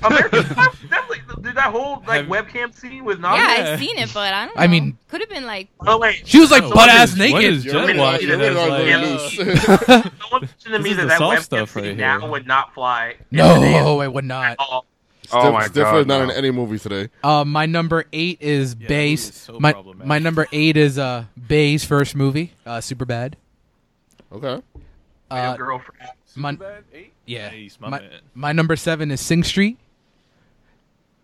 F: American Pie was definitely did that whole
E: Have-
F: like webcam scene with
C: Yeah,
F: Nadia.
C: I've seen it, but I don't. Know.
A: I mean-
C: could have been like
F: Oh wait,
A: She was like
E: Oh,
A: butt ass
E: what is- What
A: naked.
E: is
B: Your
E: Jen
B: rated R-
E: watching?
B: your rated
E: as,
B: R's
E: like,
B: gonna
F: uh,
B: lose.
F: someone mentioned to
E: This
F: me
E: is
F: that
E: the
F: that
E: soft
F: webcam
E: stuff
F: scene
E: right
F: now
E: here.
F: would not fly. in today's
A: No, it would not.
F: all.
D: Oh
B: Stiff-
D: my
B: Stiffer
D: God,
B: is not in
D: no.
B: any movies today.
A: Uh, my number eight is
E: Yeah, that movie
A: Bay's.
E: is so
A: my
E: problematic.
A: my number eight is uh Bay's first movie, uh, Super Bad.
B: Okay.
A: Uh,
F: girlfriend.
A: my,
E: Superbad eight?
A: yeah,
E: Nice, my
A: my,
E: man.
A: my number seven is Sing Street,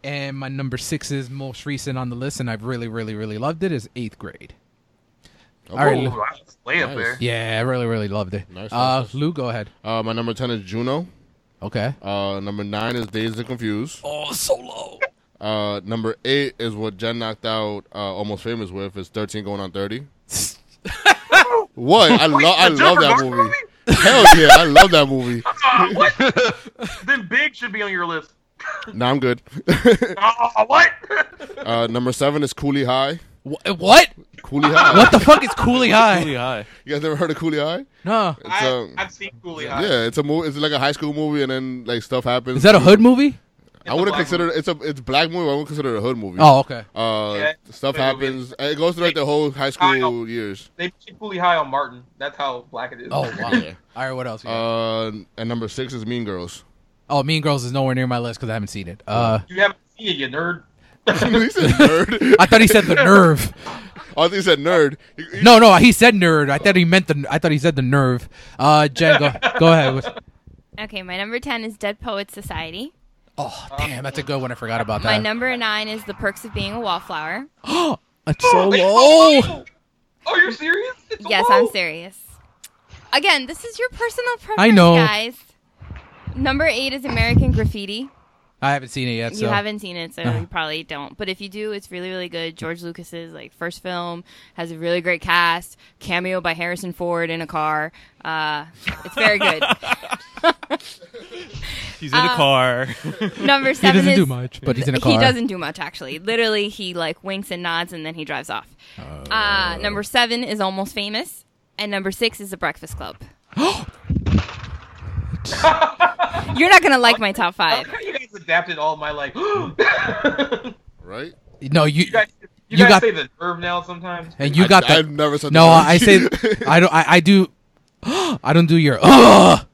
A: and my number six is most recent on the list, and I've really, really, really loved it. Is Eighth Grade. All right,
B: Okay.
A: Lou.
F: Ooh, that's way up
B: Nice.
F: there.
A: Yeah, I really, really loved it.
B: Nice,
A: uh,
B: nice, nice.
A: Lou, go ahead.
B: Uh, my number ten is Juno.
A: Okay.
B: Uh, number nine is Days of Confused.
A: Oh, so low.
B: Uh, number eight is what Jen knocked out. Uh, almost famous with is thirteen going on
A: (laughs)
B: thirty. what I love, I
F: the
B: love
F: Jennifer
B: that
F: Garner
B: movie. Hell yeah, I love that movie.
F: Ah, what? then Big should be on your list.
B: Now I'm good. (laughs)
F: Oh, what?
B: uh, number seven is Coolie High.
A: eh, what?
B: Coolie High.
A: What the fuck is
B: (laughs)
A: Cooley High?
E: Really high.
B: You guys ever heard of Coolie High?
A: No,
B: It's
F: (laughs) I,
B: um,
F: I've seen Coolie High.
B: yeah, it's a movie. It's like a high school movie, and then like stuff happens.
A: is that a hood movie?
B: I wouldn't
F: It's a
B: consider
F: black
B: it's a it's black movie. But I wouldn't consider it a hood movie.
A: Oh, okay.
B: Uh,
F: Yeah.
B: stuff
F: Hood movie.
B: happens. It goes through like the whole high
F: Kyle.
B: school years.
F: They put Coolie High on Martin. That's how black it is.
A: Oh wow.
B: Yeah.
A: All right, what else? we got?
B: Uh, and number six is Mean
A: (laughs)
B: Girls. (laughs)
A: oh, Mean Girls is nowhere near my list because I haven't seen it. Uh,
F: You haven't seen it, you nerd.
B: he said nerd.
A: I thought he said the nerve.
B: Oh, I think he said nerd. You- you-
A: No, no, he said nerd. I thought he meant the. I thought he said the nerve. Uh, Jen, go, go ahead.
C: okay. My number ten is Dead Poets Society.
A: Oh, damn, that's a good one. I forgot about
C: My
A: that.
C: number nine is The Perks of Being a Wallflower.
A: (gasps) It's
C: (gasps)
A: so
F: It's
A: low.
F: (laughs) Oh, you're serious? It's
C: Yes,
F: low.
C: I'm serious. Again, this is your personal preference,
A: I know.
C: guys. Number eight is American Graffiti.
A: I haven't seen it yet. So.
C: You haven't seen it, so
A: Uh-huh.
C: you probably don't. But if you do, it's really, really good. George Lucas's like first film has a really great cast. Cameo by Harrison Ford in a car. Uh, it's
A: (laughs)
C: very good.
E: He's in
C: (laughs)
E: a car.
C: Number
A: He doesn't
C: seven Uh, is
A: do much, but he's in a car.
C: He doesn't do much actually. Literally, he like winks and nods, and then he drives off.
A: Oh.
C: Uh, number seven is Almost Famous, and number six is The Breakfast Club.
A: (gasps)
C: You're not gonna like my top
F: I
C: five.
F: love how you guys adapted all my like. (gasps) you
B: Right?
A: No, you.
F: guys,
A: You
F: you, guys
A: got-
F: say the nerve now sometimes.
A: and you got
B: I,
A: that.
B: I've never said
A: no,
B: the word.
A: I
B: (laughs)
A: say. I don't. I, I do. (gasps) I don't do your. Ugh.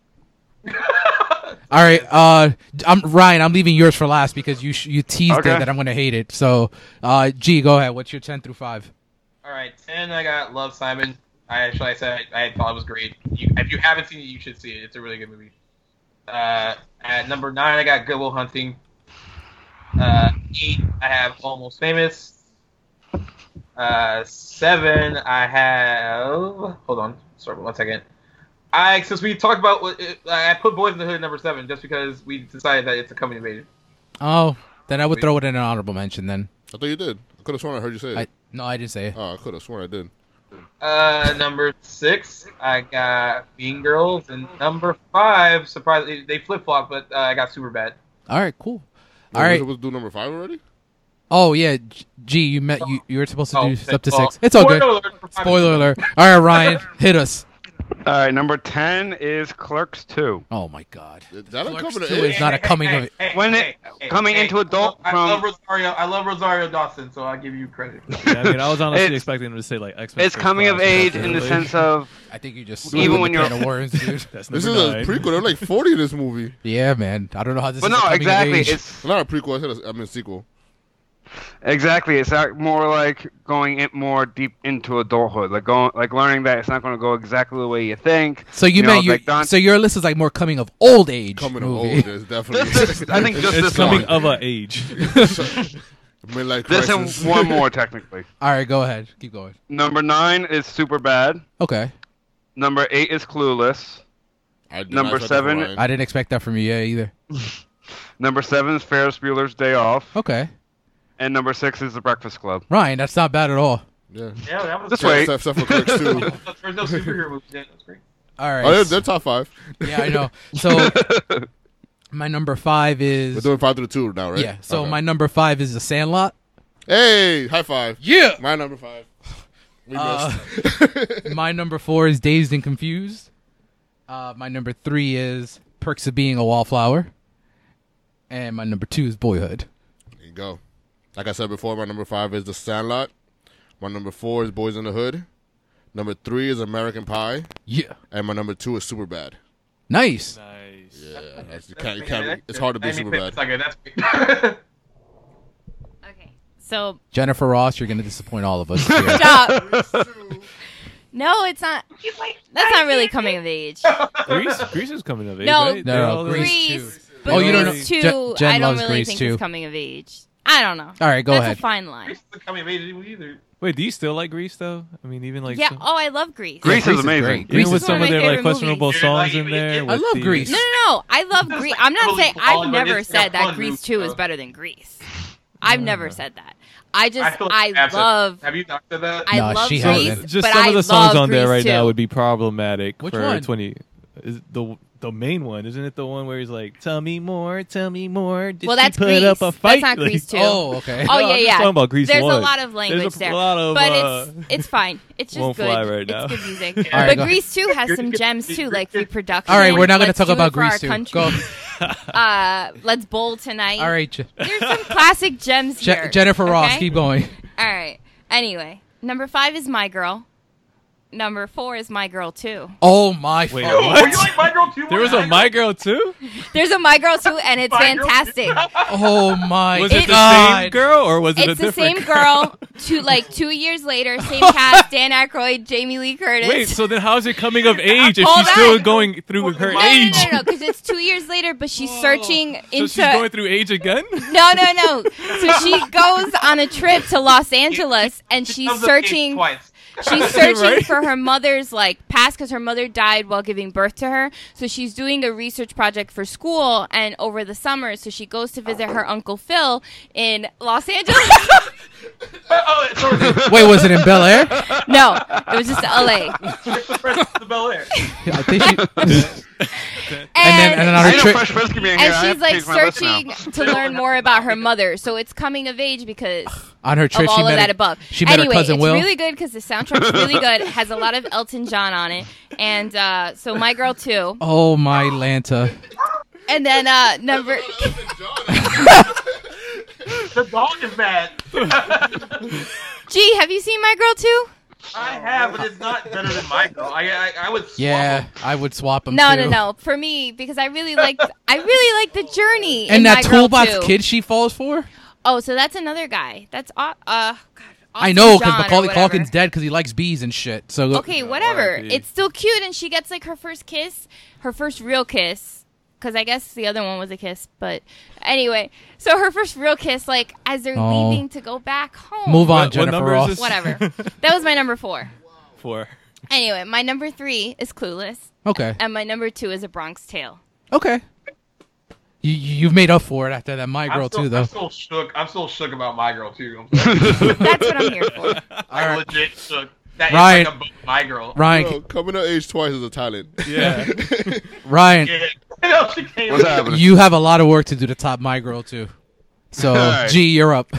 A: All right, uh, I'm Ryan. I'm leaving yours for last because you sh- you teased
D: Okay.
A: it that I'm gonna hate it. So, uh, G, go ahead. What's your ten through five?
F: All right, ten. I got Love Simon. I actually I said I, I thought it was great. You, if you haven't seen it, you should see it. It's a really good movie. Uh, at number nine, I got Good Will Hunting. Uh, eight, I have Almost Famous. Uh, seven, I have. Hold on, sorry, one second. I since we talked about what it, I put Boys in the Hood at number seven just because we decided that it's a coming of age.
A: Oh, then I would throw it in an honorable mention. Then
B: I thought you did. I could have sworn I heard you say it.
A: I no, I didn't say it.
B: oh, I could have sworn I did.
F: Uh, number six, I got Mean Girls, and number five, surprisingly, they flip flop, but uh, I got Super Bad.
B: Oh.
A: All right, cool.
B: Wait,
A: All
B: we're
A: right.
B: supposed to do number five already?
A: Oh yeah, G- G, you met you. You were supposed to
B: Oh,
F: Oh,
A: do up to six. It's all
F: all
A: good. Spoiler alert. All right, Ryan, hit us.
D: All right, number ten is Clerks Two.
A: Oh my God.
B: Is that a
A: Clerks
B: couple of
A: two is
B: eight?
A: not a coming of-
D: When it- coming into adult
F: I love,
D: from-
F: I love Rosario. I love Rosario Dawson, so I give you credit.
D: (laughs)
E: Yeah, I mean, I was honestly
D: It's-
E: expecting him to say like X Men.
D: It's coming of age in the
E: (laughs)
D: sense of
A: I think you just
D: Even
A: opened
D: when
A: a
D: you're-
A: can of worms,
D: (laughs)
A: dude.
E: That's
B: This is
E: number
B: a
E: nine.
B: prequel. There are like 40 in this movie.
A: yeah, man. I don't know how this.
D: But
A: is a
D: no,
A: coming of
D: exactly.
A: age.
D: It's
B: Not a prequel. I said a, I mean sequel.
D: Exactly. It's like more like going in more deep into adulthood, like going, like learning that it's not going to go exactly the way you think.
A: So you, meant
D: know,
A: you.
D: like Don-
A: so your list is like more coming of old age
B: Coming of
A: movie. (laughs)
B: old, there's definitely.
D: (laughs) This is- I think just
E: it's
D: this
E: coming
D: one.
E: of an
D: (laughs)
E: age.
B: (laughs) Midlife
D: This and
A: (laughs)
B: crisis.
D: one more technically.
A: All right, go ahead. Keep going.
D: Number nine is super bad.
A: Okay,
D: Number eight is clueless.
B: (laughs) I did not
D: Number
B: expect that from
D: seven.
B: Ryan.
A: I didn't expect that from you, yeah, either.
D: Number seven is Ferris Bueller's Day Off,
A: Okay,
D: and number six is The Breakfast Club.
A: Ryan, that's not bad at all.
B: Yeah.
F: Yeah, that was
D: This
B: Yeah,
D: way- Wait.
B: Except, except for Clerks too.
F: (laughs) There's no superhero movies in it. That's great.
A: All right.
B: Oh, they're, they're top five.
A: yeah, I know.
B: (laughs)
A: So my number five
B: We're
A: is
B: doing five to the two now, right?
A: yeah. So
B: Okay.
A: my number five is The Sandlot.
B: Hey, high five.
A: Yeah.
B: My number five. We
A: Uh, (laughs)
B: missed.
A: My number four is Dazed and Confused. Uh, my number three is Perks of Being a Wallflower. And my number two is Boyhood.
B: there you go. Like I said before, my number five is The Sandlot. My number four is Boys in the Hood. Number three is American Pie,
A: Yeah.
B: and my number two is Superbad.
A: Nice.
E: nice.
B: Yeah, that's- you can't, you can't, it's hard to be
F: I mean,
B: Superbad.
F: It's like, that's great. (laughs)
C: Okay. So
A: Jennifer Ross, you're going to disappoint all of
C: (laughs)
A: us. here.
C: stop. no, it's not. That's not really coming of age.
E: Greece, Greece is coming of age.
C: No,
E: right?
A: no,
E: They're
A: no,
E: all those-
A: Greece.
C: Grease,
A: too.
C: but
E: Oh,
C: oh,
E: you don't
C: Grease
A: know-
C: too.
A: Gen- Jen
C: I don't
A: loves
C: really
A: Grease
C: think
A: too.
C: it's coming of age. I don't know.
A: All right, go
C: That's
A: ahead.
C: a fine line.
F: Grease isn't coming of age either.
E: Wait, do you still like Greece though? I mean, even like
C: yeah.
E: some-
C: Oh, I love Grease.
D: Grease is
A: Grease is
D: amazing.
A: great.
E: even
A: Greece
E: with
A: is
E: some
C: one of
E: of
C: my
E: their like
C: favorite
E: questionable
F: movies.
E: songs
F: Yeah,
E: in
F: like,
E: there.
F: I
E: with
A: love
E: the-
A: Greece.
C: No, no, no. I love
F: It's
C: Grease.
F: like
C: I'm not
F: totally
C: saying I've
F: wrong, but
C: never
F: it's got
C: said that
F: fun
C: Grease
F: roots,
C: Two is
F: though.
C: better than Grease. I've never said that. I just
F: I,
C: I,
F: feel like I've said-
C: love
F: Have you not said that?
C: I
A: No,
C: love
A: she
C: Grease,
A: hasn't.
E: Just
C: but
E: some
C: I
E: of the songs
C: love
E: on there
C: Grease
E: right
C: too.
E: now would be problematic
A: Which
E: for
A: one?
E: twenty. Is the the main one isn't it the one where he's like, "Tell me more, tell me more." Did
C: Well,
E: she
C: that's
E: put
C: Grease.
E: up a
C: That's
E: fight?
C: not
E: Like,
C: Grease Two.
A: Oh, okay.
C: Oh
E: No,
C: yeah,
E: I'm just
C: yeah.
E: talking about Grease
C: There's a
E: One.
C: lot of
E: There's
C: language
E: a
C: there,
E: lot of,
C: but
E: uh,
C: it's it's fine. It's just
E: won't
C: good.
E: fly right now.
C: It's good music.
E: (laughs)
A: All right,
C: but
A: go-
C: Grease Two has some
F: Grease-
C: gems too, like reproduction.
A: All right, we're not going to
C: Let's
A: talk
C: do
A: about
C: it for our
A: Greece too.
C: country.
A: Go.
C: Uh, let's bowl tonight.
A: All right, Je-
C: There's some
E: (laughs)
C: classic gems
A: Je-
C: here.
A: Jennifer Ross,
C: okay?
A: keep
C: (laughs)
A: going.
C: All right. Anyway, number five is my girl. Number four is my girl too.
A: Oh my
E: Wait,
A: fucking-
E: what?
F: Oh, you like My Girl too?
E: (laughs) There was a My Girl too.
C: There's a my girl too, and it's
F: My Girl
C: fantastic.
A: Oh my
E: Was
C: It-
E: it the
A: god.
E: same girl or was it a
C: It's the
E: different
C: same
E: (laughs)
C: girl. Two like two years later, same cast: Dan Aykroyd, Jamie Lee Curtis.
E: Wait, so then how's it coming of age if
C: (laughs) Hold
E: she's still
C: on.
E: going through her
C: no,
E: age?
C: no, no, no, because it's two years later, but she's
F: Oh.
C: searching
E: (laughs) So
C: into.
E: she's going through
C: (laughs)
E: age again? (laughs)
C: no, no, no. So she goes on a trip to Los Angeles, and she's
F: Comes up age
C: searching.
F: Twice.
A: (laughs)
C: She's searching
E: Right?
C: for her mother's like past because her mother died while giving birth to her. So she's doing a research project for school and over the summer. So she goes to visit her uncle Phil in Los Angeles. (laughs)
F: Oh, it's only
A: (laughs) Wait, was it in Bel Air?
C: no, it was just LA.
F: the Fresh Prince of Bel Air.
A: I think she, and then
C: And,
A: and then
D: I
A: on her
D: know
A: trip
D: Fresh Prince can be in here.
C: and
D: I
C: she's
D: have to
C: like
D: change my list now.
C: searching to learn more about her mother. So it's coming of age because
A: on her
C: of
A: trip she
C: all of
A: met
C: that
A: her-
C: above.
A: She met
C: anyway,
A: her cousin
C: it's
A: Will.
C: really good because the soundtrack's really good. It has a lot of Elton John on it. And uh, so My Girl too.
A: oh
C: (sighs)
A: my Lanta.
C: And then uh, number.
B: (laughs)
F: The dog is mad. (laughs)
C: Gee, have you seen My Girl too?
F: I have, but it's not better than My Girl. I, I, I would. swallow
A: Yeah, I would swap them
C: No,
A: too.
C: no, no. For me, because I really liked, I really liked the journey. in
A: And that
C: My Girl
A: toolbox
C: 2.
A: kid she falls for?
C: Oh, so that's another guy. That's au- uh, God,
A: I
C: Austin
A: know because
C: John or
A: Macaulay
C: whatever.
A: Culkin's dead because he likes bees and shit. So
C: Okay, whatever.
E: RIP.
C: It's still cute, and she gets like her first kiss, her first real kiss. Because I guess the other one was a kiss, but anyway. So her first real kiss, like as they're
A: Oh.
C: leaving to go back home.
A: move on,
E: What- what
A: Jennifer
E: number is
A: Ross. (laughs)
E: this?
C: Whatever.
E: (laughs)
C: That was my number four.
E: Four.
C: Anyway, my number three is Clueless,
A: Okay,
C: and my number two is A Bronx Tale.
A: okay. You you've made up for it after that My
F: I'm
A: Girl
F: still,
A: too, though.
F: I'm still shook. I'm still shook about My Girl too.
C: That's what I'm here for.
F: I
A: right.
F: legit shook. That is
A: Ryan-
F: like a My Girl.
A: Ryan,
B: Bro, coming up age twice is a talent.
E: Yeah.
A: Ryan,
F: Yeah. (laughs) No, she came.
D: (laughs)
A: (laughs)
D: What's happening?
A: you have a lot of work to do to top My Girl too. So
D: All right.
A: G, you're up.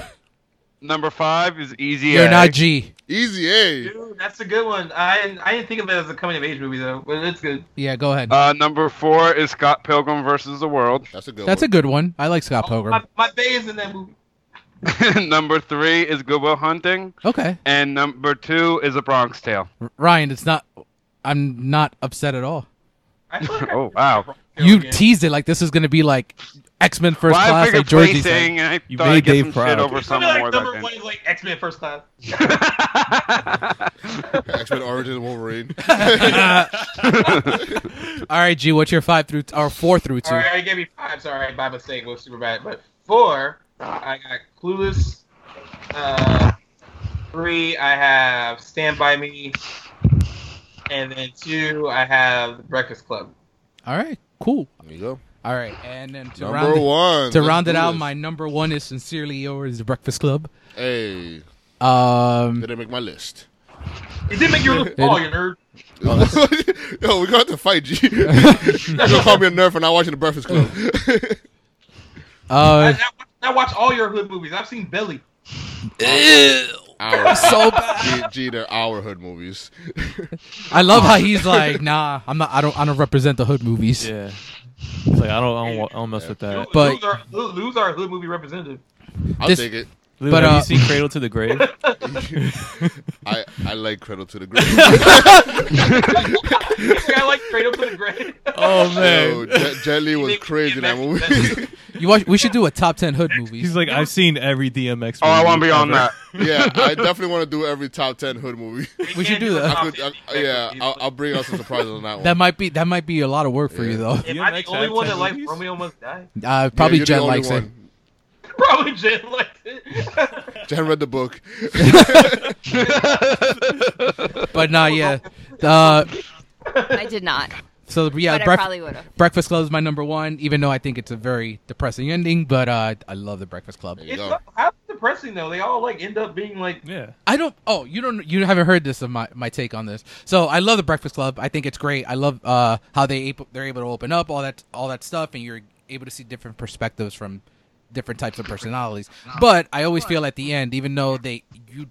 A: (laughs)
D: Number five is Easy
A: You're
D: A.
A: not G.
B: (laughs) Easy A.
F: Dude, that's a good one. I didn't, I didn't think of it as a coming of age movie though, but it's good.
A: Yeah, go ahead.
D: Uh, number four is Scott Pilgrim versus the World. (laughs)
B: That's a good
A: That's a
B: one.
A: good one. I like Scott Pilgrim.
F: My, my bae is in that movie.
D: number three is Goodwill Hunting,
A: Okay,
D: and number two is A Bronx Tale.
A: R- Ryan, it's not. I'm not upset at all.
F: I feel like
D: (laughs)
F: I
D: Oh wow!
F: Go
A: You
F: again.
A: teased it like this is gonna be like X Men First
D: Well, I
A: Class,
D: figured
A: like Georgie said.
D: placing. I
E: You
D: thought
E: made
D: I'd get
E: Dave
D: some
E: proud.
D: shit over
F: I
D: some
F: feel
D: more
F: like
D: that
F: number
D: day.
F: one is like X Men first class.
B: X Men Origins Wolverine.
A: (laughs) All right, G, what's your five through t- or four through two?
F: All right, I gave you five. Sorry, by mistake with Superbad, but four. I got Clueless. Uh, three, I have Stand by Me, and then two, I have The Breakfast Club.
A: All right, cool.
B: there you go.
A: All right, and then to
B: Number
A: round it-
B: one.
A: to
B: Let's
A: round it
B: do
A: out,
B: this.
A: my number one is sincerely yours, The Breakfast Club.
B: Hey,
A: Um,
B: didn't make my
A: (laughs)
B: list.
F: It did make you look tall, you nerd.
B: Yo, we're going to fight G. (laughs) You're gonna call me a nerd for not watching The
A: (laughs)
B: Breakfast Club.
F: I, (laughs)
A: uh,
F: I, I watch all your hood movies. I've seen Belly.
B: Our
A: (laughs) so bad.
B: G, G, they're our hood movies.
A: I love how he's like, nah, I'm not. I don't. I don't represent the hood movies.
E: Yeah. It's like I don't, I don't, wa- I don't mess with that.
A: But-
F: Lou's our, Lou- Lou's our hood movie representative. (laughs)
B: I'll
A: This- (laughs)
B: take it.
E: Lou,
A: But,
E: have
A: uh,
E: you seen Cradle to the Grave?
B: I, I like Cradle to
A: (laughs)
B: the Grave.
F: I like straight up to the grave.
E: oh
B: Yo, J- Jet Li was
F: Nick,
B: crazy in that
F: Nick,
B: movie.
F: Nick.
A: You watch. We should do a top ten hood movies.
E: He's like, I've seen every DMX.
D: (laughs) oh, I
E: movie
D: want to be on
E: ever." (laughs)
D: that.
B: (laughs) yeah, I definitely want to do every top ten hood movie.
A: We should do that.
B: I could, I, yeah, I'll, I'll bring out some surprises on that one.
A: that might be. That might be a lot of work for you though.
F: Am I the
E: DMX
F: only
E: had
F: one
E: 10
F: that likes
E: movies?
F: Romeo Must Die?
A: Uh,
B: Yeah,
A: probably
B: you're the
A: Jen
B: only
A: likes it.
B: one.
F: (laughs) Probably Jen likes it.
B: Jen read the book.
A: But nah,
B: (laughs)
A: yeah. Uh,
C: I did (laughs) not,
A: so yeah,
C: but I
A: bref-
C: probably would have.
A: Breakfast Club is my number one, even though I think it's a very depressing ending. But uh, I love the Breakfast Club.
B: There you
F: It's
B: go.
F: not- how depressing though. They all like end up being like
E: Yeah.
A: I don't. Oh, you don't. You haven't heard this of my, my take on this. So I love the Breakfast Club. I think it's great. I love uh, how they ap- they're able to open up all that all that stuff, and you're able to see different perspectives from different types of personalities. But I always feel at the end, even though they you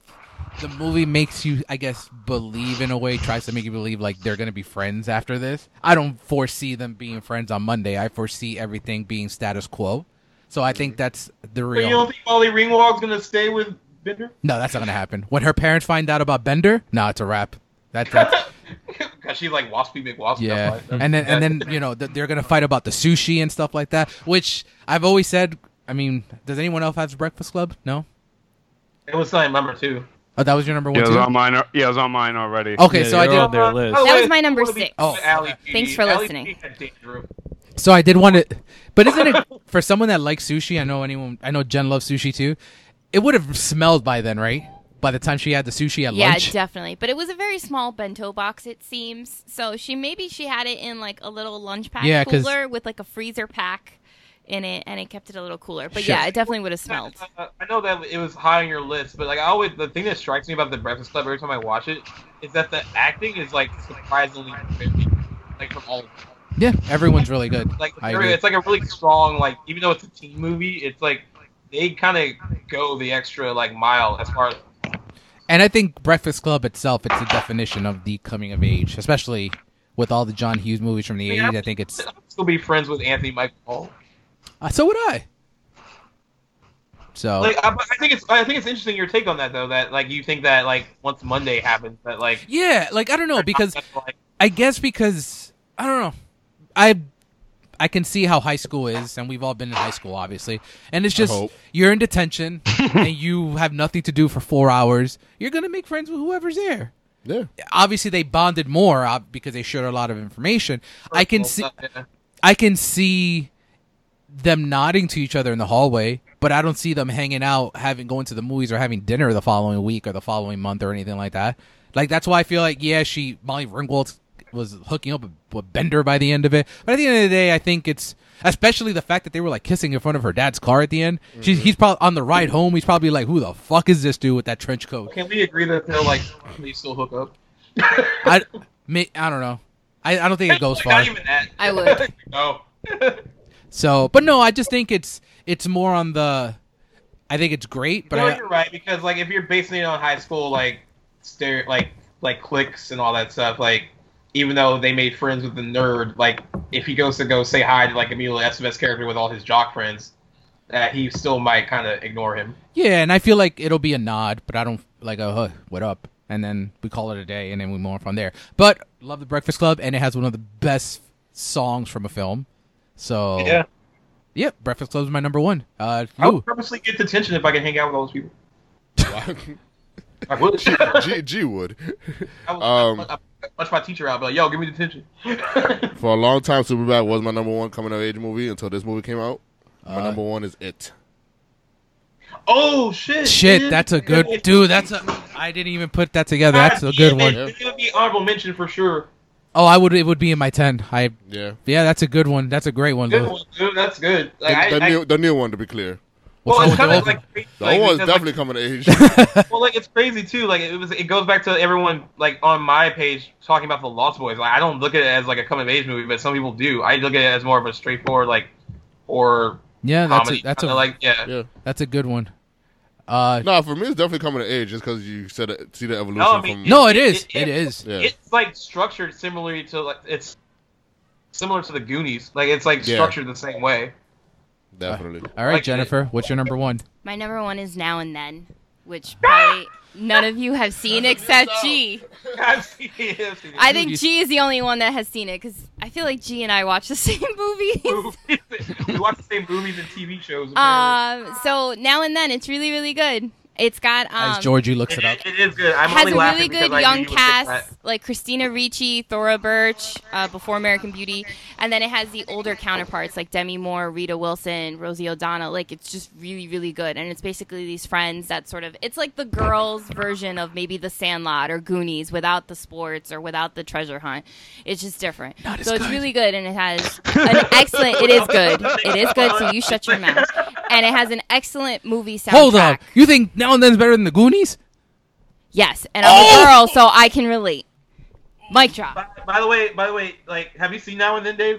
A: the movie makes you, I guess, believe in a way. Tries to make you believe like they're gonna be friends after this. I don't foresee them being friends on Monday. I foresee everything being status quo. So I think that's the
F: But
A: real.
F: you don't think Molly Ringwald's gonna stay with Bender? (laughs)
A: No, that's not gonna happen. When her parents find out about Bender, nah, it's a wrap. That, that's
F: Because she's like waspy McWasp.
A: yeah. And then and then you know th- they're gonna fight about the sushi and stuff like that. Which I've always said. I mean, does anyone else have Breakfast Club? No.
F: it was signed number two.
A: Oh, that was your number
D: Yeah,
A: one.
D: it was
A: too?
D: on mine. al- Yeah, it was on mine already.
A: Okay,
E: Yeah,
A: so I
E: you're
A: did.
E: on their list.
C: That was my number six.
A: Oh.
F: Ally P.
C: Thanks for
F: Ally
C: listening.
F: P had Danger Room.
A: So I did want to, but isn't it for someone that likes sushi? I know anyone. I know Jen loves sushi too. It would have smelled by then, right? By the time she had the sushi at
C: Yeah,
A: lunch.
C: definitely. But it was a very small bento box, it seems. So she maybe she had it in like a little lunch pack
A: Yeah, 'cause-
C: cooler with like a freezer pack in it, and it kept it a little cooler. But
A: Sure.
C: yeah, it definitely would have smelled.
F: Uh, I know that it was high on your list, but like I always, the thing that strikes me about the Breakfast Club every time I watch it is that the acting is like surprisingly different, like from all. Of them.
A: Yeah, everyone's really good.
F: Like
A: I
F: there-
A: agree.
F: it's like a really strong, like even though it's a teen movie, it's like they kind of go the extra like mile as far as
A: And I think Breakfast Club itself, it's a definition of the coming of age, especially with all the John Hughes movies from the
F: Yeah.
A: 80s. I think it's.
F: I'll still be friends with Anthony Michael Hall.
A: Uh, so would I. So.
F: Like I, I think it's I think it's interesting your take on that though that like you think that like once Monday happens that like
A: yeah, like, I don't know, because.
F: that's, like,
A: I guess because I don't know. I I can see how high school is, and we've all been in high school, obviously. And it's just
B: hope.
A: you're in detention and you have nothing to do for four hours. You're gonna make friends with whoever's there.
B: Yeah.
A: Obviously, they bonded more uh, because they shared a lot of information. I can
F: well,
A: see.
F: yeah.
A: I can see them nodding to each other in the hallway, but I don't see them hanging out, having going to the movies or having dinner the following week or the following month or anything like that. Like that's why I feel like yeah, she Molly Ringwald was hooking up with Bender by the end of it. But at the end of the day, I think it's especially the fact that they were like kissing in front of her dad's car at the end. She's he's probably on the ride home. He's probably like, who the fuck is this dude with that trench coat?
F: (laughs) Can we agree that they'll like they still
A: (laughs)
F: hook up?
A: I, me, I don't know. I, I don't think it goes
F: Like,
A: far.
F: Not even that.
C: I would.
F: (laughs) No.
A: So, but no, I just think it's it's more on the. I think it's great, but
F: no,
A: I,
F: you're right because like if you're basing it on high school like stare like like clicks and all that stuff like even though they made friends with the nerd like if he goes to go say hi to like Emilio Estevez's character with all his jock friends that he still might kind of ignore him.
A: yeah, and I feel like it'll be a nod, but I don't like a huh, what up, and then we call it a day, and then we move on from there. But love the Breakfast Club, and it has one of the best songs from a film. So Yep, Breakfast Club is my number one. Uh,
F: I would
A: you,
F: purposely get detention if I could hang out with all those people. (laughs) I would.
B: (laughs) G, G would.
F: I would
B: Um,
F: I would punch my teacher out, but like, yo, give me detention. (laughs)
B: For a long time, Superbad was my number one coming of age movie until this movie came out. My
A: Uh,
B: number one is It.
F: oh shit!
A: shit, that's a good dude. That's a. I didn't even put that together. That's a good one.
F: It would be honorable mention for sure.
A: Oh, I would. It would be in my ten. I.
B: Yeah,
A: Yeah, that's a good one. That's a great one.
F: Good
A: Lou.
F: one, dude. That's good.
B: the,
F: Like,
B: the
F: I, I,
B: new, the new one to be clear.
A: What's
F: well,
A: wrong with the old
F: it's kind of
A: one?
F: like crazy,
B: The
F: like,
B: old one's
F: because,
B: definitely
F: like,
B: coming of age.
F: (laughs) well, like it's crazy too. Like it was, it goes back to everyone like on my page talking about the Lost Boys. Like I don't look at it as like a coming of age movie, but some people do. I look at it as more of a straightforward like or
A: Yeah, that's
F: comedy.
A: a, that's a
F: kinda like yeah.
B: yeah.
A: that's a good one. Uh,
B: No, for me, it's definitely coming of age just because you said it, see the evolution
F: No, I mean,
B: from.
A: no, it is.
F: It-
A: It
F: it-
A: is.
B: Yeah.
F: It's like structured similarly to like it's similar to the Goonies. Like it's like
B: Yeah.
F: structured the
B: (laughs)
F: same way.
B: Definitely.
F: (laughs)
A: All right,
F: like it.
A: Jennifer, what's your number one?
C: My number one is Now and Then, (laughs) which probably none of you have seen except G.
F: I've seen it, I've seen it.
C: I think G is the only one that has seen it because I feel like G and I watch the (laughs) same movies.
F: (laughs) we watch the same movies and TV shows. apparently.
C: um, so now and then it's really really good. It's got um,
A: As Georgie looks it
F: It-
A: up.
F: it is good. I'm
C: has
F: only
C: a
F: laughing
C: really
F: because
C: good
F: I knew
C: young
F: you would pick that.
C: cast like Christina Ricci, Thora Birch, uh, before American Beauty, and then it has the older counterparts like Demi Moore, Rita Wilson, Rosie O'Donnell. Like it's just really really good, and it's basically these friends that sort of it's like the girls' version of maybe The Sandlot or Goonies without the sports or without the treasure hunt. It's just different. so it's really good, and it has an excellent. It is good. It is good. So you shut your mouth. And it has an excellent movie soundtrack.
A: Hold up, you think now and then's better than the Goonies?
C: Yes, and I'm a girl, so I can relate. Mic drop.
F: By, by the way, by the way, like, have you seen Now and Then, Dave?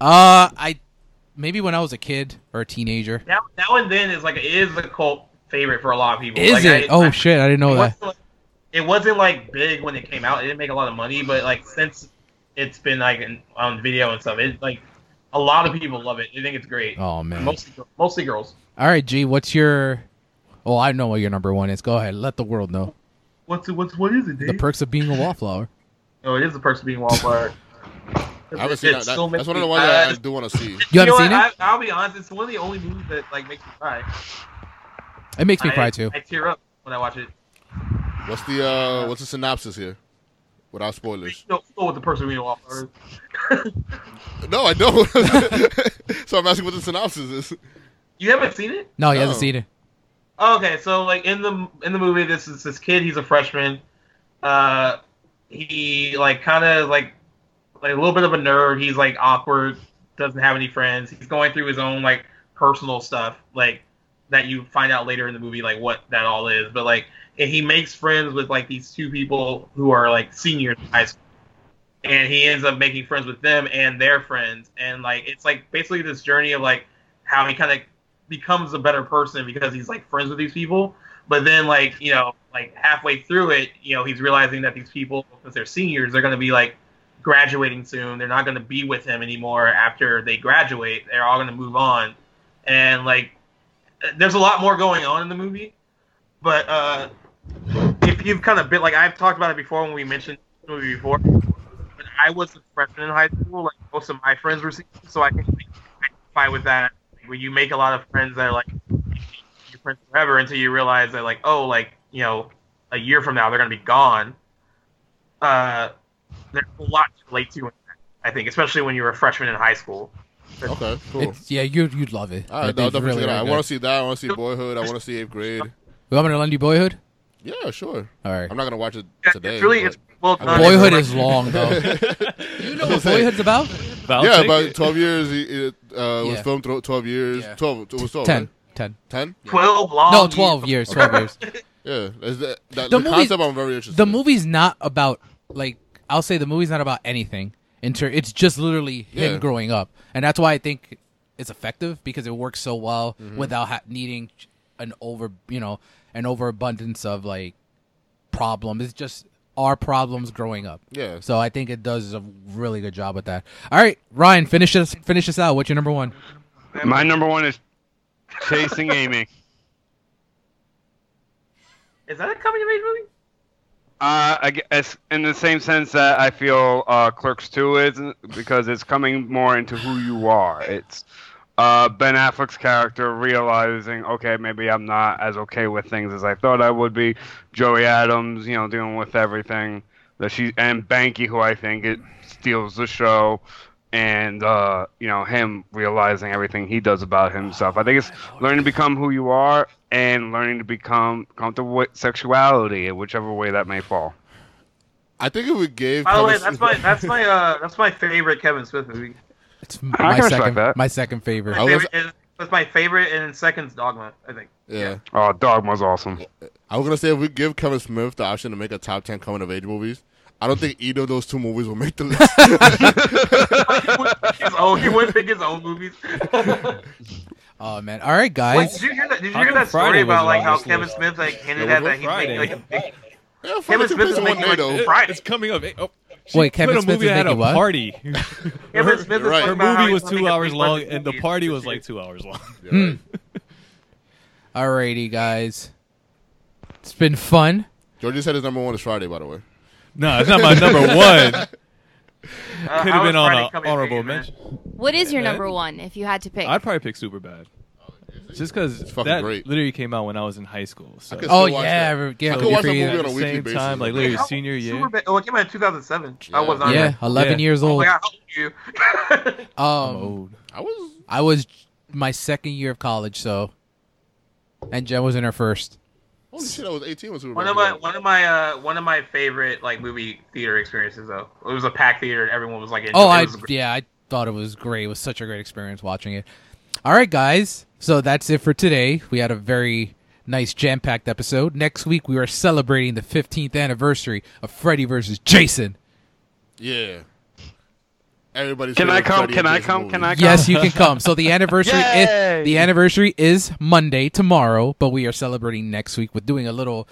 A: Uh, I maybe when I was a kid or a teenager.
F: Now, now and Then is like it is a cult favorite for a lot of people.
A: Is
F: Like,
A: it?
F: I-
A: oh
F: I-
A: shit, I didn't know
F: it
A: that.
F: wasn't, like- it wasn't like big when it came out. It didn't make a lot of money, but like since it's been like in, on video and stuff, it like a lot of people love it. They think it's great.
A: Oh man.
F: mostly gir- mostly girls.
A: All right, G, what's your? Oh, I know what your number one is. Go ahead, let the world know
F: What's what's what is it,
A: the
F: Dave?
A: perks of being a wallflower.
F: oh, it is the person being wallflower.
B: (laughs) I haven't seen that.
F: It's
B: that
F: so
B: that's one of
F: many-
B: the ones
F: uh,
B: that I do want to see.
A: You haven't
F: know
A: seen
F: what?
A: it?
F: I, I'll be honest. It's one of the only movies that like makes me cry.
A: It makes me
F: I-
A: cry too.
F: I tear up when I watch it.
B: What's the uh, what's the synopsis here? Without
F: (laughs)
B: spoilers.
F: No, go with the person being wallflower.
B: No, I don't. (laughs) so I'm asking what the synopsis is.
F: You haven't seen it?
A: No, he hasn't
B: Oh.
A: seen it.
F: Okay, so like in the in the movie, this is this kid. He's a freshman. Uh, he like kind of like like a little bit of a nerd. He's like awkward. Doesn't have any friends. He's going through his own like personal stuff, like that you find out later in the movie, like what that all is. But like, and he makes friends with like these two people who are like seniors in high school, and he ends up making friends with them and their friends, and like it's like basically this journey of like how he kind of becomes a better person because he's like friends with these people. But then like, you know, like halfway through it, you know, he's realizing that these people, since they're seniors, they're gonna be like graduating soon. They're not gonna be with him anymore after they graduate. They're all gonna move on. And like there's a lot more going on in the movie. But uh if you've kind of been like I've talked about it before when we mentioned this movie before. But I was a freshman in high school, like most of my friends were seniors, so I can identify with that where you make a lot of friends that are like your friends forever until you realize that like oh like you know a year from now they're gonna be gone. Uh, there's a lot to relate to, in that, I think, especially when you're a freshman in high school.
B: Okay, cool.
A: It's, yeah, you you'd love it.
B: All right,
A: It's
B: no, I'll definitely
A: really,
B: check it out. I
A: really
B: want
A: good.
B: to see that. I want to see Boyhood. I want to see Eighth Grade.
A: You want me to lend you Boyhood?
B: Yeah, sure.
A: All right.
B: I'm not gonna watch it
F: Yeah,
B: today.
F: it's really
B: but-
F: it's well
B: I
F: done.
B: mean,
A: Boyhood
F: It's
A: is long
B: (laughs)
A: though. Oh. (laughs) you know what Boyhood's about?
E: But I'll
B: yeah,
E: take
B: about
E: it.
B: 12 years. He, it, uh, was
A: Yeah.
B: filmed thro- 12 years.
A: Yeah.
B: 12. It was 12.
A: Ten. Ten.
B: 10?
F: twelve long.
A: No, twelve years. Twelve years.
B: Yeah. Is that, that,
A: The
B: the
A: movie-
B: concept I'm very interested
A: the
B: in.
A: movie's not about like I'll say the movie's not about anything. Inter- it's just literally him
B: Yeah.
A: growing up, and that's why I think it's effective because it works so well
B: Mm-hmm.
A: without ha- needing an over you know an overabundance of like problem. It's just our problems growing up.
B: Yeah.
A: So I think it does a really good job with that. All right, Ryan, finish us finish us out. What's your number one?
D: My number one is Chasing Amy. (laughs)
F: Is that a coming of age movie?
D: Uh, I guess in the same sense that I feel uh, Clerks Two is because it's coming more into who you are. It's uh, Ben Affleck's character realizing, okay, maybe I'm not as okay with things as I thought I would be. Joey Adams, you know, dealing with everything that she and Banky, who I think it steals the show, and uh, you know him realizing everything he does about himself. I think it's learning to become who you are and learning to become comfortable with sexuality, whichever way that may fall.
B: I think if we gave.
F: By the way,
B: Kevin
F: that's
B: Smith-
F: my that's my uh that's my favorite Kevin Smith movie.
A: It's
D: can
A: my
D: respect
A: second,
D: that.
A: my second favorite.
B: I
F: My
B: was-
F: favorite is, that's my favorite, and second's Dogma. I think.
B: yeah.
D: Oh, Dogma's awesome.
B: I was gonna say if we give Kevin Smith the option to make a top ten coming of age movies, I don't think either of those two movies will make the
A: (laughs)
B: list.
F: his own, he wouldn't pick his own movies.
A: Oh man! All right,
F: Wait,
A: guys.
F: did you hear that? Did you
E: How
F: hear
E: come
F: that story
E: Friday
F: about
E: wasn't
F: like
E: on
F: how
E: this
F: Kevin
E: list?
F: Smith like hinted
E: Yeah, it
F: at
E: was
F: that he's making like a big?
B: yeah, Kevin
F: Smith is
B: one
F: making,
B: day
F: like,
B: though.
F: Friday.
E: It's coming up. eh, Oh, she
A: Wait,
E: put
A: Kevin
E: a
A: Smith
E: movie
A: is
E: that had
A: making
E: a
A: what?
F: (laughs)
E: party.
F: Kevin Smith is
B: Right.
F: talking
E: Her
F: about how
E: movie was
F: he's gonna
E: two
F: make a
E: hours
F: big
E: long,
F: budget
E: and the
F: movie.
E: party was
F: (laughs)
E: like two hours long.
B: (laughs) Yeah, right.
A: Alrighty, guys. It's been fun.
B: Georgia said his number one is Friday, by the way.
E: no, it's not my
B: (laughs)
E: number one.
F: Uh,
E: Could
F: how
E: have
F: is
E: been on
F: Friday
E: an
F: coming to you,
E: honorable
F: man?
E: mention.
C: What is your
E: man.
C: number one if you had to pick?
E: I'd probably pick Super Bad. Just because
B: fucking
E: that
B: great.
E: literally came out when I was in high school. So
B: could
E: at
A: Oh
B: still watch
A: yeah,
B: that.
A: I re- yeah,
B: I
A: good
B: could watch
A: for
B: that
A: you.
B: movie on
E: the
B: a weekly
E: same
B: basis.
E: time, like
F: Wait,
E: literally
F: how-
E: senior year.
F: Superbad- oh, it came out in 2007. I
B: Yeah.
F: was on
A: yeah,
F: that.
A: eleven
E: Yeah. Oh.
A: years
F: Oh
A: old.
F: my god, how old are you? (laughs)
E: I'm
A: um,
E: old.
B: I was.
A: I was my second year of college, so, and Jen was in her first.
B: Holy shit! I was 18 when Super
F: one of my one of my uh one of my favorite like movie theater experiences though. It was a packed theater and everyone was like in
A: Oh,
F: it
A: I
F: was great.
A: yeah, I thought it was great. It was such a great experience watching it. All right, guys. So that's it for today. We had a very nice jam-packed episode. Next week we are celebrating the 15th anniversary of Freddy versus Jason.
B: Yeah. Everybody's.
D: Can I
B: favorite
D: come?
B: Freddy
D: Can
B: and
D: I
B: Jason
D: come?
B: movie.
D: Can I come?
A: Yes, you can come. So
B: (laughs)
A: the anniversary is
D: Yay!
A: the anniversary is Monday tomorrow, but we are celebrating next week with doing a little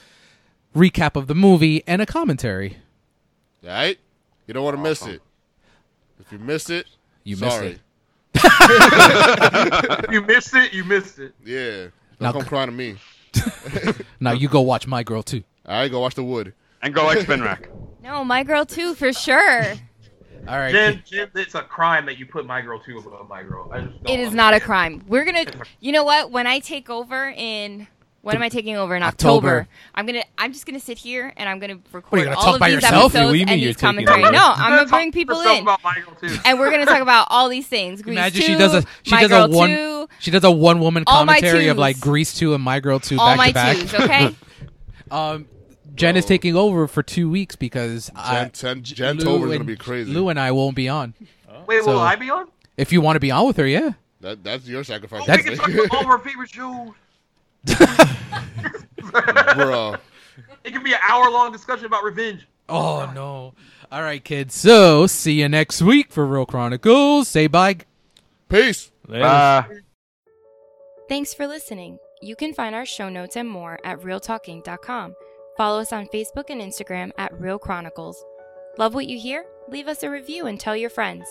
A: recap of the movie and a commentary.
B: All right. You don't want to miss it. If you missed it,
A: You missed
B: sorry.
A: it.
F: (laughs) you missed it, you missed it.
B: Yeah. Don't
A: Now-
B: come crying to me.
A: Now you go watch My Girl too.
B: All right, go watch the wood.
D: And go like Spin Rack.
C: no, my girl too for sure.
A: All right.
F: Jen, Jen, it's a crime that you put my girl two above my girl. I just don't
C: it is
F: understand.
C: not a crime. We're gonna. You know what? When I take over in. When am I taking over in October?
A: October.
C: I'm gonna. I'm just gonna sit here and I'm gonna
A: you
C: record
A: gonna talk
C: all of
A: by
C: these
A: yourself?
C: episodes
E: What do you mean
C: and
E: you're
C: these
E: taking
C: commentary.
E: over?
C: No, I'm
F: Let's
C: gonna
F: talk
C: bring people
F: let's talk
C: in,
F: about my girl two.
C: and we're gonna talk about all these things. Grease
A: Imagine
C: 2,
A: she does a she
C: My
A: does
C: Girl
A: a one
C: 2,
A: she does a one woman
C: All My
A: commentary of like
C: Twos.
A: Grease two and My Girl two
C: all
A: back
C: my
A: to back.
C: twos.
A: (laughs)
C: Okay.
A: Um, Jen is taking over for two weeks because I,
B: Jan, Jan, Jan
A: Lou
B: Tover's gonna
A: and-
B: be crazy.
A: Lou and I won't be on.
F: Wait,
A: So-
F: will I be on?
A: If you want to be on with her, yeah.
B: That, that's your sacrifice.
A: That's-
F: we
A: (laughs)
B: (laughs)
F: can talk about all of our favorite shows.
B: bro.
F: (laughs) It can be an hour long discussion about revenge.
A: Oh no! All right, kids. So see you next week for Real Chronicles. Say bye.
B: Peace.
E: Later.
D: Bye.
C: Thanks for listening. You can find our show notes and more at realtalking.com. Follow us on Facebook and Instagram at Real Chronicles. Love what you hear? Leave us a review and tell your friends.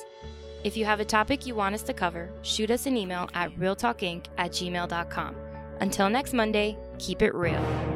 C: If you have a topic you want us to cover, shoot us an email at realtalkinc at gmail.com. Until next Monday, keep it real.